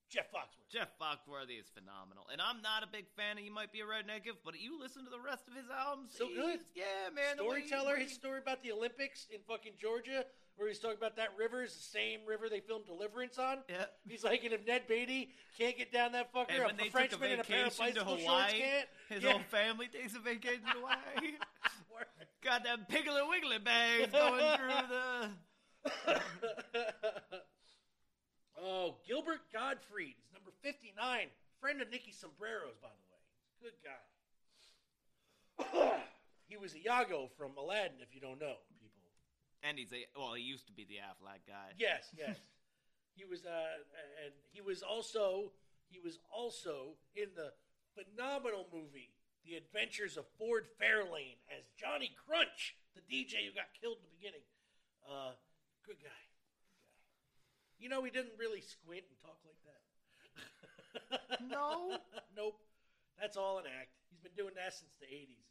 Speaker 1: Jeff Foxworth.
Speaker 2: Jeff Foxworthy is phenomenal, and I'm not a big fan of "You Might Be a Redneck If," but you listen to the rest of his albums.
Speaker 1: So good.
Speaker 2: he's- yeah, man. the way he-
Speaker 1: Storyteller,
Speaker 2: way
Speaker 1: his
Speaker 2: he-
Speaker 1: story about the Olympics in fucking Georgia, where he's talking about that river is the same river they filmed Deliverance on.
Speaker 2: Yeah.
Speaker 1: He's like, and if Ned Beatty can't get down that fucker,
Speaker 2: And
Speaker 1: a
Speaker 2: when they took a
Speaker 1: Frenchman in a pair of
Speaker 2: vacation to
Speaker 1: bicycle shorts
Speaker 2: Hawaii,
Speaker 1: can't.
Speaker 2: his
Speaker 1: Yeah.
Speaker 2: whole family takes a vacation to Hawaii. Got them piggly wiggly bags going through the.
Speaker 1: oh, Gilbert Gottfried is number 59. Friend of Nicky Sombreros, by the way. Good guy. he was Iago from Aladdin, if you don't know, people.
Speaker 2: And he's a well, he used to be the Affleck guy.
Speaker 1: Yes, yes. he was, uh, and he was also, he was also in the phenomenal movie, The Adventures of Ford Fairlane, as Johnny Crunch, the DJ who got killed in the beginning. Uh, good guy. Good guy. You know, he didn't really squint and talk like that.
Speaker 2: No?
Speaker 1: nope. That's all an act. He's been doing that since the 80s.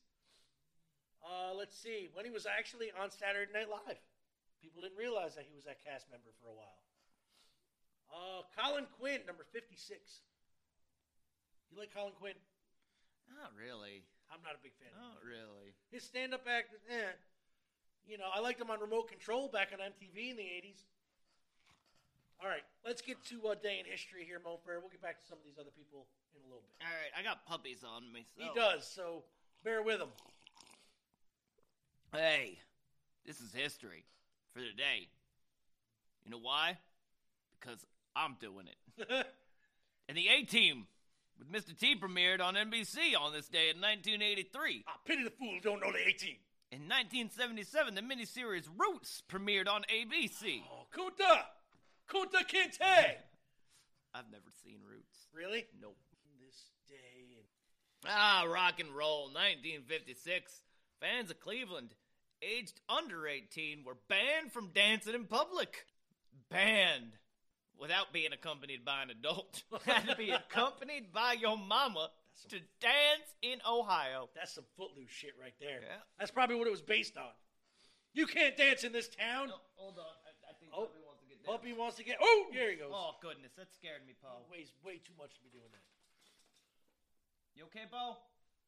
Speaker 1: Uh, let's see. When he was actually on Saturday Night Live, people didn't realize that he was that cast member for a while. Uh, Colin Quinn, number 56. You like Colin Quinn?
Speaker 2: Not really.
Speaker 1: I'm not a big fan.
Speaker 2: Not really.
Speaker 1: His stand up act, eh. You know, I liked him on Remote Control back on MTV in the 80s. All right, let's get to a day in history here, Mo Bear. We'll get back to some of these other people in a little bit.
Speaker 2: All right, I got puppies on me. So.
Speaker 1: He does, so bear with him.
Speaker 2: Hey, this is history for today. You know why? Because I'm doing it. and the A Team with Mr. T premiered on NBC on this day in 1983.
Speaker 1: Ah, pity the fool who don't know the 18.
Speaker 2: In 1977, the miniseries Roots premiered on ABC.
Speaker 1: Oh, Kunta! Kunta Kinte!
Speaker 2: I've never seen Roots.
Speaker 1: Really?
Speaker 2: Nope.
Speaker 1: This day.
Speaker 2: Ah, rock and roll, 1956. Fans of Cleveland, aged under 18, were banned from dancing in public. Banned. Without being accompanied by an adult. Had to be accompanied by your mama to dance in Ohio.
Speaker 1: That's some footloose shit right there.
Speaker 2: Yeah.
Speaker 1: That's probably what it was based on. You can't dance in this town.
Speaker 2: hold on. I, think
Speaker 1: Oh,
Speaker 2: Bubby wants to get
Speaker 1: Puppy wants to get. Oh, there he goes.
Speaker 2: Oh, goodness. That scared me, Paul.
Speaker 1: Weighs way too much to be doing that.
Speaker 2: You okay, Bo?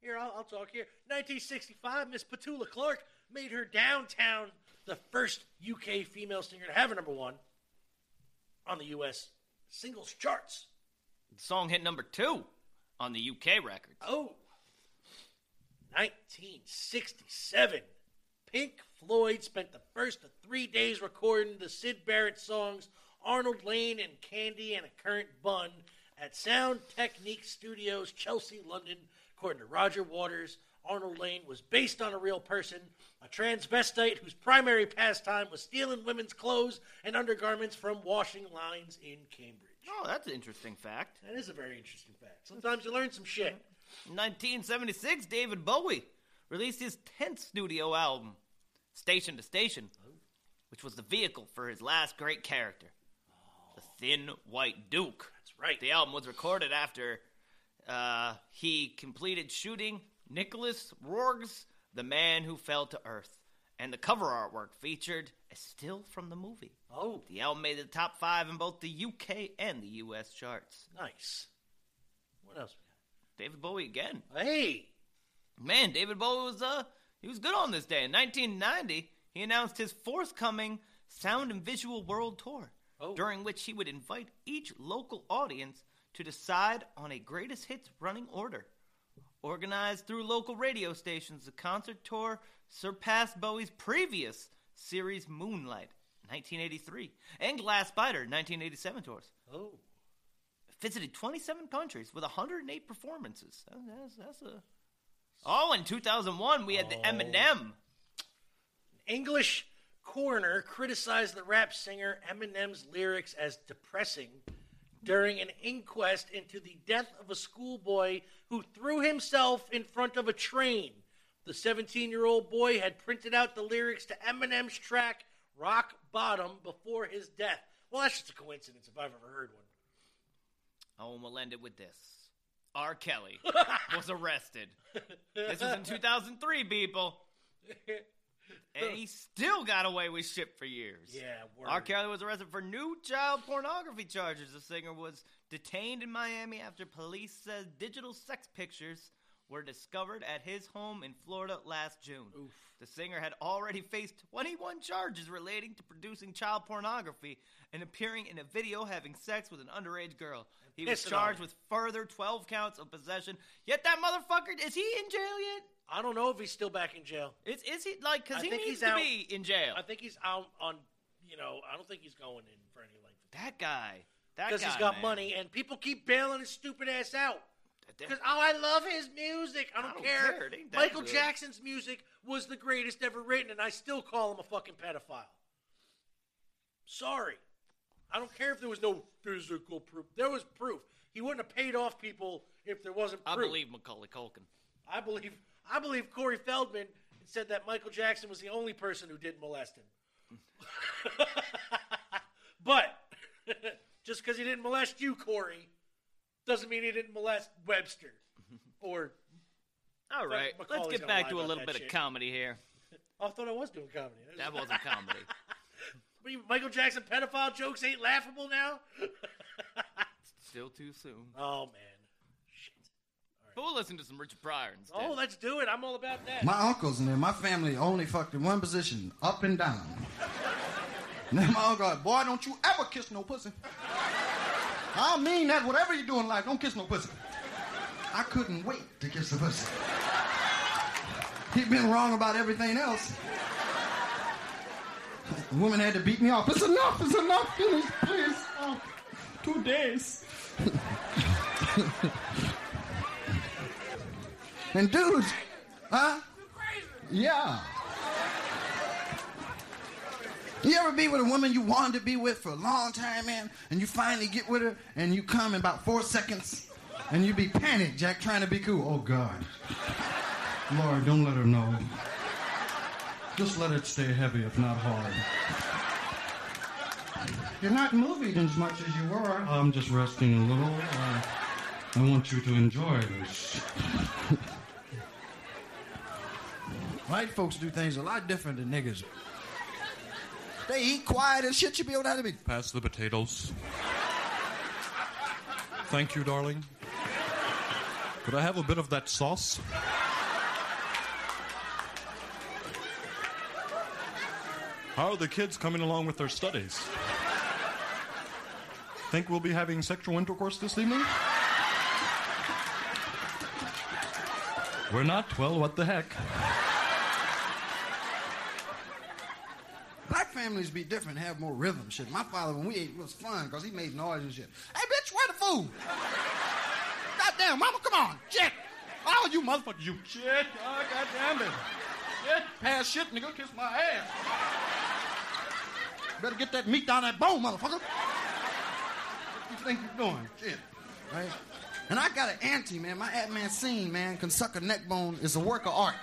Speaker 1: Here, I'll, I'll talk here. 1965, Miss Petula Clark made her Downtown the first UK female singer to have a number one on the US singles charts.
Speaker 2: The song hit number two on the UK record.
Speaker 1: Oh, 1967. Pink Floyd spent the first of three days recording the Sid Barrett songs Arnold Lane and Candy and a Current Bun at Sound Technique Studios, Chelsea, London. According to Roger Waters, Arnold Lane was based on a real person, a transvestite whose primary pastime was stealing women's clothes and undergarments from washing lines in Cambridge.
Speaker 2: Oh, that's an interesting fact.
Speaker 1: That is a very interesting fact. Sometimes you learn some shit.
Speaker 2: 1976, David Bowie released his 10th studio album, Station to Station, which was the vehicle for his last great character, the Thin White Duke.
Speaker 1: That's right.
Speaker 2: The album was recorded after uh, he completed shooting Nicholas Roeg's The Man Who Fell to Earth, and the cover artwork featured a still from the movie.
Speaker 1: Oh,
Speaker 2: The album made the top five in both the UK and the US charts.
Speaker 1: nice. What else we
Speaker 2: David Bowie again.
Speaker 1: got? Hey,
Speaker 2: Man, David Bowie was uh he was good on this day. In 1990, he announced his forthcoming Sound and Visual World Tour,
Speaker 1: Oh.
Speaker 2: during which he would invite each local audience to decide on a greatest hits running order. Organized through local radio stations, the concert tour surpassed Bowie's previous series Moonlight, 1983, and Glass Spider, 1987 tours
Speaker 1: oh,
Speaker 2: visited 27 countries with 108 performances. That- That's, that's a. Oh, in 2001, we had
Speaker 1: Oh.
Speaker 2: the Eminem.
Speaker 1: English coroner criticized the rap singer Eminem's lyrics as depressing during an inquest into the death of a schoolboy who threw himself in front of a train. The 17 year old boy had printed out the lyrics to Eminem's track Rock Bottom before his death. Well, that's just a coincidence if I've ever heard one.
Speaker 2: Oh, and we'll end it with this. R. Kelly was arrested. This was in 2003, people. And he still got away with shit for years.
Speaker 1: Yeah, word.
Speaker 2: R. Kelly was arrested for new child pornography charges. The singer was detained in Miami after police says digital sex pictures were discovered at his home in Florida last June. The singer had already faced 21 charges relating to producing child pornography and appearing in a video having sex with an underage girl. He was
Speaker 1: pissing on
Speaker 2: charged
Speaker 1: her.
Speaker 2: with further 12 counts of possession. Yet that motherfucker is he in jail yet?
Speaker 1: I don't know if he's still back in jail.
Speaker 2: Is is he like
Speaker 1: I
Speaker 2: cuz he
Speaker 1: think
Speaker 2: needs
Speaker 1: he's
Speaker 2: to
Speaker 1: out.
Speaker 2: be in jail.
Speaker 1: I think he's out on, you know, I don't think he's going in for any length.
Speaker 2: that guy. That guy
Speaker 1: Because he's got
Speaker 2: man.
Speaker 1: money, and people keep bailing his stupid ass out.
Speaker 2: That-
Speaker 1: Because, oh, I love his music. I don't,
Speaker 2: don't
Speaker 1: care.
Speaker 2: care. It ain't that
Speaker 1: Michael
Speaker 2: good.
Speaker 1: Jackson's music was the greatest ever written, and I still call him a fucking pedophile. Sorry. I don't care if there was no physical proof. There was proof. He wouldn't have paid off people if there wasn't
Speaker 2: I
Speaker 1: proof.
Speaker 2: believe Macaulay Culkin.
Speaker 1: I believe I believe Corey Feldman said that Michael Jackson was the only person who did molest him. but just because he didn't molest you, Corey, doesn't mean he didn't molest Webster. Or
Speaker 2: All right, let's
Speaker 1: Macaulay's
Speaker 2: get
Speaker 1: gonna
Speaker 2: back
Speaker 1: lie
Speaker 2: to a
Speaker 1: about
Speaker 2: little
Speaker 1: that
Speaker 2: bit
Speaker 1: shit. Oh,
Speaker 2: of comedy here.
Speaker 1: I thought I was doing comedy.
Speaker 2: That wasn't comedy.
Speaker 1: What you- Michael Jackson pedophile jokes ain't laughable now.
Speaker 2: Still too soon.
Speaker 1: oh man, shit.
Speaker 2: we'll listen to some Richard Pryor instead.
Speaker 1: Oh, let's do it. I'm all about that.
Speaker 6: My uncles and then my family only fucked in one position, up and down. And then my uncle, like, boy, don't you ever kiss no pussy. I mean that. Whatever you do in life, don't kiss no pussy. I couldn't wait to kiss the pussy. He'd been wrong about everything else. The woman had to beat
Speaker 4: "Oh,
Speaker 6: me off. It's enough. It's enough. Please, please. Oh, two days. and dudes, huh? Yeah. You ever be with a woman you wanted to be with for a long time, man, and you finally get with her, and you come in about four seconds, and you be panicked, Jack, trying to be cool. Oh God, Lord, don't let her know. Just let it stay heavy, if not hard. You're not moving as much as you were. I'm just resting a little. Uh, I want you to enjoy this. White folks do things a lot different than niggas. They eat quiet and shit. You be able to be.
Speaker 7: Pass the potatoes. Thank you, darling. Could I have a bit of that sauce? How are the kids coming along with their studies? Think we'll be having sexual intercourse this evening? We're not. Well, what the heck?
Speaker 6: Black families be different, have more rhythm, shit. My father, when we ate, it was fun because he made noise and shit. Hey, bitch, where the food? Goddamn, mama, come on, shit. Oh, you motherfucker, you shit. Oh, goddamn it. Shit, pass shit, nigga, kiss my ass. Better get that meat down that bone, motherfucker. What you think you're doing? Shit. Right? And I got an auntie, man. My Aunt Mancine, man, can suck a neck bone. It's a work of art.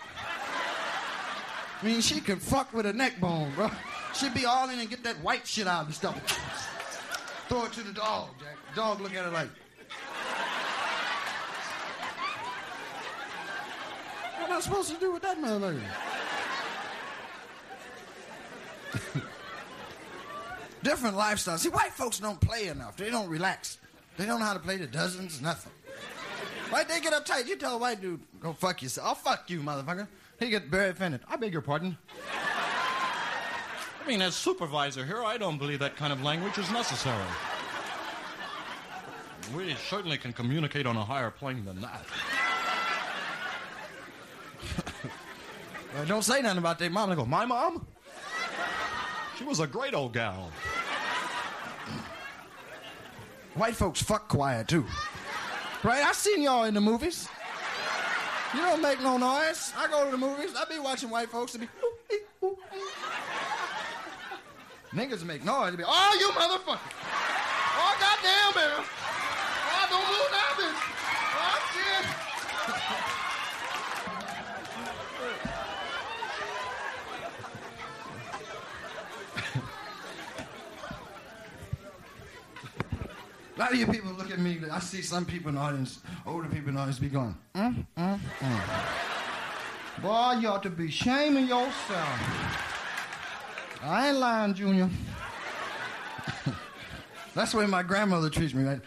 Speaker 6: I mean, she can fuck with a neck bone, bro. She'd be all in and get that white shit out and stuff. Throw it to the dog, Jack. Dog look at her like. What am I supposed to do with that motherfucker? Different lifestyles. See, white folks don't play enough. They don't relax. They don't know how to play the dozens, nothing. Right? They get uptight. You tell a white dude, go fuck yourself. I'll fuck you, motherfucker. He gets very offended. I beg your pardon.
Speaker 7: I mean, as supervisor here, I don't believe that kind of language is necessary. We certainly can communicate on a higher plane than that.
Speaker 6: Uh, don't say nothing about their mom. They go, my mom?
Speaker 7: She was a great old gal.
Speaker 6: White folks fuck quiet too. Right? I seen y'all in the movies. You don't make no noise. I go to the movies. I be watching white folks and be. "Ooh, ee, ooh, ee." Niggas make noise. They be, oh, you motherfucker. Oh, goddamn, man. Oh, don't move now, bitch. Oh, shit. A lot of you people look at me. I see some people in the audience, older people in the audience, be going, mm, mm, mm. Boy, you ought to be shaming yourself. I ain't lying, Junior. That's the way my grandmother treats me, right?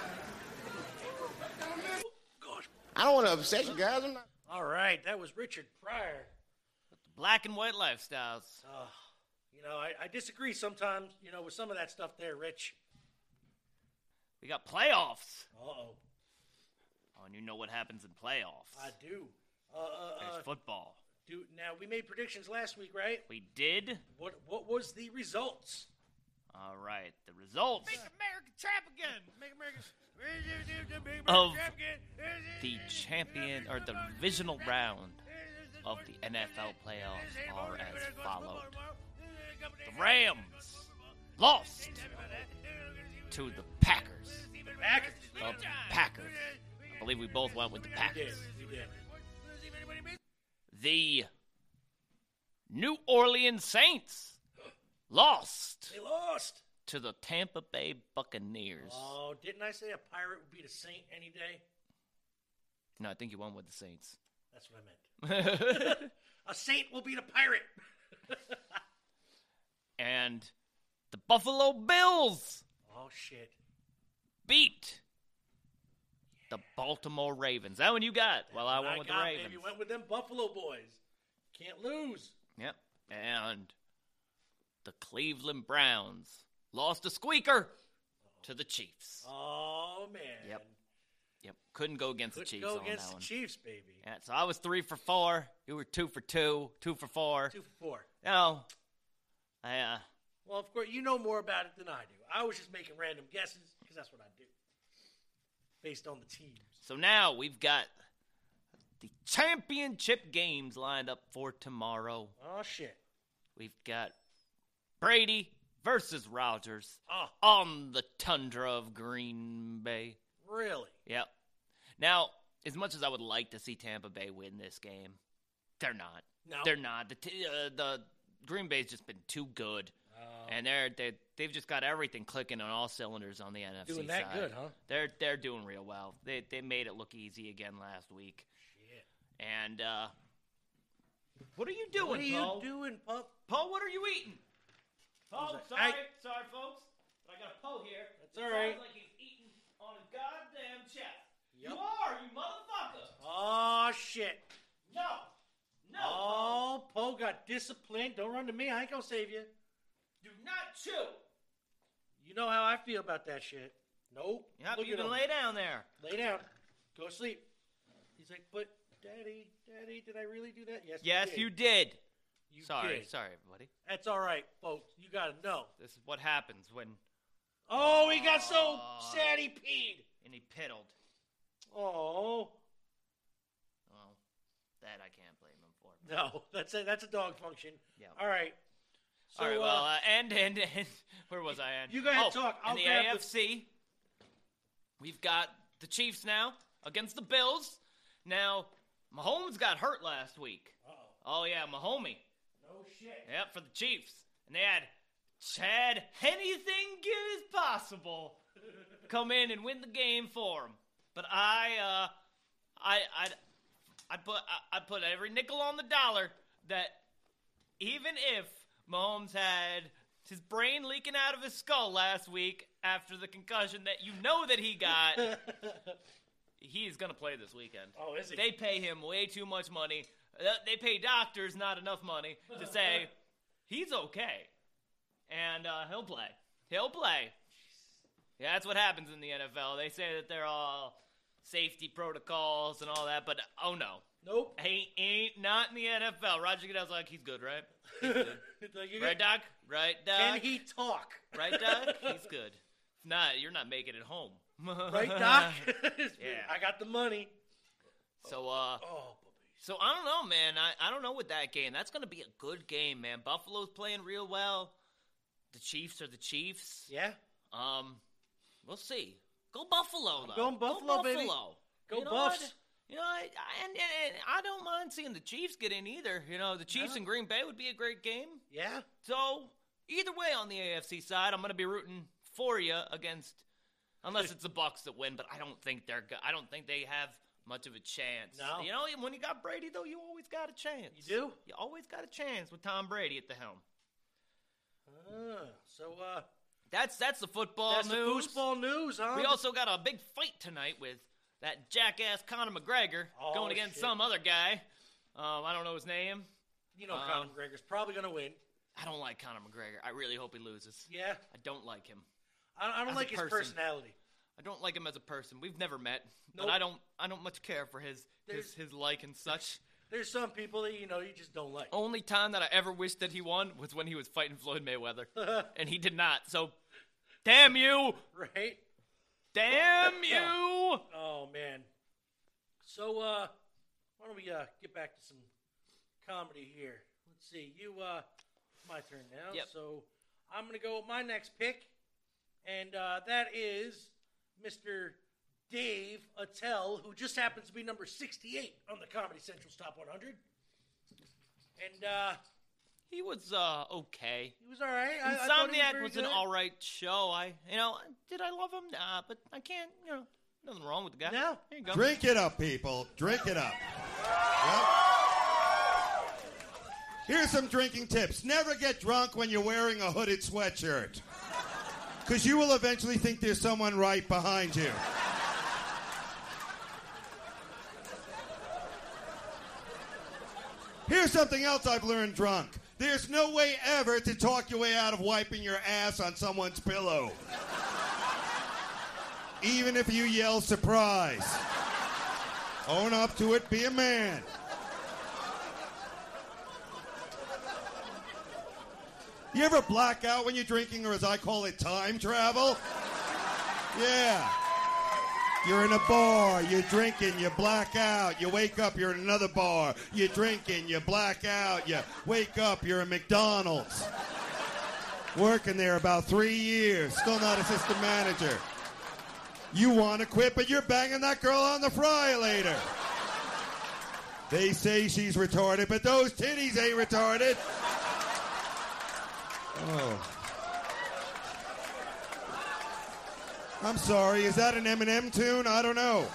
Speaker 4: I don't want to upset you guys. I'm not.
Speaker 1: All right, that was Richard Pryor.
Speaker 2: Black and white lifestyles.
Speaker 1: You know, I, I disagree sometimes. You know, with some of that stuff there, Rich.
Speaker 2: We got playoffs.
Speaker 1: Uh oh,
Speaker 2: Oh, and you know what happens in playoffs.
Speaker 1: I do. Uh, uh, uh,
Speaker 2: There's football.
Speaker 1: do now we made predictions last week, right?
Speaker 2: We did.
Speaker 1: What what was the results?
Speaker 2: All right. The results
Speaker 8: America trap again. Make America.
Speaker 2: of the champion or the divisional round of the NFL playoffs are as followed. The Rams lost to the Packers.
Speaker 1: Packers.
Speaker 2: The Packers. I believe we both went with the Packers. The New Orleans Saints lost
Speaker 1: They lost.
Speaker 2: to the Tampa Bay Buccaneers.
Speaker 1: Oh, didn't I say a pirate would beat a saint any day?
Speaker 2: No, I think you won with the Saints.
Speaker 1: That's what I meant. A saint will beat a pirate.
Speaker 2: and the Buffalo Bills
Speaker 1: Oh shit.
Speaker 2: beat The Baltimore Ravens. That one you got. Well, I went
Speaker 1: I
Speaker 2: with
Speaker 1: got,
Speaker 2: the Ravens.
Speaker 1: baby, went with them Buffalo boys. Can't lose.
Speaker 2: Yep. And the Cleveland Browns lost a squeaker to the Chiefs.
Speaker 1: Oh man.
Speaker 2: Yep. Yep. Couldn't go against
Speaker 1: Could
Speaker 2: the Chiefs
Speaker 1: go
Speaker 2: on
Speaker 1: against
Speaker 2: that
Speaker 1: the
Speaker 2: one.
Speaker 1: Chiefs, baby.
Speaker 2: Yeah, so I was three for four. You were two for two, two for four.
Speaker 1: Two for four.
Speaker 2: No, I uh,
Speaker 1: Well, of course, you know more about it than I do. I was just making random guesses because that's what I do, based on the teams.
Speaker 2: So now we've got the championship games lined up for tomorrow.
Speaker 1: Oh shit!
Speaker 2: We've got Brady versus Rogers
Speaker 1: Oh.
Speaker 2: on the tundra of Green Bay.
Speaker 1: Really?
Speaker 2: Yep. Now, as much as I would like to see Tampa Bay win this game, they're not.
Speaker 1: No.
Speaker 2: They're not. The t- uh, the Green Bay's just been too good,
Speaker 1: Oh.
Speaker 2: and they're they they've just got everything clicking on all cylinders on the NFC
Speaker 1: Doing that
Speaker 2: side.
Speaker 1: good, huh?
Speaker 2: They're they're doing real well. They they made it look easy again last week. Shit. And uh, what are you doing,
Speaker 1: What are you
Speaker 2: Paul?
Speaker 1: doing, pup?
Speaker 2: Paul, what are you eating? Paul,
Speaker 1: that?
Speaker 2: sorry,
Speaker 1: Hey.
Speaker 2: sorry, folks. But I got a Poe here.
Speaker 1: That's
Speaker 2: It
Speaker 1: all right.
Speaker 2: Sounds like he's eating on a goddamn chest. You
Speaker 1: Yup.
Speaker 2: are, you motherfucker.
Speaker 1: Oh shit!
Speaker 2: No, no. Paul.
Speaker 1: Oh, Poe got disciplined. Don't run to me. I ain't gonna save you.
Speaker 2: Do not chew.
Speaker 1: You know how I feel about that shit. Nope.
Speaker 2: Yep,
Speaker 1: Look
Speaker 2: you
Speaker 1: at
Speaker 2: can
Speaker 1: him.
Speaker 2: lay down there.
Speaker 1: Lay down. Go sleep. He's like, but daddy, daddy, did I really do that? Yes.
Speaker 2: Yes, you did.
Speaker 1: You
Speaker 2: sorry,
Speaker 1: did.
Speaker 2: sorry, buddy.
Speaker 1: That's all right, folks. You gotta know.
Speaker 2: This is what happens when
Speaker 1: Oh, he got so sad he peed.
Speaker 2: and he piddled.
Speaker 1: Oh
Speaker 2: Well, that I can't blame him for.
Speaker 1: no, that's a that's a dog function.
Speaker 2: Yeah.
Speaker 1: All right. So,
Speaker 2: All right,
Speaker 1: uh,
Speaker 2: well, uh, and and and where was I? And
Speaker 1: you go ahead
Speaker 2: oh,
Speaker 1: and talk. I'll
Speaker 2: in the
Speaker 1: grab the-
Speaker 2: AFC, we've got the Chiefs now against the Bills. Now, Mahomes got hurt last week. oh yeah, Mahomie.
Speaker 1: no shit.
Speaker 2: Yep, for the Chiefs, and they had Chad anything good as possible come in and win the game for him. But I, uh, I, I, I put I, I put every nickel on the dollar that even if Mahomes had his brain leaking out of his skull last week after the concussion that you know that he got, he is going to play this weekend.
Speaker 1: Oh, is he?
Speaker 2: They pay him way too much money. Uh, They pay doctors not enough money to say he's okay, and uh, he'll play. He'll play. Yeah, that's what happens in the NFL. They say that they're all safety protocols and all that, but oh no,
Speaker 1: Nope.
Speaker 2: he ain't not in the NFL. Roger Goodell's like he's good, right?
Speaker 1: It's like, you
Speaker 2: Right,
Speaker 1: got-
Speaker 2: Doc? Right, Doc?
Speaker 1: Can he talk?
Speaker 2: Right, Doc? He's good. If not, you're not making it home.
Speaker 1: Right, Doc.
Speaker 2: Yeah.
Speaker 1: I got the money.
Speaker 2: so, uh,
Speaker 1: Oh, baby.
Speaker 2: so I don't know, man. I, I don't know with that game. That's gonna be a good game, man. Buffalo's playing real well. The Chiefs are the Chiefs.
Speaker 1: Yeah.
Speaker 2: Um, we'll see. Go Buffalo though.
Speaker 1: going Buffalo,
Speaker 2: Go
Speaker 1: baby.
Speaker 2: Buffalo.
Speaker 1: Go
Speaker 2: you know
Speaker 1: Buffs.
Speaker 2: what? You know, I, I- and, and, and I don't mind seeing the Chiefs get in either. You know, the Chiefs
Speaker 1: No.
Speaker 2: and Green Bay would be a great game.
Speaker 1: Yeah.
Speaker 2: So either way on the AFC side, I'm going to be rooting for you against, unless it's the Bucks that win. But I don't think they're. go- I don't think they have much of a chance.
Speaker 1: No.
Speaker 2: You know, when you got Brady though, you always got a chance.
Speaker 1: You do?
Speaker 2: You always got a chance with Tom Brady at the helm.
Speaker 1: Uh, so uh,
Speaker 2: That's that's the football
Speaker 1: that's
Speaker 2: news.
Speaker 1: the foosball news, huh?
Speaker 2: We also got a big fight tonight with that jackass Conor McGregor
Speaker 1: Oh,
Speaker 2: going against
Speaker 1: shit.
Speaker 2: some other guy. Um, I don't know his name.
Speaker 1: you know,
Speaker 2: um,
Speaker 1: Conor McGregor's probably gonna win.
Speaker 2: I don't like Conor McGregor. I really hope he loses.
Speaker 1: Yeah.
Speaker 2: I don't like him.
Speaker 1: I, I don't
Speaker 2: As a
Speaker 1: like his
Speaker 2: person.
Speaker 1: personality.
Speaker 2: I don't like him as a person. We've never met,
Speaker 1: Nope.
Speaker 2: but I don't I don't much care for his
Speaker 1: There's-
Speaker 2: his, his like and such.
Speaker 1: There's some people that you know you just don't like.
Speaker 2: Only time that I ever wished that he won was when he was fighting Floyd Mayweather, and he did not. So, damn you,
Speaker 1: Right?
Speaker 2: damn you.
Speaker 1: Oh man. So uh why don't we uh get back to some comedy here? Let's see. You uh it's my turn now.
Speaker 2: Yep.
Speaker 1: So I'm gonna go with my next pick, and uh that is Mr. Dave Attell, who just happens to be number 68 on the Comedy Central's Top 100. And uh,
Speaker 2: He was uh okay.
Speaker 1: he was all right. I, I thought he
Speaker 2: Insomniac
Speaker 1: very
Speaker 2: was an
Speaker 1: good.
Speaker 2: all right show. I you know did I love him? Nah, but I can't. You know nothing wrong with the guy.
Speaker 1: No.
Speaker 2: there you go.
Speaker 7: Drink it up, people. Drink it up. Yep. Here's some drinking tips. Never get drunk when you're wearing a hooded sweatshirt. Because you will eventually think there's someone right behind you.
Speaker 9: Here's something else I've learned drunk. There's no way ever to talk your way out of wiping your ass on someone's pillow. Even if you yell surprise. Own up to it, be a man. You ever black out when you're drinking, or as I call it, time travel? Yeah. You're in a bar, you're drinking, you black out, you wake up, you're in another bar, you're drinking, you black out, you wake up, you're in McDonald's. Working there about three years, still not assistant manager. You want to quit, but you're banging that girl on the fry later. They say she's retarded, but those titties ain't retarded. Oh. I'm sorry, is that an Eminem tune? I don't know.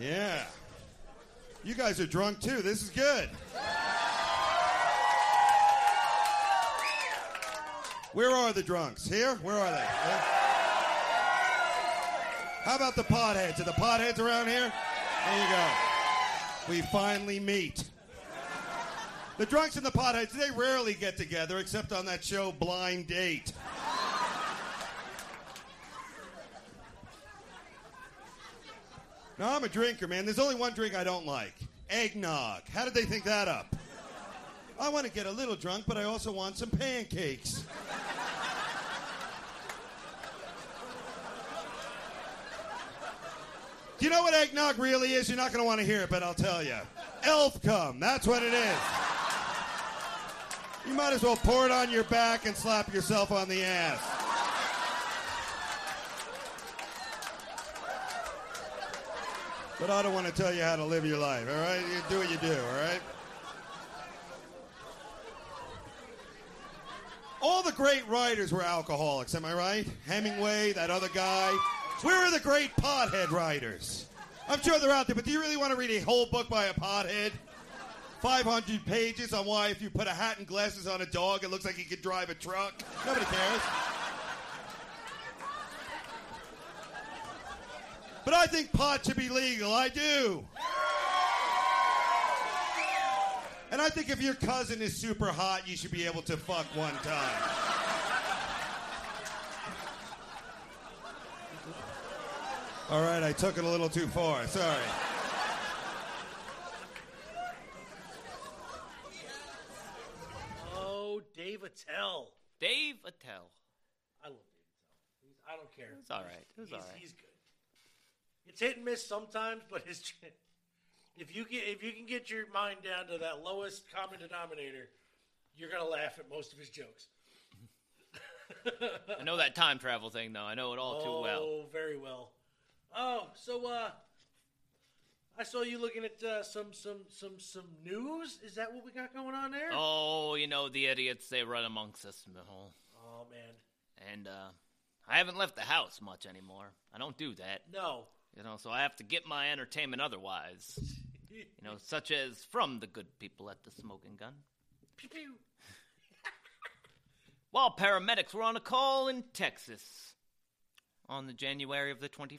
Speaker 9: Yeah. You guys are drunk too. This is good. Where are the drunks? Here? Where are they? There? How about the potheads? Are the potheads around here? There you go. We finally meet. The drunks and the potheads, they rarely get together except on that show Blind Date. Now, I'm a drinker, man. There's only one drink I don't like eggnog. How did they think that up? I want to get a little drunk, but I also want some pancakes. Do you know what eggnog really is? You're not going to want to hear it, but I'll tell you. Elf cum, that's what it is. You might as well pour it on your back and slap yourself on the ass. But I don't want to tell you how to live your life, all right? You do what you do, all right? All the great writers were alcoholics, am I right? Hemingway, that other guy. Where are the great pothead writers? I'm sure they're out there, but do you really want to read a whole book by a pothead? 500 pages on why if you put a hat and glasses on a dog, it looks like he could drive a truck. Nobody cares. But I think pot should be legal. I do. And I think if your cousin is super hot, you should be able to fuck one time. All right, I took it a little too far. Sorry.
Speaker 1: Oh, Dave Attell.
Speaker 2: Dave Attell.
Speaker 1: I love Dave Attell. He's, I don't care.
Speaker 2: It's all right. It was
Speaker 1: he's,
Speaker 2: all right.
Speaker 1: he's good. It's hit and miss sometimes, but his if you get if you can get your mind down to that lowest common denominator, you're gonna laugh at most of his jokes.
Speaker 2: I know that time travel thing, though. I know it all too well.
Speaker 1: Oh, very well. Oh, so uh, I saw you looking at uh, some some some some news. Is that what we got going on there?
Speaker 2: Oh, you know, the idiots, they run amongst us. Mahal.
Speaker 1: Oh, man,
Speaker 2: And uh, I haven't left the house much anymore. I don't do that.
Speaker 1: no.
Speaker 2: You know, so I have to get my entertainment otherwise. You know, such as from the good people at the Smoking Gun.
Speaker 1: Pew, pew.
Speaker 2: While paramedics were on a call in Texas on the January of the 21st,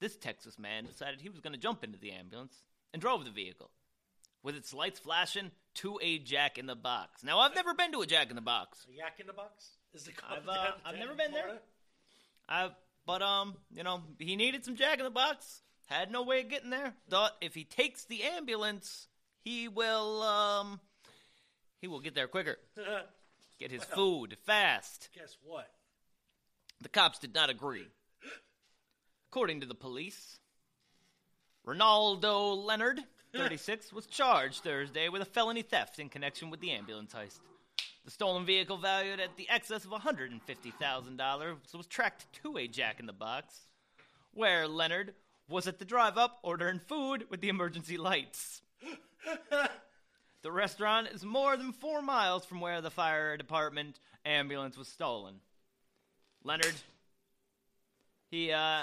Speaker 2: this Texas man decided he was going to jump into the ambulance and drove the vehicle with its lights flashing to a Jack in the Box. Now, I've never been to a Jack in the Box.
Speaker 1: A yak in the box is the
Speaker 2: I've, uh, I've never been there. I but um, you know, he needed some Jack in the Box. Had no way of getting there. Thought if he takes the ambulance, he will um, he will get there quicker.
Speaker 1: there.
Speaker 2: Get his
Speaker 1: Well.
Speaker 2: food fast.
Speaker 1: Guess what?
Speaker 2: The cops did not agree. According to the police, Ronaldo Leonard, 36, was charged Thursday with a felony theft in connection with the ambulance heist. The stolen vehicle, valued at the excess of $150,000, was tracked to a Jack in the Box, where Leonard was at the drive up ordering food with the emergency lights. The restaurant is more than four miles from where the fire department ambulance was stolen. Leonard, he, uh,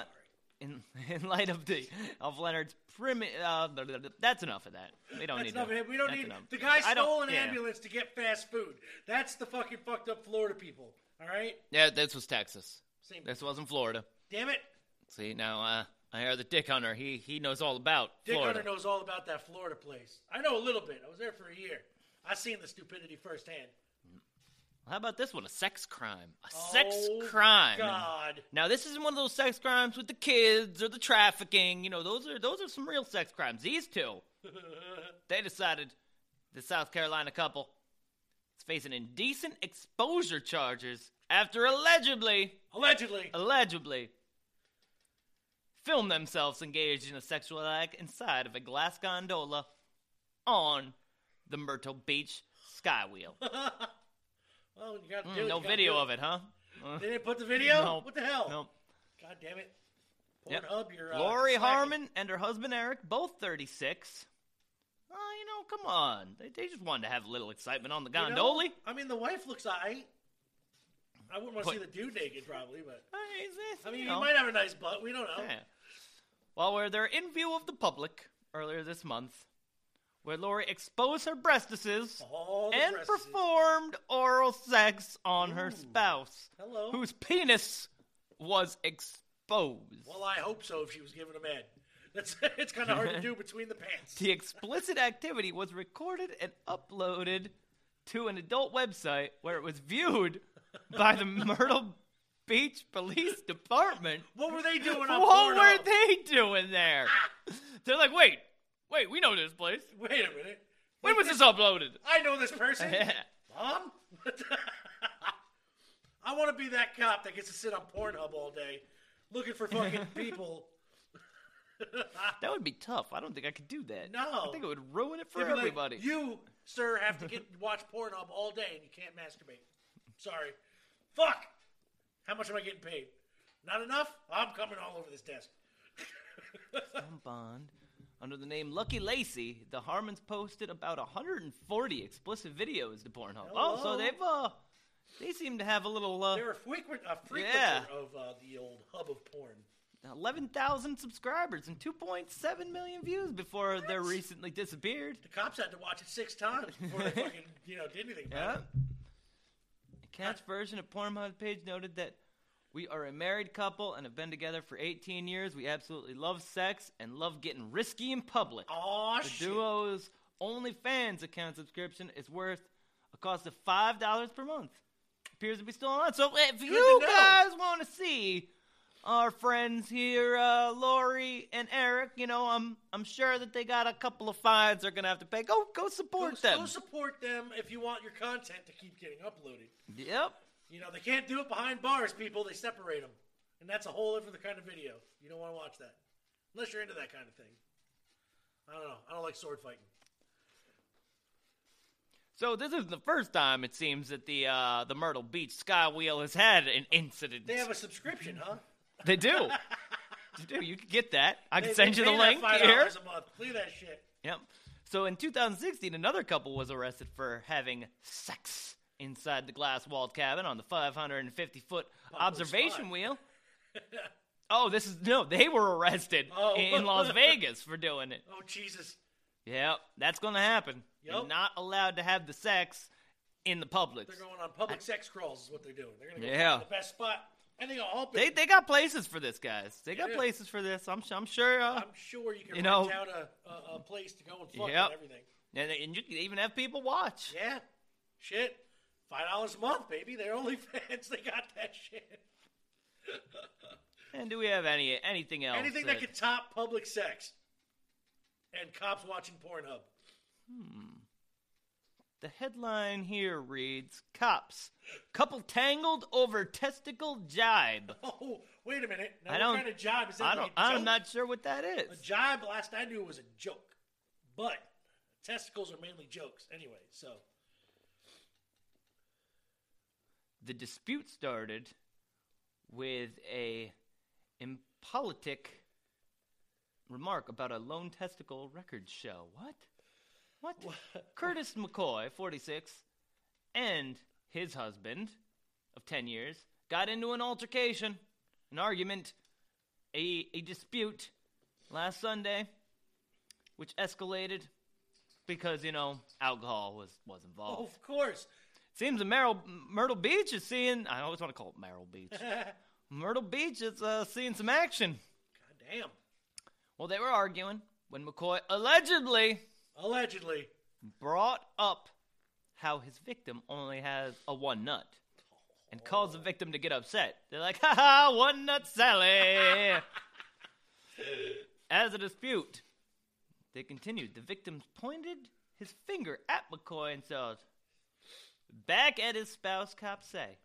Speaker 2: in, in light of the of Leonard's primi- uh, blah, blah, blah, that's enough of that. We don't
Speaker 1: That's
Speaker 2: need
Speaker 1: enough
Speaker 2: to,
Speaker 1: of it. We don't
Speaker 2: that's
Speaker 1: need
Speaker 2: enough.
Speaker 1: the guy
Speaker 2: I don't-
Speaker 1: stole an
Speaker 2: yeah.
Speaker 1: ambulance to get fast food. That's the fucking fucked up Florida people. All right,
Speaker 2: Yeah, this was Texas.
Speaker 1: Same.
Speaker 2: This wasn't Florida.
Speaker 1: damn it.
Speaker 2: See now, uh, I hear the Dick Hunter. He he knows all about
Speaker 1: Dick
Speaker 2: Florida.
Speaker 1: Hunter knows all about that Florida place. I know a little bit. I was there for a year. I seen the stupidity firsthand.
Speaker 2: How about this one? A sex crime. A sex
Speaker 1: Oh,
Speaker 2: crime.
Speaker 1: God.
Speaker 2: Now this isn't one of those sex crimes with the kids or the trafficking. You know, those are those are some real sex crimes. These two, they decided the South Carolina couple is facing indecent exposure charges after allegedly
Speaker 1: allegedly
Speaker 2: allegedly filmed themselves engaged in a sexual act inside of a glass gondola on the Myrtle Beach Skywheel.
Speaker 1: Well, you got
Speaker 2: Mm, no video of it, huh?
Speaker 1: They didn't put the video.
Speaker 2: Nope.
Speaker 1: What the hell?
Speaker 2: Nope.
Speaker 1: God damn it!
Speaker 2: Yep.
Speaker 1: Pornhub, you're uh,
Speaker 2: Lori
Speaker 1: slacking.
Speaker 2: Harmon and her husband Eric, both 36. Uh, you know, come on. They, they just wanted to have a little excitement on the
Speaker 1: You know,
Speaker 2: gondoli.
Speaker 1: I mean, the wife looks alright. I wouldn't want to
Speaker 2: What?
Speaker 1: see the dude naked, probably, but I mean,
Speaker 2: you
Speaker 1: you,
Speaker 2: know.
Speaker 1: might have a nice butt. We don't know.
Speaker 2: Yeah. While we're there in view of the public earlier this month, where Lori exposed her breastises
Speaker 1: All the
Speaker 2: and
Speaker 1: breasts.
Speaker 2: performed oral sex on her spouse,
Speaker 1: Hello.
Speaker 2: whose penis was exposed.
Speaker 1: Well, I hope so. If she was giving a man, that's it's kind of hard to do between the pants.
Speaker 2: The explicit activity was recorded and uploaded to an adult website where it was viewed by the Myrtle Beach Police Department.
Speaker 1: What were they doing on
Speaker 2: What
Speaker 1: Pornhub?
Speaker 2: were they doing there? They're like, wait, wait, we know this place.
Speaker 1: Wait a minute.
Speaker 2: When was this uploaded?
Speaker 1: I know this person.
Speaker 2: Yeah.
Speaker 1: Mom? I want to be that cop that gets to sit on Pornhub all day looking for fucking people.
Speaker 2: That would be tough. I don't think I could do that.
Speaker 1: No.
Speaker 2: I think it would ruin it for
Speaker 1: They'd be like,
Speaker 2: everybody.
Speaker 1: you, sir, have to get watch Pornhub all day and you can't masturbate. Sorry. Fuck. How much am I getting paid? Not enough? I'm coming all over this desk.
Speaker 2: Some Bond. Under the name Lucky Lacey, the Harmons posted about 140 explicit videos to Pornhub. Oh, so
Speaker 1: Hello?
Speaker 2: they've uh, they seem to have a little uh,
Speaker 1: They were frequent, a frequenter
Speaker 2: Yeah.
Speaker 1: of uh, the old hub of porn.
Speaker 2: 11,000 subscribers and 2.7 million views before they're recently disappeared.
Speaker 1: The cops had to watch it six times before they fucking, you know, did anything about
Speaker 2: Yeah.
Speaker 1: it.
Speaker 2: A cat's version of Pornhub page noted that we are a married couple and have been together for 18 years. We absolutely love sex and love getting risky in public.
Speaker 1: Aw,
Speaker 2: the
Speaker 1: shit.
Speaker 2: duo's OnlyFans account subscription is worth a cost of five dollars per month. Appears to be still on. So if you
Speaker 1: know.
Speaker 2: guys want to see our friends here, uh, Lori and Eric, you know, I'm I'm sure that they got a couple of fines they're gonna have to pay. Go go support
Speaker 1: go,
Speaker 2: them.
Speaker 1: Go support them if you want your content to keep getting uploaded.
Speaker 2: yep.
Speaker 1: You know, they can't do it behind bars, people. They separate them. And that's a whole different kind of video. You don't want to watch that. Unless you're into that kind of thing. I don't know. I don't like sword fighting.
Speaker 2: So this isn't the first time it seems that the uh, the Myrtle Beach Skywheel has had an incident.
Speaker 1: They have a subscription, huh?
Speaker 2: They do. they do. You can get that. I can
Speaker 1: They-
Speaker 2: send
Speaker 1: they
Speaker 2: you the
Speaker 1: pay that
Speaker 2: link
Speaker 1: $5
Speaker 2: here.
Speaker 1: a month. Clear that shit.
Speaker 2: Yep. So in 2016, another couple was arrested for having sex inside the glass walled cabin on the 550 foot
Speaker 1: Oh,
Speaker 2: observation
Speaker 1: spot.
Speaker 2: wheel. Oh, this is no. They were arrested
Speaker 1: Oh.
Speaker 2: in Las Vegas for doing it.
Speaker 1: Oh, Jesus.
Speaker 2: Yep, that's gonna happen. You're
Speaker 1: Yep.
Speaker 2: not allowed to have the sex in the public.
Speaker 1: They're going on public sex crawls is what they're doing. They're going to go
Speaker 2: Yeah.
Speaker 1: find the best spot. And they go hope
Speaker 2: They
Speaker 1: it.
Speaker 2: they got places for this, guys. They got
Speaker 1: Yeah.
Speaker 2: places for this. I'm su- I'm sure. Uh,
Speaker 1: I'm sure you can
Speaker 2: You
Speaker 1: rent
Speaker 2: know-
Speaker 1: out a, a, a place to go and fuck
Speaker 2: Yep.
Speaker 1: and everything.
Speaker 2: and, and you can even have people watch.
Speaker 1: Yeah. Shit. Five dollars a month, baby. They're only fans. They got that shit.
Speaker 2: And do we have any anything else?
Speaker 1: Anything that could top public sex. And cops watching Pornhub.
Speaker 2: Hmm. The headline here reads: Cops, couple tangled over testicle jibe.
Speaker 1: Oh, wait a minute. Now,
Speaker 2: I
Speaker 1: what
Speaker 2: don't-
Speaker 1: kind of jibe is that?
Speaker 2: I
Speaker 1: like
Speaker 2: don't.
Speaker 1: a
Speaker 2: I'm
Speaker 1: joke?
Speaker 2: not sure what that is.
Speaker 1: A jibe, last I knew, was a joke. But testicles are mainly jokes anyway, so.
Speaker 2: the dispute started with a impolitic remark about a lone testicle record show. What? What? Curtis McCoy, 46, and his husband of 10 years got into an altercation, an argument, a, a dispute last Sunday, which escalated because, you know, alcohol was, was involved.
Speaker 1: Oh, of course.
Speaker 2: Seems that Merrill, Myrtle Beach is seeing. I always want to call it Merrill Beach. Myrtle Beach is uh, seeing some action.
Speaker 1: God Damn.
Speaker 2: Well, they were arguing when McCoy allegedly,
Speaker 1: allegedly,
Speaker 2: brought up how his victim only has a one nut, and caused the victim to get upset. They're like, "Ha ha, one nut Sally." As a dispute, they continued. The victim pointed his finger at McCoy and said, "Back at his spouse," cops say.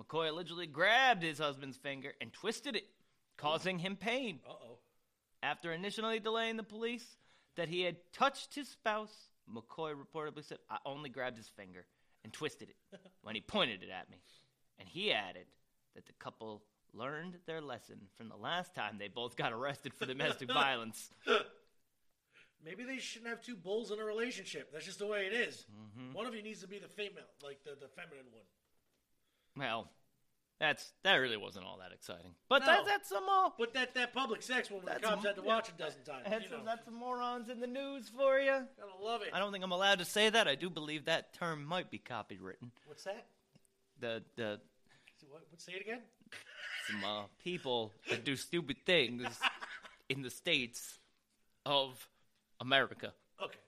Speaker 2: McCoy allegedly grabbed his husband's finger and twisted it, causing him pain. Uh
Speaker 1: oh.
Speaker 2: After initially delaying the police that he had touched his spouse, McCoy reportedly said, I only grabbed his finger and twisted it when he pointed it at me. And he added that the couple learned their lesson from the last time they both got arrested for domestic violence.
Speaker 1: Maybe they shouldn't have two bulls in a relationship. That's just the way it is.
Speaker 2: Mm-hmm.
Speaker 1: One of you needs to be the female, like the, the feminine one.
Speaker 2: Well, that's that really wasn't all that exciting. But that, that's some all.
Speaker 1: But that that public sex one, the
Speaker 2: That's
Speaker 1: cops
Speaker 2: mo-
Speaker 1: had to watch a dozen times.
Speaker 2: That's
Speaker 1: you know.
Speaker 2: that's some morons in the news for you.
Speaker 1: Gotta love it.
Speaker 2: I don't think I'm allowed to say that. I do believe that term might be copywritten.
Speaker 1: What's that?
Speaker 2: The the
Speaker 1: What, what? Say it again.
Speaker 2: some uh, people that do stupid things in the states of America,
Speaker 1: Okay.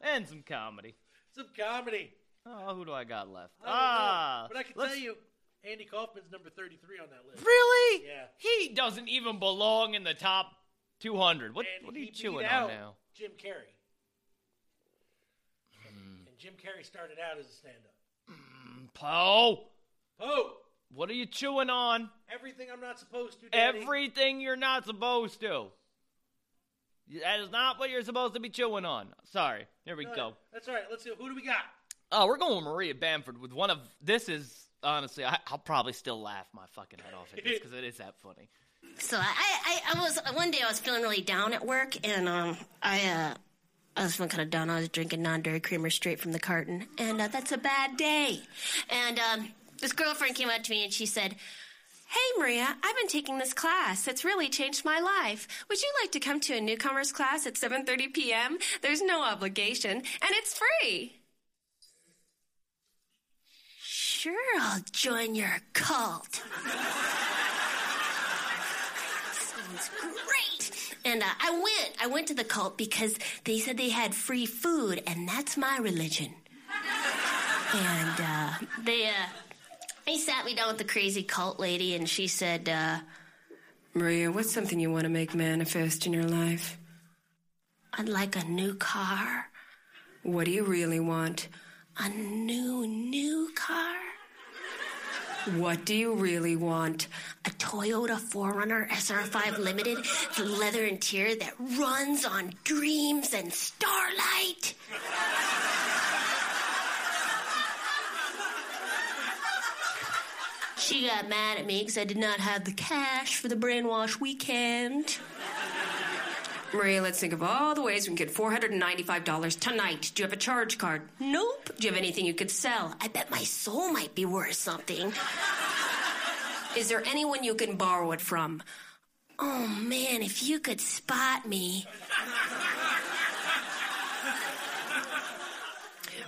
Speaker 2: and some comedy.
Speaker 1: Some comedy.
Speaker 2: Oh, who do I got left?
Speaker 1: I don't know,
Speaker 2: ah,
Speaker 1: but I can
Speaker 2: let's-
Speaker 1: tell you, Andy Kaufman's number thirty-three on that list.
Speaker 2: Really?
Speaker 1: Yeah.
Speaker 2: He doesn't even belong in the top 200. What
Speaker 1: And
Speaker 2: what are
Speaker 1: he
Speaker 2: you
Speaker 1: beat
Speaker 2: chewing on
Speaker 1: out
Speaker 2: now?
Speaker 1: Jim Carrey. And, and Jim Carrey started out as a stand-up.
Speaker 2: Hmm, Poe,
Speaker 1: Oh,
Speaker 2: what are you chewing on?
Speaker 1: everything I'm not supposed to. Daddy.
Speaker 2: Everything you're not supposed to. That is not what you're supposed to be chewing on. Sorry. Here we
Speaker 1: All right,
Speaker 2: go.
Speaker 1: That's all right. Let's see. Who do we got?
Speaker 2: Oh, we're going with Maria Bamford with one of this is honestly I, I'll probably still laugh my fucking head off at this because it is that funny.
Speaker 10: So I, I, I was one day I was feeling really down at work, and um, I, uh, I was feeling kind of down. I was drinking non-dairy creamer straight from the carton, and uh, that's a bad day. And um, this girlfriend came up to me and she said, "Hey Maria, I've been taking this class. It's really changed my life. Would you like to come to a newcomers class at 7:30 p.m.? There's no obligation, and it's free." Sure, I'll join your cult. Sounds great. And uh, I went. I went to the cult because they said they had free food, and that's my religion. and uh, they uh, they sat me down with the crazy cult lady, and she said, uh, "Maria, what's something you want to make manifest in your life?" I'd like a new car. What do you really want? A new, new car? What do you really want? A Toyota 4Runner SR5 Limited, the leather interior that runs on dreams and starlight. She got mad at me because I did not have the cash for the brainwash weekend. Maria, let's think of all the ways we can get $495 tonight. Do you have a charge card? Nope. Do you have anything you could sell? I bet my soul might be worth something. Is there anyone you can borrow it from? Oh man, if you could spot me.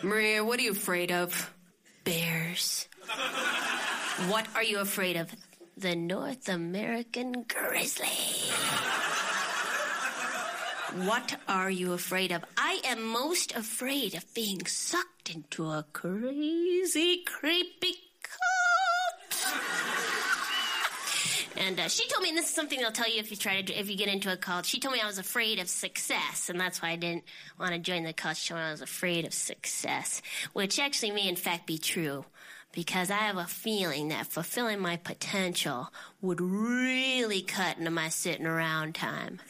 Speaker 10: Maria, what are you afraid of? Bears. What are you afraid of? The North American grizzly. What are you afraid of? I am most afraid of being sucked into a crazy, creepy cult. and uh, she told me, and this is something they'll tell you if you try to, if you get into a cult. She told me I was afraid of success, and that's why I didn't want to join the cult. She told me I was afraid of success, which actually may in fact be true. Because I have a feeling that fulfilling my potential would really cut into my sitting around time.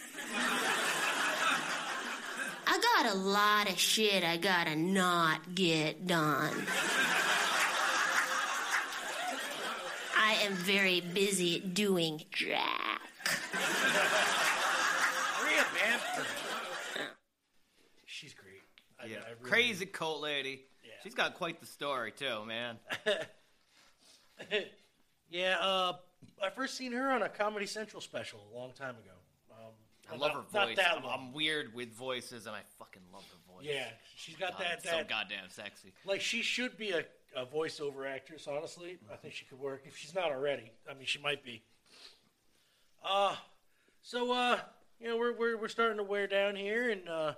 Speaker 10: I got a lot of shit I gotta not get done. I am very busy doing Jack.
Speaker 1: Maria Bamford. She's great. I,
Speaker 2: Yeah.
Speaker 1: I really-
Speaker 2: Crazy cult lady. She's got quite the story too, man.
Speaker 1: yeah. Uh, I first seen her on a Comedy Central special a long time ago. Um,
Speaker 2: I love her
Speaker 1: not- Not
Speaker 2: voice.
Speaker 1: that
Speaker 2: I'm,
Speaker 1: long.
Speaker 2: I'm weird with voices, and I fucking love her voice.
Speaker 1: Yeah, she's got
Speaker 2: God,
Speaker 1: that-
Speaker 2: it's so
Speaker 1: that-
Speaker 2: goddamn sexy.
Speaker 1: Like she should be a, a voiceover actress. Honestly, I think she could work if she's not already. I mean, she might be. Uh, so uh, you know we're we're we're starting to wear down here, and uh,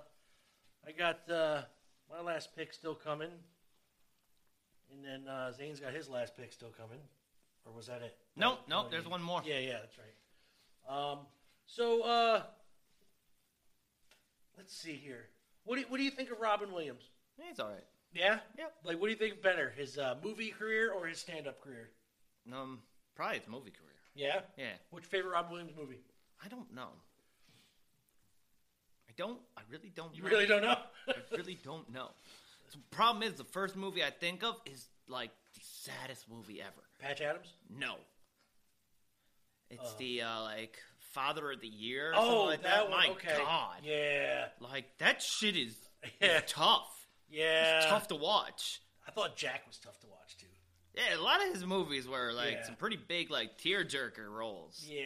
Speaker 1: I got uh my last pick still coming, and then uh, Zane's got his last pick still coming, or was that it?
Speaker 2: Nope, nope, there's one more.
Speaker 1: Yeah, yeah, that's right. Um, so uh, let's see here. What do you, what do you think of Robin Williams?
Speaker 2: He's all right.
Speaker 1: Yeah, yeah. Like, what do you think better, his uh, movie career or his stand-up career?
Speaker 2: Um, probably his movie career.
Speaker 1: Yeah.
Speaker 2: Yeah.
Speaker 1: What's your favorite Robin Williams movie?
Speaker 2: I don't know. I don't. I really don't.
Speaker 1: You really don't know?
Speaker 2: I really don't know. The problem is, the first movie I think of is like the saddest movie ever.
Speaker 1: Patch Adams.
Speaker 2: No. It's the uh, like Father of the Year. Or
Speaker 1: Oh,
Speaker 2: something like
Speaker 1: that
Speaker 2: that.
Speaker 1: one,
Speaker 2: My
Speaker 1: okay.
Speaker 2: God.
Speaker 1: Yeah.
Speaker 2: Like that shit is,
Speaker 1: Yeah.
Speaker 2: is tough.
Speaker 1: Yeah.
Speaker 2: It's tough to watch.
Speaker 1: I thought Jack was tough to watch too.
Speaker 2: Yeah, a lot of his movies were like
Speaker 1: Yeah.
Speaker 2: some pretty big like tearjerker roles.
Speaker 1: Yeah.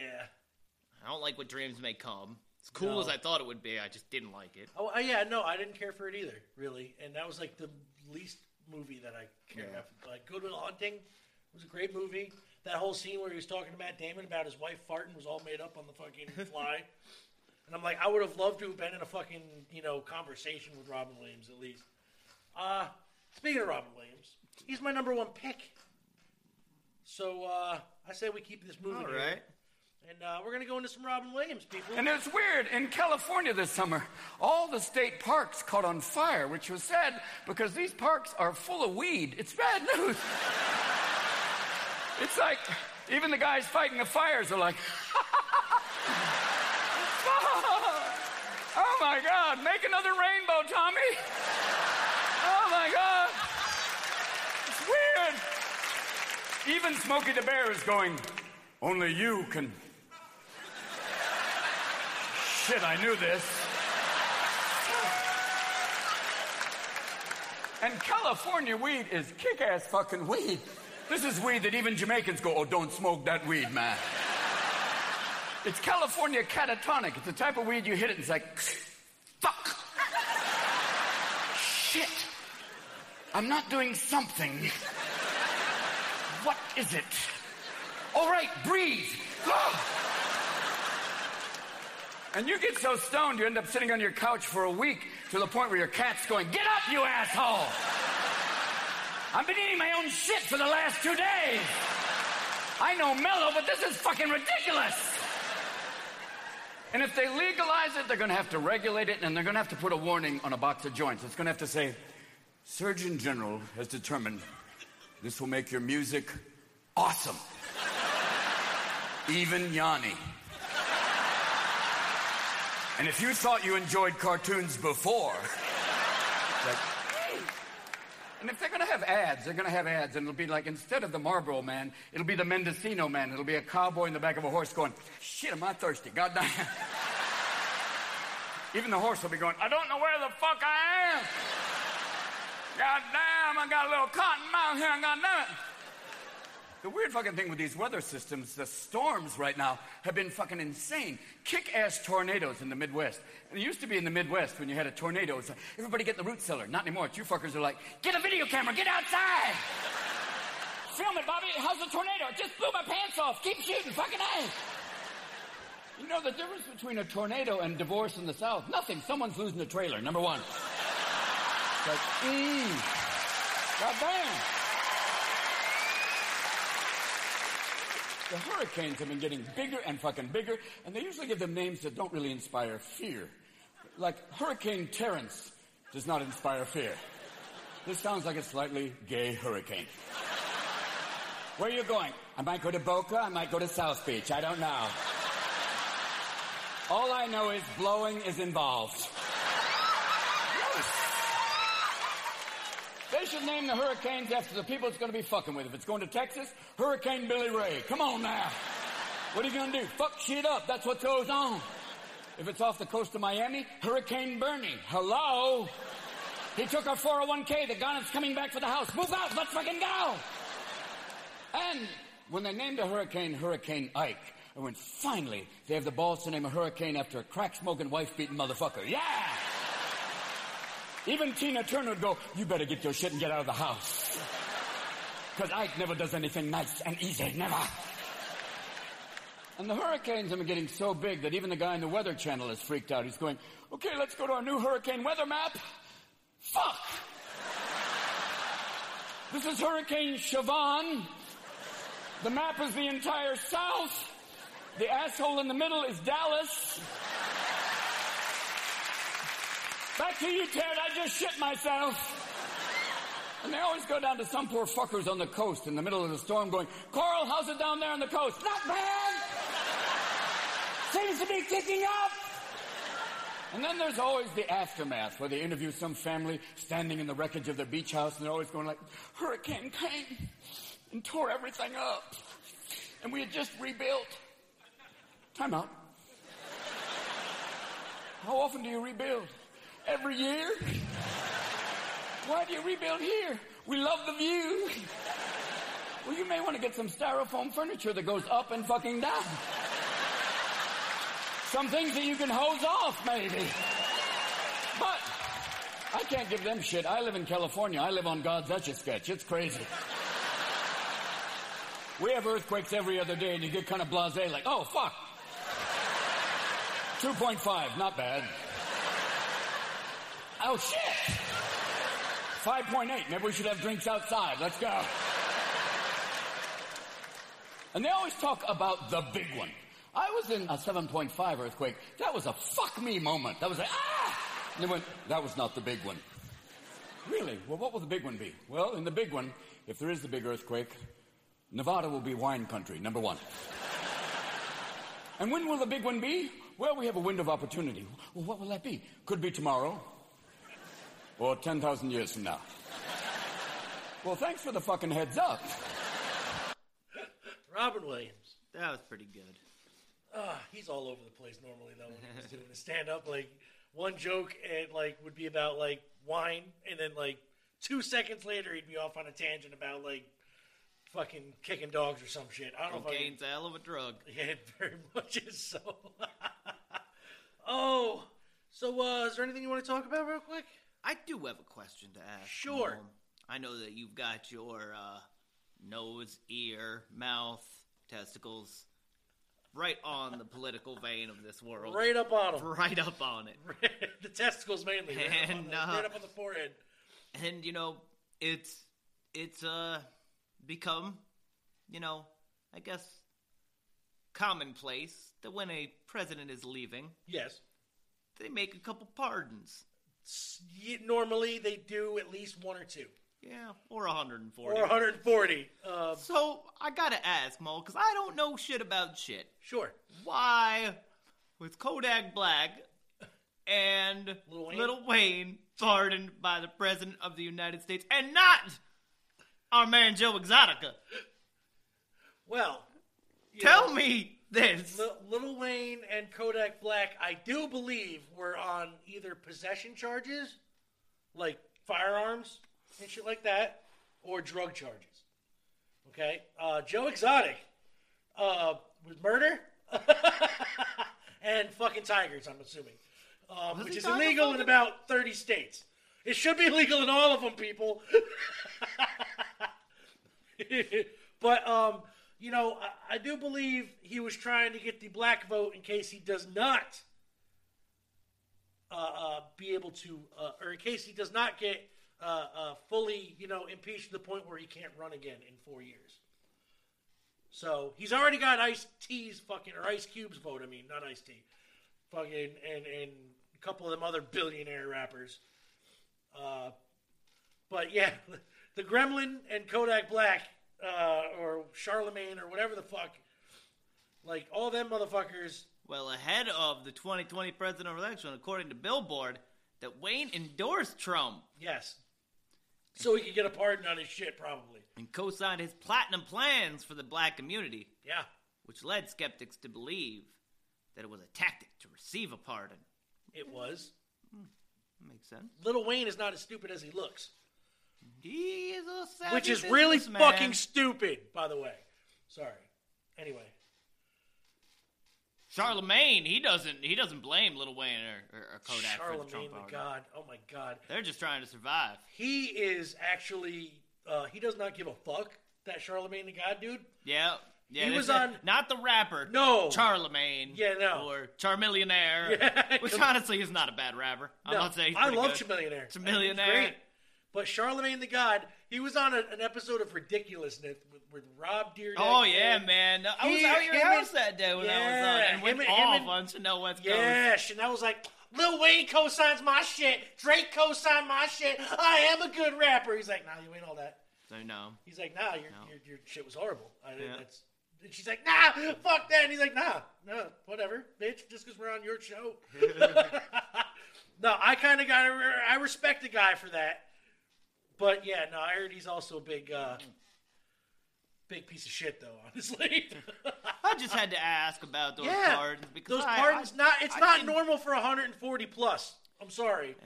Speaker 2: I don't like what dreams may come. As cool
Speaker 1: No.
Speaker 2: as I thought it would be, I just didn't like it.
Speaker 1: Oh uh, yeah, no, I didn't care for it either, really. And that was like the least movie that I cared
Speaker 2: Yeah.
Speaker 1: about. Like Goodwill Hunting was a great movie. That whole scene where he was talking to Matt Damon about his wife farting was all made up on the fucking fly. and I'm like, I would have loved to have been in a fucking you know conversation with Robin Williams at least. Uh speaking of Robin Williams, he's my number one pick. So uh, I say we keep this moving.
Speaker 2: All
Speaker 1: here.
Speaker 2: right.
Speaker 1: And uh, we're gonna go into some Robin Williams people.
Speaker 11: And it's weird. In California this summer, all the state parks caught on fire, which was sad because these parks are full of weed. It's bad news. It's like even the guys fighting the fires are like, oh my God, make another rainbow, Tommy. Oh my God. It's weird. Even Smokey the Bear is going, only you can Shit, I knew this. And California weed is kick ass fucking weed. This is weed that even Jamaicans go, oh, don't smoke that weed, man. It's California catatonic. It's the type of weed you hit it and it's like, fuck. Shit. I'm not doing something. What is it? All right, breathe. Ah! And you get so stoned, you end up sitting on your couch for a week to the point where your cat's going, Get up, you asshole! I've been eating my own shit for the last two days! I know mellow, but this is fucking ridiculous! And if they legalize it, they're gonna have to regulate it and they're gonna have to put a warning on a box of joints. It's gonna have to say, Surgeon General has determined this will make your music awesome. Even Yanni. And if you thought you enjoyed cartoons before, like, and if they're going to have ads, they're going to have ads, and it'll be like instead of the Marlboro Man, it'll be the Mendocino Man. It'll be a cowboy in the back of a horse going, "Shit, am I thirsty? God damn!" Even the horse will be going, "I don't know where the fuck I am." God damn, I got a little cotton mouth here, and God damn it. The weird fucking thing with these weather systems, the storms right now have been fucking insane. Kick ass tornadoes in the Midwest. And it used to be in the Midwest when you had a tornado, it's like, everybody get in the root cellar. Not anymore. It's you fuckers are like, get a video camera, get outside! Film it, Bobby. How's the tornado? It just blew my pants off. Keep shooting, fucking A. You know the difference between a tornado and divorce in the South? Nothing. Someone's losing a trailer, number one. It's like, mm, goddamn. The hurricanes have been getting bigger and fucking bigger, and they usually give them names that don't really inspire fear. Like Hurricane Terrence does not inspire fear. This sounds like a slightly gay hurricane. Where are you going? I might go to Boca, I might go to South Beach, I don't know. All I know is blowing is involved. They should name the hurricanes after the people it's going to be fucking with. If it's going to Texas, Hurricane Billy Ray. Come on now. What are you going to do? Fuck shit up. That's what goes on. If it's off the coast of Miami, Hurricane Bernie. Hello? He took our 401k. The Ghana's coming back for the house. Move out. Let's fucking go. And when they named a hurricane Hurricane Ike, I went, finally, they have the balls to name a hurricane after a crack smoking, wife beating motherfucker. Yeah! Even Tina Turner would go, you better get your shit and get out of the house. Because Ike never does anything nice and easy, never. And the hurricanes have been getting so big that even the guy in the Weather Channel is freaked out. He's going, okay, let's go to our new hurricane weather map. Fuck! This is Hurricane Siobhan. The map is the entire South. The asshole in the middle is Dallas. Back to you, Ted. I just shit myself. And they always go down to some poor fuckers on the coast in the middle of the storm going, Carl, how's it down there on the coast? Not bad! Seems to be kicking up! And then there's always the aftermath where they interview some family standing in the wreckage of their beach house and they're always going like, hurricane came and tore everything up. And we had just rebuilt. Time out. How often do you rebuild? Every year? Why do you rebuild here? We love the view. Well, you may want to get some styrofoam furniture that goes up and fucking down. Some things that you can hose off, maybe. But I can't give them shit. I live in California. I live on God's etch a sketch. It's crazy. We have earthquakes every other day, and you get kind of blasé, like, oh, fuck. 2.5, not bad. Oh, shit. 5.8. Maybe we should have drinks outside. Let's go. And they always talk about the big one. I was in a 7.5 earthquake. That was a fuck me moment. That was like, ah! And they went, that was not the big one. Really? Well, what will the big one be? Well, in the big one, if there is the big earthquake, Nevada will be wine country, number one. and when will the big one be? Well, we have a window of opportunity. Well, what will that be? Could be tomorrow, or 10,000 years from now. Well, thanks for the fucking heads up.
Speaker 1: Robin Williams.
Speaker 2: That was pretty good.
Speaker 1: Uh, he's all over the place normally though when he was doing his stand up. Like one joke and like would be about like wine, and then like two seconds later he'd be off on a tangent about like fucking kicking dogs or some shit. I don't know. If I can...
Speaker 2: Cocaine's a hell of a drug.
Speaker 1: Yeah, it very much is so. oh, so uh, is there anything you want to talk about real quick?
Speaker 2: I do have a question to ask.
Speaker 1: Sure.
Speaker 2: Norm. I know that you've got your uh, nose, ear, mouth, testicles right on the political vein of this world.
Speaker 1: Right up on 'em.
Speaker 2: Right up on it.
Speaker 1: the testicles mainly, right, up, on
Speaker 2: And,
Speaker 1: the,
Speaker 2: uh,
Speaker 1: right up on the forehead.
Speaker 2: and you know it's it's uh become you know i guess commonplace that when a president is leaving
Speaker 1: yes
Speaker 2: they make a couple pardons
Speaker 1: Yeah, normally they do at least one or two.
Speaker 2: yeah or 140
Speaker 1: Or 140.
Speaker 2: so i gotta ask Mo, because i don't know shit about shit
Speaker 1: sure
Speaker 2: why with kodak black and little
Speaker 1: Wayne?
Speaker 2: wayne pardoned by the president of the united states and not our man joe exotica
Speaker 1: Well, you
Speaker 2: Tell
Speaker 1: know,
Speaker 2: me this.
Speaker 1: Li- Little Wayne and Kodak Black, I do believe, were on either possession charges, like firearms and shit like that, or drug charges. Okay, uh, Joe Exotic uh, was murder and fucking tigers. I'm assuming, um, which
Speaker 2: he
Speaker 1: is
Speaker 2: tiger
Speaker 1: illegal in about 30 states. It should be illegal in all of them, people. but um, you know, I, I do believe he was trying to get the black vote in case he does not uh, uh, be able to, uh, or in case he does not get uh, uh, fully, you know, impeached to the point where he can't run again in four years. So he's already got Ice T's fucking or Ice Cube's vote. I mean, not Ice T, fucking and and a couple of them other billionaire rappers. Uh, but yeah, the Gremlin and Kodak Black, uh, or Charlemagne, or whatever the fuck, like all them motherfuckers.
Speaker 2: Well, ahead of the 2020 presidential election, according to Billboard, that Wayne endorsed Trump
Speaker 1: Yes. So he could get a pardon on his shit, probably.
Speaker 2: and co signed his platinum plans for the black community,
Speaker 1: Yeah.
Speaker 2: which led skeptics to believe that it was a tactic to receive a pardon.
Speaker 1: It was.
Speaker 2: Makes sense.
Speaker 1: Little Wayne is not as stupid as he looks,
Speaker 2: He is a savvy
Speaker 1: which is really
Speaker 2: businessman.
Speaker 1: fucking stupid, by the way. Sorry. Anyway,
Speaker 2: Charlemagne, he doesn't he doesn't blame Little Wayne or, or, or Kodak for the
Speaker 1: Charlemagne
Speaker 2: Trump
Speaker 1: the
Speaker 2: pardon.
Speaker 1: God. Oh my God.
Speaker 2: They're just trying to survive.
Speaker 1: He is actually. Uh, he does not give a fuck. That Charlemagne the God dude.
Speaker 2: Yeah, Yeah,
Speaker 1: he
Speaker 2: that's
Speaker 1: was
Speaker 2: it.
Speaker 1: on.
Speaker 2: not the rapper.
Speaker 1: No.
Speaker 2: Charlemagne.
Speaker 1: Yeah, no.
Speaker 2: Or Charmillionaire.
Speaker 1: Yeah,
Speaker 2: which
Speaker 1: come on.
Speaker 2: honestly is not a bad rapper. I'm
Speaker 1: no,
Speaker 2: not saying he's
Speaker 1: I
Speaker 2: pretty
Speaker 1: love
Speaker 2: good.
Speaker 1: Chamillionaire.
Speaker 2: It's a millionaire.
Speaker 1: Great. But Charlemagne the God, he was on a, an episode of Ridiculousness with, with Rob Deerdeck.
Speaker 2: Oh yeah,
Speaker 1: and-
Speaker 2: man! I was
Speaker 1: He-
Speaker 2: out your
Speaker 1: him
Speaker 2: house
Speaker 1: and-
Speaker 2: that day when I was on,
Speaker 1: Yeah,
Speaker 2: and went
Speaker 1: him and- him
Speaker 2: off
Speaker 1: and-
Speaker 2: on Chanel West Coast.
Speaker 1: Yeah, Chanel was like, Lil Wayne co-signs my shit. Drake co-signed my shit. I am a good rapper. He's like, nah, you ain't all that.
Speaker 2: So no,
Speaker 1: He's like, nah, your, your, your shit was horrible. I,
Speaker 2: Yeah.
Speaker 1: that's, and she's like, nah, fuck that. And he's like, nah, nah, whatever, bitch, just because we're on your show. no, I kind of got, I respect the guy for that. But yeah, no, I heard he's also a big, uh, big piece of shit, though, honestly.
Speaker 2: I just had to ask about those
Speaker 1: Yeah,
Speaker 2: pardons because
Speaker 1: Those
Speaker 2: I-
Speaker 1: pardons,
Speaker 2: I-
Speaker 1: not it's
Speaker 2: I
Speaker 1: not
Speaker 2: didn't-
Speaker 1: normal for 140 plus. I'm sorry.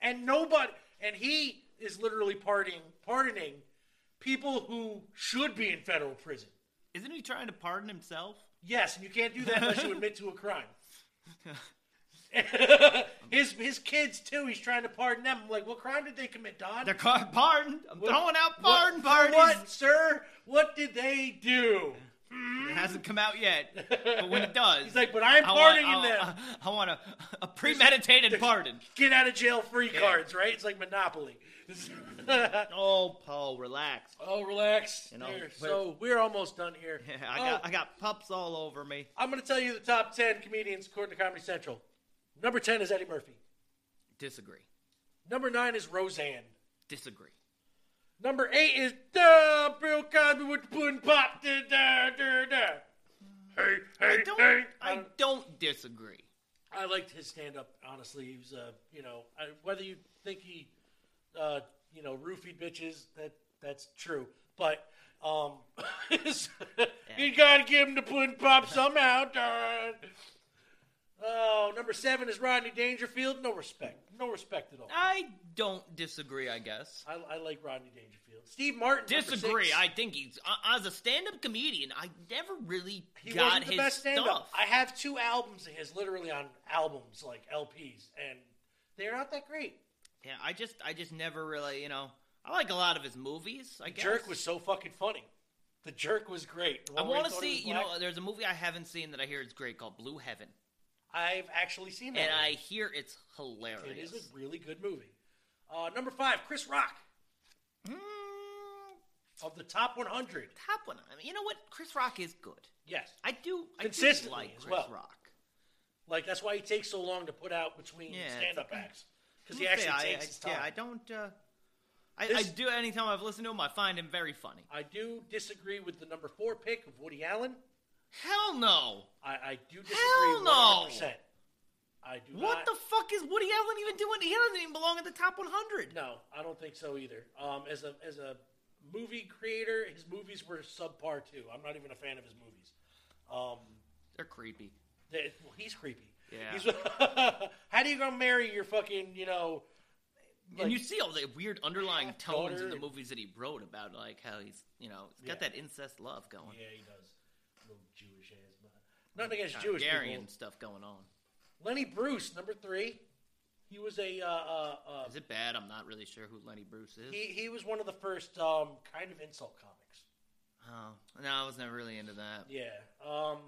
Speaker 1: And nobody, and he is literally pardoning, pardoning people who should be in federal prison.
Speaker 2: Isn't he trying to pardon himself?
Speaker 1: Yes, and you can't do that unless you admit to a crime. his his kids too. He's trying to pardon them. I'm like, what crime did they commit, Don?
Speaker 2: They're car- pardoned. I'm throwing out pardon
Speaker 1: what, for
Speaker 2: parties.
Speaker 1: What, sir? What did they do?
Speaker 2: It hasn't come out yet, but when it does, he's
Speaker 1: like, "But I'm pardoning them."
Speaker 2: I, want a, a premeditated pardon.
Speaker 1: Get out of jail free
Speaker 2: Yeah.
Speaker 1: cards, right? It's like Monopoly.
Speaker 2: oh, Paul, relax.
Speaker 1: Oh, relax.
Speaker 2: You know,
Speaker 1: There.
Speaker 2: we're-
Speaker 1: so we're almost done here.
Speaker 2: I
Speaker 1: Oh.
Speaker 2: got I got pups all over me.
Speaker 1: I'm going to tell you the top 10 comedians according to Comedy Central. Number 10 is Eddie Murphy.
Speaker 2: Disagree.
Speaker 1: Number 9 is Roseanne.
Speaker 2: Disagree.
Speaker 1: Number 8 is Duh, Bill Cosby with the pudding pop. Da, da, da, da. Hey, hey,
Speaker 2: I don't,
Speaker 1: hey.
Speaker 2: I don't disagree.
Speaker 1: I liked his stand up, honestly. He was, uh, you know, I, whether you think he, uh, you know, roofied bitches, that that's true. But um, you got to give him the pudding pop somehow. darn. Oh, number seven is Rodney Dangerfield. No respect. No respect at all.
Speaker 2: I don't disagree. I guess.
Speaker 1: I, I like Rodney Dangerfield. Steve Martin. number
Speaker 2: Disagree.
Speaker 1: six.
Speaker 2: I think he's uh, as a stand-up comedian. I never really
Speaker 1: He
Speaker 2: got
Speaker 1: wasn't
Speaker 2: his
Speaker 1: the best stand-up.
Speaker 2: stuff.
Speaker 1: I have two albums of his, literally on albums like LPs, and they're not that great.
Speaker 2: Yeah, I just I just never really you know. I like a lot of his movies. I guess.
Speaker 1: Jerk was so fucking funny. The jerk was great. The
Speaker 2: I
Speaker 1: one where he
Speaker 2: want to
Speaker 1: thought he
Speaker 2: see.
Speaker 1: was
Speaker 2: You
Speaker 1: black.
Speaker 2: know, there's a movie I haven't seen that I hear is great called Blue Heaven,
Speaker 1: I've actually seen that.
Speaker 2: and I
Speaker 1: one.
Speaker 2: hear it's hilarious.
Speaker 1: It is a really good movie. Uh, number five, Chris Rock. Of the top 100.
Speaker 2: Hmm. Top one. I mean, you know what? Chris Rock is good.
Speaker 1: Yes.
Speaker 2: I do. I do
Speaker 1: Consistently
Speaker 2: like
Speaker 1: as
Speaker 2: Chris
Speaker 1: well.
Speaker 2: Rock.
Speaker 1: Like, that's why he takes so long to put out between
Speaker 2: Yeah,
Speaker 1: stand up acts. Because he
Speaker 2: Must
Speaker 1: actually
Speaker 2: say, I-
Speaker 1: takes
Speaker 2: I-
Speaker 1: his time.
Speaker 2: Yeah, I don't. Uh, I, I
Speaker 1: This-
Speaker 2: do. Anytime I've listened to him, I find him very funny.
Speaker 1: I do disagree with the number four pick of Woody Allen.
Speaker 2: Hell no.
Speaker 1: I, I do disagree
Speaker 2: Hell no.
Speaker 1: 100%. I do
Speaker 2: What
Speaker 1: not-
Speaker 2: the fuck is Woody Allen even doing? He doesn't even belong in the top 100.
Speaker 1: No, I don't think so either. Um, as a as a movie creator, his movies were subpar too. I'm not even a fan of his movies. Um,
Speaker 2: They're creepy.
Speaker 1: they- well, he's creepy.
Speaker 2: Yeah.
Speaker 1: He's, how do you gonna marry your fucking you know? like-
Speaker 2: and you see all the weird underlying tones in
Speaker 1: daughter
Speaker 2: the
Speaker 1: and-
Speaker 2: movies that he wrote about, like how he's, you know, he's got
Speaker 1: Yeah.
Speaker 2: that incest love going.
Speaker 1: Yeah, he does. Little Jewish ass. Nothing against
Speaker 2: Kind of
Speaker 1: Jewish
Speaker 2: Aryan
Speaker 1: people.
Speaker 2: stuff going on.
Speaker 1: Lenny Bruce, number three. He was a uh, uh, uh,
Speaker 2: Is it bad? I'm not really sure who Lenny Bruce is.
Speaker 1: he he was one of the first um, kind of insult comics.
Speaker 2: Oh, no, I was never really into that.
Speaker 1: Yeah. Um,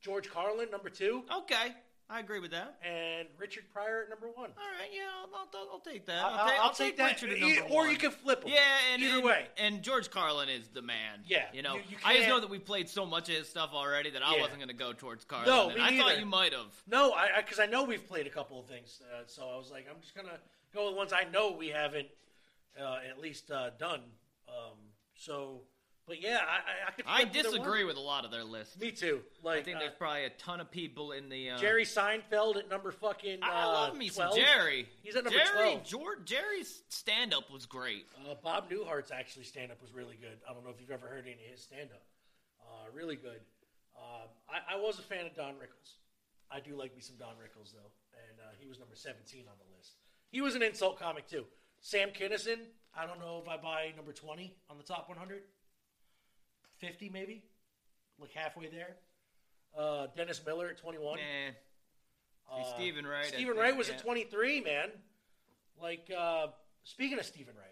Speaker 1: George Carlin, number two.
Speaker 2: Okay, I agree with that.
Speaker 1: And Richard Pryor at number one.
Speaker 2: All right, yeah, I'll, I'll, I'll take that.
Speaker 1: I-
Speaker 2: I'll, take,
Speaker 1: I'll-
Speaker 2: I'll
Speaker 1: I'll take
Speaker 2: take,
Speaker 1: that,
Speaker 2: Richard at
Speaker 1: e-
Speaker 2: number
Speaker 1: or
Speaker 2: one.
Speaker 1: you can flip 'em.
Speaker 2: Yeah, and
Speaker 1: Either
Speaker 2: and-
Speaker 1: way.
Speaker 2: And George Carlin is the man.
Speaker 1: Yeah,
Speaker 2: you know,
Speaker 1: you- you
Speaker 2: I just
Speaker 1: can't-
Speaker 2: know that we played so much of his stuff already that I
Speaker 1: Yeah.
Speaker 2: wasn't going to go towards Carlin.
Speaker 1: No,
Speaker 2: and
Speaker 1: me
Speaker 2: I thought
Speaker 1: neither.
Speaker 2: you might have.
Speaker 1: No, I because I, know we've played a couple of things, uh, so I was like, I'm just gonna go with ones I know we haven't uh, at least uh, done. Um, so, but yeah, I I, I, could
Speaker 2: I
Speaker 1: flip either
Speaker 2: disagree
Speaker 1: one.
Speaker 2: with a lot of their list.
Speaker 1: Me too. Like
Speaker 2: I think
Speaker 1: uh,
Speaker 2: there's probably a ton of people in the uh,
Speaker 1: Jerry Seinfeld at number fucking. Uh,
Speaker 2: I love me some
Speaker 1: 12.
Speaker 2: Jerry.
Speaker 1: He's at number
Speaker 2: Jerry,
Speaker 1: twelve.
Speaker 2: George, Jerry's stand-up was great.
Speaker 1: Uh, Bob Newhart's actually stand up was really good. I don't know if you've ever heard any of his stand up. Uh, really good. Um, I, I was a fan of Don Rickles. I do like me some Don Rickles, though. And uh, he was number 17 on the list. He was an insult comic, too. Sam Kinison, I don't know if I buy number 20 on the top 100. 50 maybe? Like halfway there. Uh, Dennis Miller at 21.
Speaker 2: Eh. See, Stephen Wright, I
Speaker 1: Uh, Stephen
Speaker 2: think,
Speaker 1: Wright was
Speaker 2: yeah.
Speaker 1: at 23, man. Like, uh, speaking of Stephen Wright,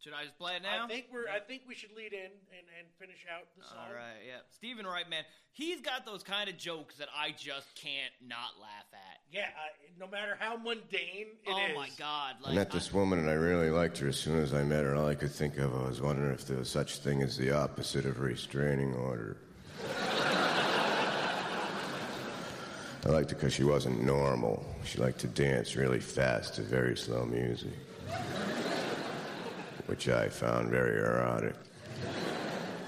Speaker 2: Should I just play it now?
Speaker 1: I think we're. I think we should lead in and, and finish out the song.
Speaker 2: All right, yeah. Stephen Wright, man, he's got those kind of jokes that I just can't not laugh at.
Speaker 1: Yeah, I, no matter how mundane it is.
Speaker 2: oh my god,
Speaker 12: I met this woman and I really liked her. As soon as I met her, all I could think of was wondering if there was such thing as the opposite of restraining order. I liked her because she wasn't normal. She liked to dance really fast to very slow music, which I found very erotic.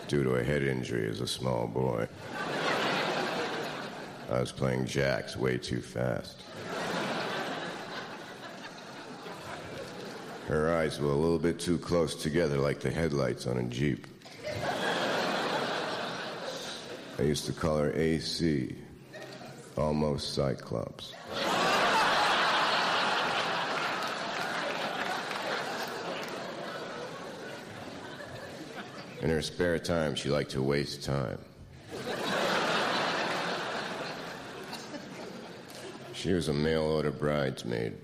Speaker 12: Due to a head injury as a small boy, I was playing jacks way too fast. Her eyes were a little bit too close together, like the headlights on a Jeep. I used to call her AC, almost Cyclops. In her spare time, she liked to waste time. She was a mail order bridesmaid.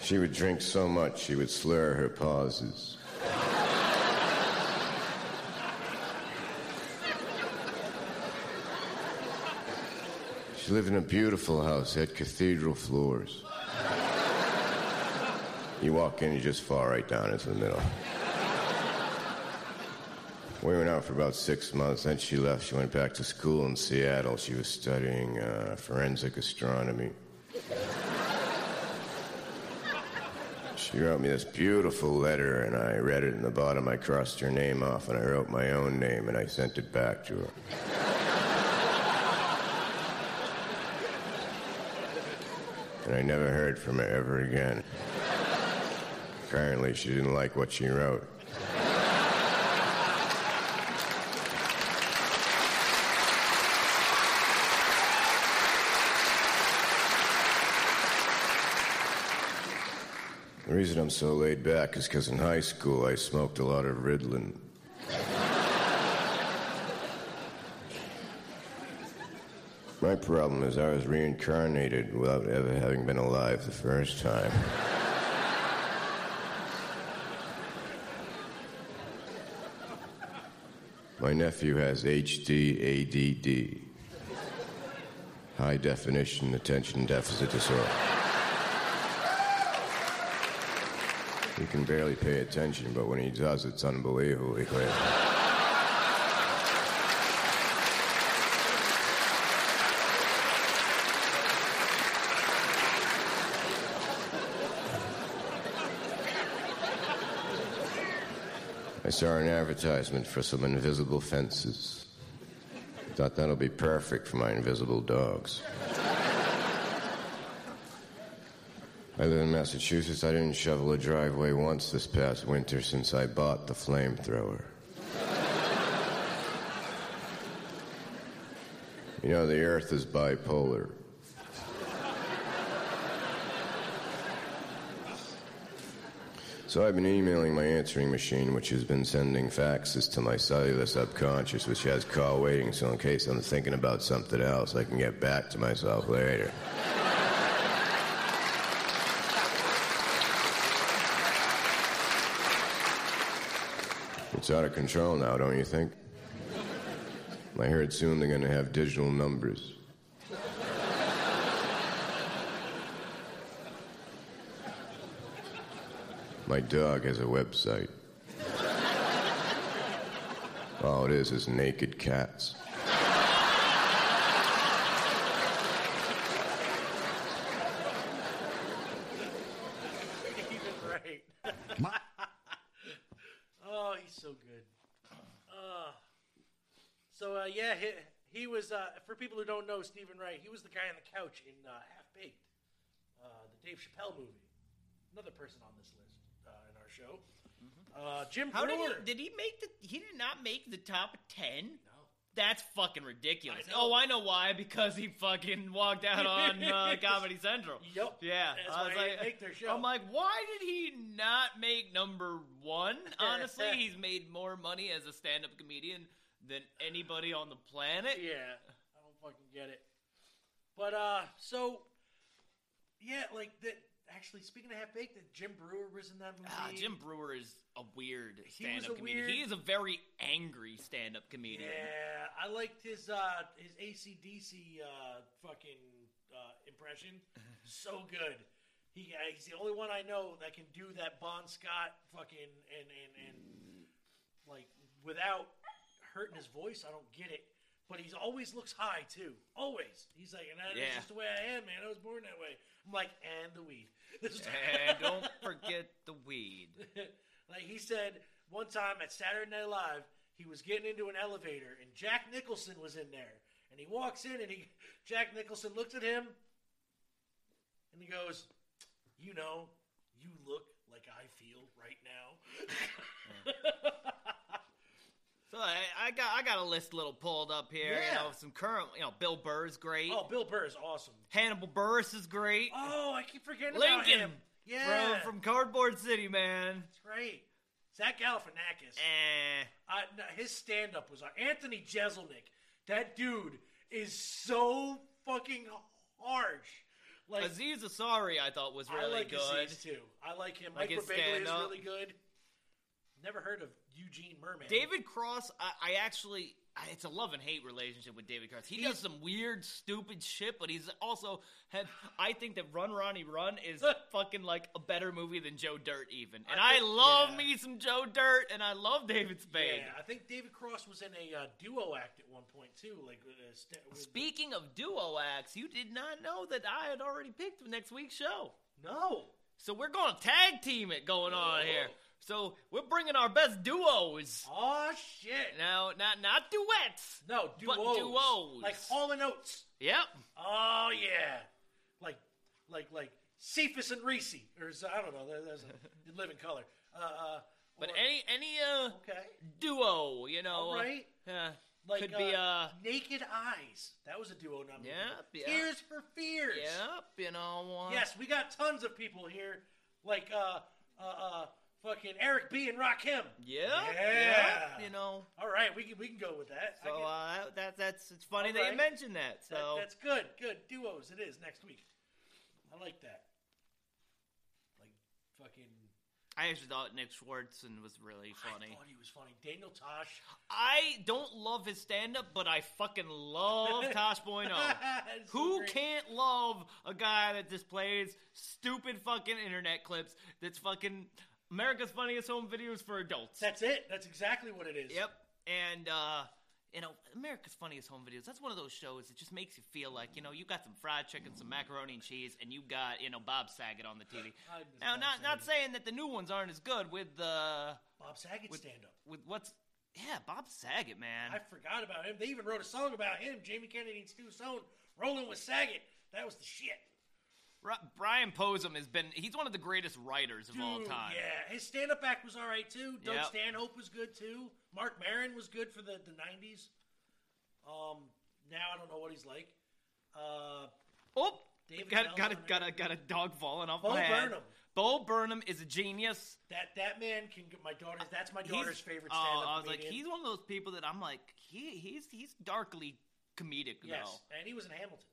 Speaker 12: She would drink so much she would slur her pauses. She lived in a beautiful house, had cathedral floors. You walk in, you just fall right down into the middle. We went out for about six months, then she left. She went back to school in Seattle. She was studying uh, forensic astronomy. She wrote me this beautiful letter, and I read it in the bottom. I crossed her name off, and I wrote my own name, and I sent it back to her. and I never heard from her ever again. Apparently, she didn't like what she wrote. The reason I'm so laid back is because in high school I smoked a lot of Ritalin. My problem is I was reincarnated without ever having been alive the first time. My nephew has HDADD, high definition attention deficit disorder. He can barely pay attention, but when he does, it's unbelievably clear. I saw an advertisement for some invisible fences. Thought that'll be perfect for my invisible dogs. I live in Massachusetts. I didn't shovel a driveway once this past winter since I bought the flamethrower. you know, the earth is bipolar. So I've been emailing my answering machine, which has been sending faxes to my cellular subconscious, which has call waiting, so in case I'm thinking about something else, I can get back to myself later. It's out of control now, don't you think? I heard soon they're going to have digital numbers. My dog has a website. All it is is naked cats.
Speaker 1: Even right. oh, he's so good. Uh, so uh, yeah, he, he was. Uh, for people who don't know Stephen Wright, he was the guy on the couch in uh, Half Baked, uh, the Dave Chappelle movie. Another person on this list uh, in our show.
Speaker 2: Mm-hmm.
Speaker 1: Uh, Jim
Speaker 2: How did
Speaker 1: Brewer.
Speaker 2: he, did he make the? He did not make the top ten. No, that's fucking ridiculous. oh, I know why. Because he fucking walked out on uh, Comedy Central.
Speaker 1: Yep.
Speaker 2: Yeah.
Speaker 1: That's
Speaker 2: I
Speaker 1: why
Speaker 2: was
Speaker 1: he
Speaker 2: like, um,
Speaker 1: didn't make their show.
Speaker 2: I'm like, why did he not make number one? Honestly, he's made more money as a stand-up comedian than anybody on the planet.
Speaker 1: Yeah. I don't fucking get it. But uh, so Yeah, like that. Actually, speaking of half baked, that Jim Brewer was in that movie.
Speaker 2: Ah, Jim Brewer is a weird
Speaker 1: was
Speaker 2: stand-up
Speaker 1: a
Speaker 2: comedian.
Speaker 1: weird-
Speaker 2: He is a very angry stand-up comedian.
Speaker 1: Yeah, I liked his uh, his ACDC uh, fucking uh, impression. So good. He, uh, he's the only one I know that can do that Bon Scott fucking and and and like without hurting his voice. I don't get it, but he's always looks high too. Always. He's like, and that's
Speaker 2: Yeah.
Speaker 1: just the way I am, man. I was born that way. I'm like, and the weed.
Speaker 2: and don't forget the weed.
Speaker 1: like he said one time at Saturday Night Live, he was getting into an elevator and Jack Nicholson was in there. And he walks in and he Jack Nicholson looks at him and he goes, You know, you look like I feel right now.
Speaker 2: So I, I got I got a list a little pulled up here.
Speaker 1: Yeah.
Speaker 2: You know, some current. You know, Bill Burr's great.
Speaker 1: oh, Bill Burr is awesome.
Speaker 2: Hannibal Burris is great.
Speaker 1: Oh, I keep forgetting about
Speaker 2: Lincoln,
Speaker 1: him. Yeah.
Speaker 2: bro, from Cardboard City, man.
Speaker 1: That's right. Zach Galifianakis. Uh, no, his stand up was on Anthony Jeselnik. That dude is so fucking harsh. Like
Speaker 2: Aziz Ansari, I thought was really
Speaker 1: I like
Speaker 2: good.
Speaker 1: Aziz too. I like him.
Speaker 2: Like
Speaker 1: Mike
Speaker 2: his
Speaker 1: Birbiglia is
Speaker 2: stand-up.
Speaker 1: really good. Never heard of Eugene Merman.
Speaker 2: David Cross, I, I actually, I- it's a love and hate relationship with David Cross. He does some weird, stupid shit, but he's also, had, I think that Run Ronnie Run is fucking like a better movie than Joe Dirt, even. And
Speaker 1: I
Speaker 2: I,
Speaker 1: think-
Speaker 2: love me some Joe Dirt, and I love David Spade.
Speaker 1: Yeah, I think David Cross was in a uh, duo act at one point too. Like with, uh, sta- with-
Speaker 2: Speaking of duo acts, you did not know that I had already picked next week's show.
Speaker 1: No.
Speaker 2: So we're going to tag team it going on here. So we're bringing our best duos.
Speaker 1: Oh shit!
Speaker 2: No, not not duets.
Speaker 1: No Oh, duos.
Speaker 2: But duos.
Speaker 1: Like Hall and Oates.
Speaker 2: Yep.
Speaker 1: Oh yeah, like like like Cephas and Reese, or is- I don't know. There, there's a in living color. Uh, uh,
Speaker 2: But
Speaker 1: or-
Speaker 2: any any uh
Speaker 1: okay
Speaker 2: duo, you know,
Speaker 1: All right.
Speaker 2: Uh, yeah,
Speaker 1: like
Speaker 2: could be uh
Speaker 1: Naked Eyes. That was a duo number.
Speaker 2: Yep, yep.
Speaker 1: Tears for Fears.
Speaker 2: yep, you know. Uh,
Speaker 1: Yes, we got tons of people here, like uh uh, uh fucking Eric B and Rakim.
Speaker 2: Yep,
Speaker 1: Yeah.
Speaker 2: yep, you know.
Speaker 1: All right, we can we can go with that. I
Speaker 2: So
Speaker 1: can-
Speaker 2: uh, that, that that's it's funny
Speaker 1: All
Speaker 2: that
Speaker 1: right.
Speaker 2: you mentioned that.
Speaker 1: that-
Speaker 2: So
Speaker 1: that's good. Good duos. It is next week. I like that. Like fucking.
Speaker 2: I actually thought Nick Schwartzen was really funny.
Speaker 1: I thought he was funny. Daniel Tosh.
Speaker 2: I don't love his stand up, but I fucking love Tosh Bueno.
Speaker 1: It's so
Speaker 2: oh. Who
Speaker 1: great.
Speaker 2: can't love a guy that displays stupid fucking internet clips that's fucking America's Funniest Home Videos for adults?
Speaker 1: That's it. That's exactly what it is.
Speaker 2: Yep. And, uh, you know, America's Funniest Home Videos, that's one of those shows that just makes you feel like, you know, you got some fried chicken, some macaroni and cheese, and you got, you know, Bob Saget on the TV.
Speaker 1: I miss
Speaker 2: now,
Speaker 1: Bob
Speaker 2: not, not saying that the new ones aren't as good with, uh,
Speaker 1: Bob Saget stand up.
Speaker 2: with what's, yeah, Bob Saget, man.
Speaker 1: I forgot about him. They even wrote a song about him. Jamie Kennedy and Stu Stone rolling with Saget. That was the shit.
Speaker 2: Ri- Brian Posum has been, he's one of the greatest writers of all
Speaker 1: Dude,
Speaker 2: time.
Speaker 1: Yeah, his stand up act was all right too. Doug
Speaker 2: Yep.
Speaker 1: Stanhope was good too. Mark Maron was good for the the nineties. Um, now I don't know what he's like. Uh,
Speaker 2: oh,
Speaker 1: David
Speaker 2: got,
Speaker 1: Tell's
Speaker 2: got, a,
Speaker 1: on
Speaker 2: got, a, got a dog falling off
Speaker 1: Bo
Speaker 2: my head.
Speaker 1: Burnham.
Speaker 2: Bo Burnham is a genius.
Speaker 1: that that man can get my daughter's. That's my
Speaker 2: He's-
Speaker 1: daughter's favorite
Speaker 2: oh,
Speaker 1: stand up.
Speaker 2: I was like, he's one of those people that I'm like, he he's he's darkly comedic
Speaker 1: yes,
Speaker 2: though.
Speaker 1: and he was in Hamilton.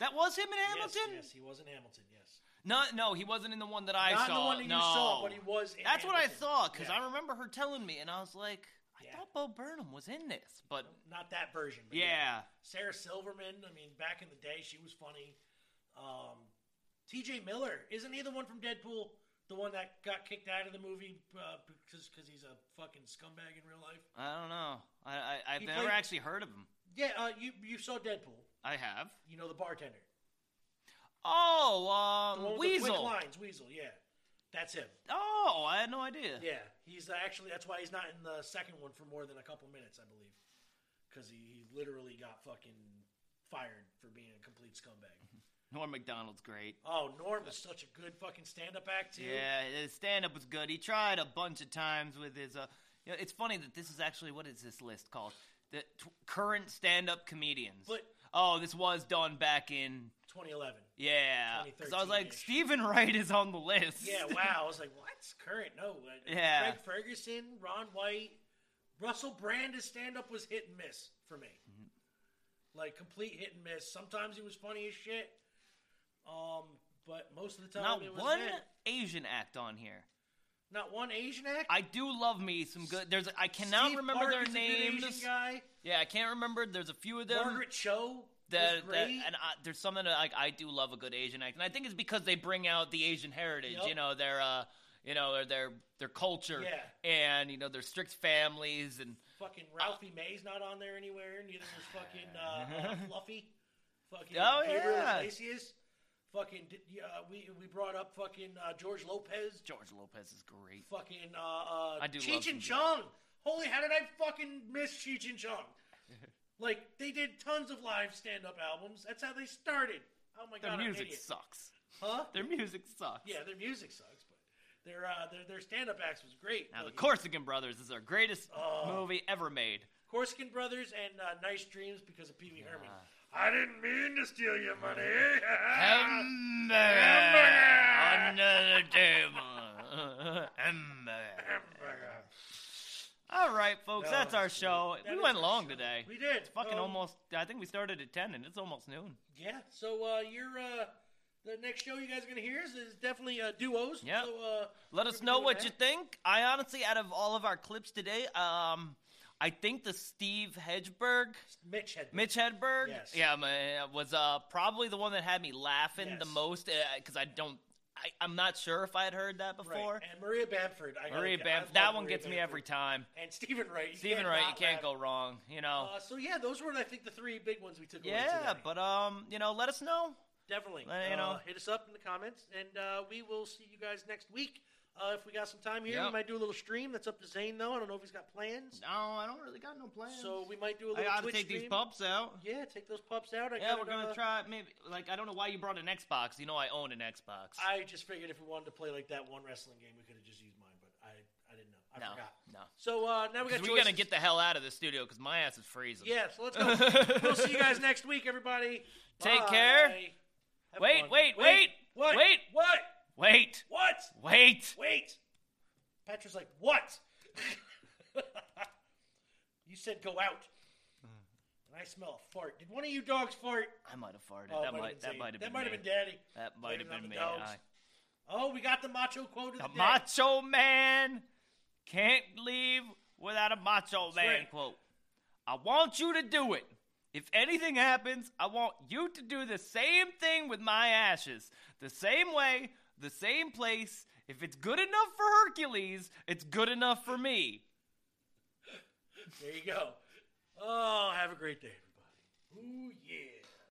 Speaker 2: That was him in
Speaker 1: Yes,
Speaker 2: Hamilton.
Speaker 1: Yes, he was in Hamilton. Yes,
Speaker 2: No, no, he wasn't in the one that I
Speaker 1: not
Speaker 2: saw.
Speaker 1: the one that
Speaker 2: no.
Speaker 1: you saw, but he was. In
Speaker 2: That's what I
Speaker 1: Hamilton.
Speaker 2: thought because
Speaker 1: Yeah.
Speaker 2: I remember her telling me, and I was like, I thought Bo Burnham was in this, but
Speaker 1: not that version. But
Speaker 2: yeah,
Speaker 1: Sarah Silverman. I mean, back in the day, she was funny. Um, T.J. Miller isn't he the one from Deadpool? The one that got kicked out of the movie uh, because because he's a fucking scumbag in real life.
Speaker 2: I don't know. I, I I've
Speaker 1: He
Speaker 2: never
Speaker 1: played-
Speaker 2: actually heard of him.
Speaker 1: Yeah, uh, you you saw Deadpool.
Speaker 2: I have.
Speaker 1: You know the bartender.
Speaker 2: Oh,
Speaker 1: The
Speaker 2: um,
Speaker 1: one with The
Speaker 2: Weasel.
Speaker 1: quick lines, Weasel. Yeah, that's him.
Speaker 2: Oh, I had no idea.
Speaker 1: Yeah, he's uh, actually that's why he's not in the second one for more than a couple minutes, I believe, because he, he literally got fucking fired for being a complete scumbag.
Speaker 2: Norm McDonald's great.
Speaker 1: Oh, Norm was such a good fucking stand-up act too.
Speaker 2: Yeah, his stand up was good. He tried a bunch of times with his. Uh, you know, it's funny that this is actually what is this list called? The t- current stand up comedians.
Speaker 1: But-
Speaker 2: oh, this was done back in
Speaker 1: 2011.
Speaker 2: yeah. 'Cause I was like,
Speaker 1: 2013-ish.
Speaker 2: Stephen Wright is on the list.
Speaker 1: Yeah, wow. I was like, what's current? No. uh,
Speaker 2: Yeah.
Speaker 1: Craig Ferguson, Ron White, Russell Brand. His stand-up was hit and miss for me. Like complete hit and miss. Sometimes he was funny as shit. Um, but most of the time,
Speaker 2: Not
Speaker 1: it was
Speaker 2: one
Speaker 1: men.
Speaker 2: Asian act on here.
Speaker 1: Not one Asian act.
Speaker 2: I do love me some good. There's I cannot
Speaker 1: Steve
Speaker 2: remember
Speaker 1: Park
Speaker 2: their
Speaker 1: is a good Asian
Speaker 2: names.
Speaker 1: guy.
Speaker 2: Yeah, I can't remember. There's a few of them.
Speaker 1: Margaret Cho
Speaker 2: That,
Speaker 1: was
Speaker 2: that-
Speaker 1: great.
Speaker 2: and I, there's something that, like I do love a good Asian act, and I think it's because they bring out the Asian heritage.
Speaker 1: Yep.
Speaker 2: You know their uh, you know their- their their culture.
Speaker 1: Yeah.
Speaker 2: And you know their strict families and
Speaker 1: Fucking Ralphie May's not on there anywhere. Neither was fucking uh, uh, Fluffy. Fucking
Speaker 2: Oh,
Speaker 1: Gabriel
Speaker 2: yeah.
Speaker 1: Iglesias. Fucking di- uh, we we brought up fucking uh, George Lopez.
Speaker 2: George Lopez is great.
Speaker 1: Fucking uh, uh,
Speaker 2: I do love
Speaker 1: Cheech
Speaker 2: some-
Speaker 1: and Chong. Holy, how did I fucking miss Cheech and Chong? like they did tons of live stand-up albums. That's how they started. Oh my
Speaker 2: Their
Speaker 1: god, I'm an
Speaker 2: music
Speaker 1: idiot.
Speaker 2: sucks.
Speaker 1: Huh?
Speaker 2: Their music sucks.
Speaker 1: Yeah, their music sucks, but their uh, their their stand-up acts was great.
Speaker 2: Now the
Speaker 1: Fucking-
Speaker 2: Corsican Brothers is our greatest
Speaker 1: Oh.
Speaker 2: movie ever made.
Speaker 1: Corsican Brothers and uh, Nice Dreams because of Pee Wee Herman.
Speaker 8: I didn't mean to steal your money.
Speaker 2: Hamburger on the table. Hamburger. All right, folks,
Speaker 1: No,
Speaker 2: that's our
Speaker 1: that's
Speaker 2: show.
Speaker 1: That
Speaker 2: we
Speaker 1: is
Speaker 2: went
Speaker 1: our
Speaker 2: long
Speaker 1: show.
Speaker 2: today.
Speaker 1: We did.
Speaker 2: It's fucking
Speaker 1: Um,
Speaker 2: almost. I think we started at ten, and it's almost noon.
Speaker 1: Yeah. So uh, you're uh, the next show you guys are gonna hear is, is definitely uh, duos.
Speaker 2: Yeah.
Speaker 1: So uh,
Speaker 2: Let us know
Speaker 1: doing
Speaker 2: what
Speaker 1: that.
Speaker 2: you think. I honestly, out of all of our clips today, um, I think the Steve Hedberg,
Speaker 1: Mitch Hedberg,
Speaker 2: Mitch Hedberg,
Speaker 1: Yes.
Speaker 2: yeah, man, was uh, probably the one that had me laughing the
Speaker 1: Yes.
Speaker 2: most because I don't, I, I'm not sure if I had heard
Speaker 1: right.
Speaker 2: that before.
Speaker 1: and Maria Bamford. I gotta
Speaker 2: Maria
Speaker 1: get- I love
Speaker 2: Bamford, that one
Speaker 1: Maria
Speaker 2: gets me
Speaker 1: Bamford.
Speaker 2: every time.
Speaker 1: And Stephen Wright. You
Speaker 2: Stephen
Speaker 1: can't
Speaker 2: Wright, you
Speaker 1: not
Speaker 2: can't
Speaker 1: laugh.
Speaker 2: go wrong. You know.
Speaker 1: Uh, so yeah, those were I think the three big ones we took. away
Speaker 2: yeah,
Speaker 1: today.
Speaker 2: but um, you know, let us know.
Speaker 1: definitely.
Speaker 2: Uh, you know.
Speaker 1: Uh, hit us up in the comments, and uh, we will see you guys next week. Uh, if we got some time here,
Speaker 2: Yep.
Speaker 1: we might do a little stream. That's up to Zane though. I don't know if he's got plans.
Speaker 2: No, I don't really got no plans.
Speaker 1: So we might do a
Speaker 2: I
Speaker 1: little.
Speaker 2: gotta
Speaker 1: Twitch
Speaker 2: take these
Speaker 1: stream.
Speaker 2: pups out.
Speaker 1: Yeah, take those pups out. I
Speaker 2: yeah,
Speaker 1: got
Speaker 2: we're
Speaker 1: it,
Speaker 2: gonna
Speaker 1: uh,
Speaker 2: try. Maybe like I don't know why you brought an Xbox. You know, I own an Xbox.
Speaker 1: I just figured if we wanted to play like that one wrestling game, we could have just used mine, but I, I didn't know. I
Speaker 2: no,
Speaker 1: forgot.
Speaker 2: no.
Speaker 1: So uh, now we got
Speaker 2: Because
Speaker 1: choices.
Speaker 2: we're gonna get the hell out of the studio because my ass is freezing.
Speaker 1: Yeah, so let's go. we'll see you guys next week, everybody.
Speaker 2: Take
Speaker 1: Bye.
Speaker 2: care.
Speaker 1: Have
Speaker 2: Wait,
Speaker 1: fun.
Speaker 2: wait, wait,
Speaker 1: What?
Speaker 2: wait.
Speaker 1: What?
Speaker 2: Wait.
Speaker 1: What?
Speaker 2: Wait.
Speaker 1: Wait. Patrick's like, what? you said go out. And I smell a fart. Did one of you dogs fart?
Speaker 2: I might have farted.
Speaker 1: Oh, it
Speaker 2: that
Speaker 1: might have been
Speaker 2: might. That
Speaker 1: Zane.
Speaker 2: might have
Speaker 1: That might
Speaker 2: been.
Speaker 1: have
Speaker 2: me.
Speaker 1: been Daddy.
Speaker 2: That might have
Speaker 1: Blaming
Speaker 2: been
Speaker 1: on
Speaker 2: me.
Speaker 1: the dogs.
Speaker 2: aye.
Speaker 1: Oh, we got the macho quote of the,
Speaker 2: The
Speaker 1: day.
Speaker 2: Macho Man can't leave without a Macho Man
Speaker 1: right.
Speaker 2: quote. I want you to do it. If anything happens, I want you to do the same thing with my ashes. The same way, the same place. If it's good enough for Hercules, it's good enough for me.
Speaker 1: There you go. Oh, have a great day, everybody. Ooh, yeah.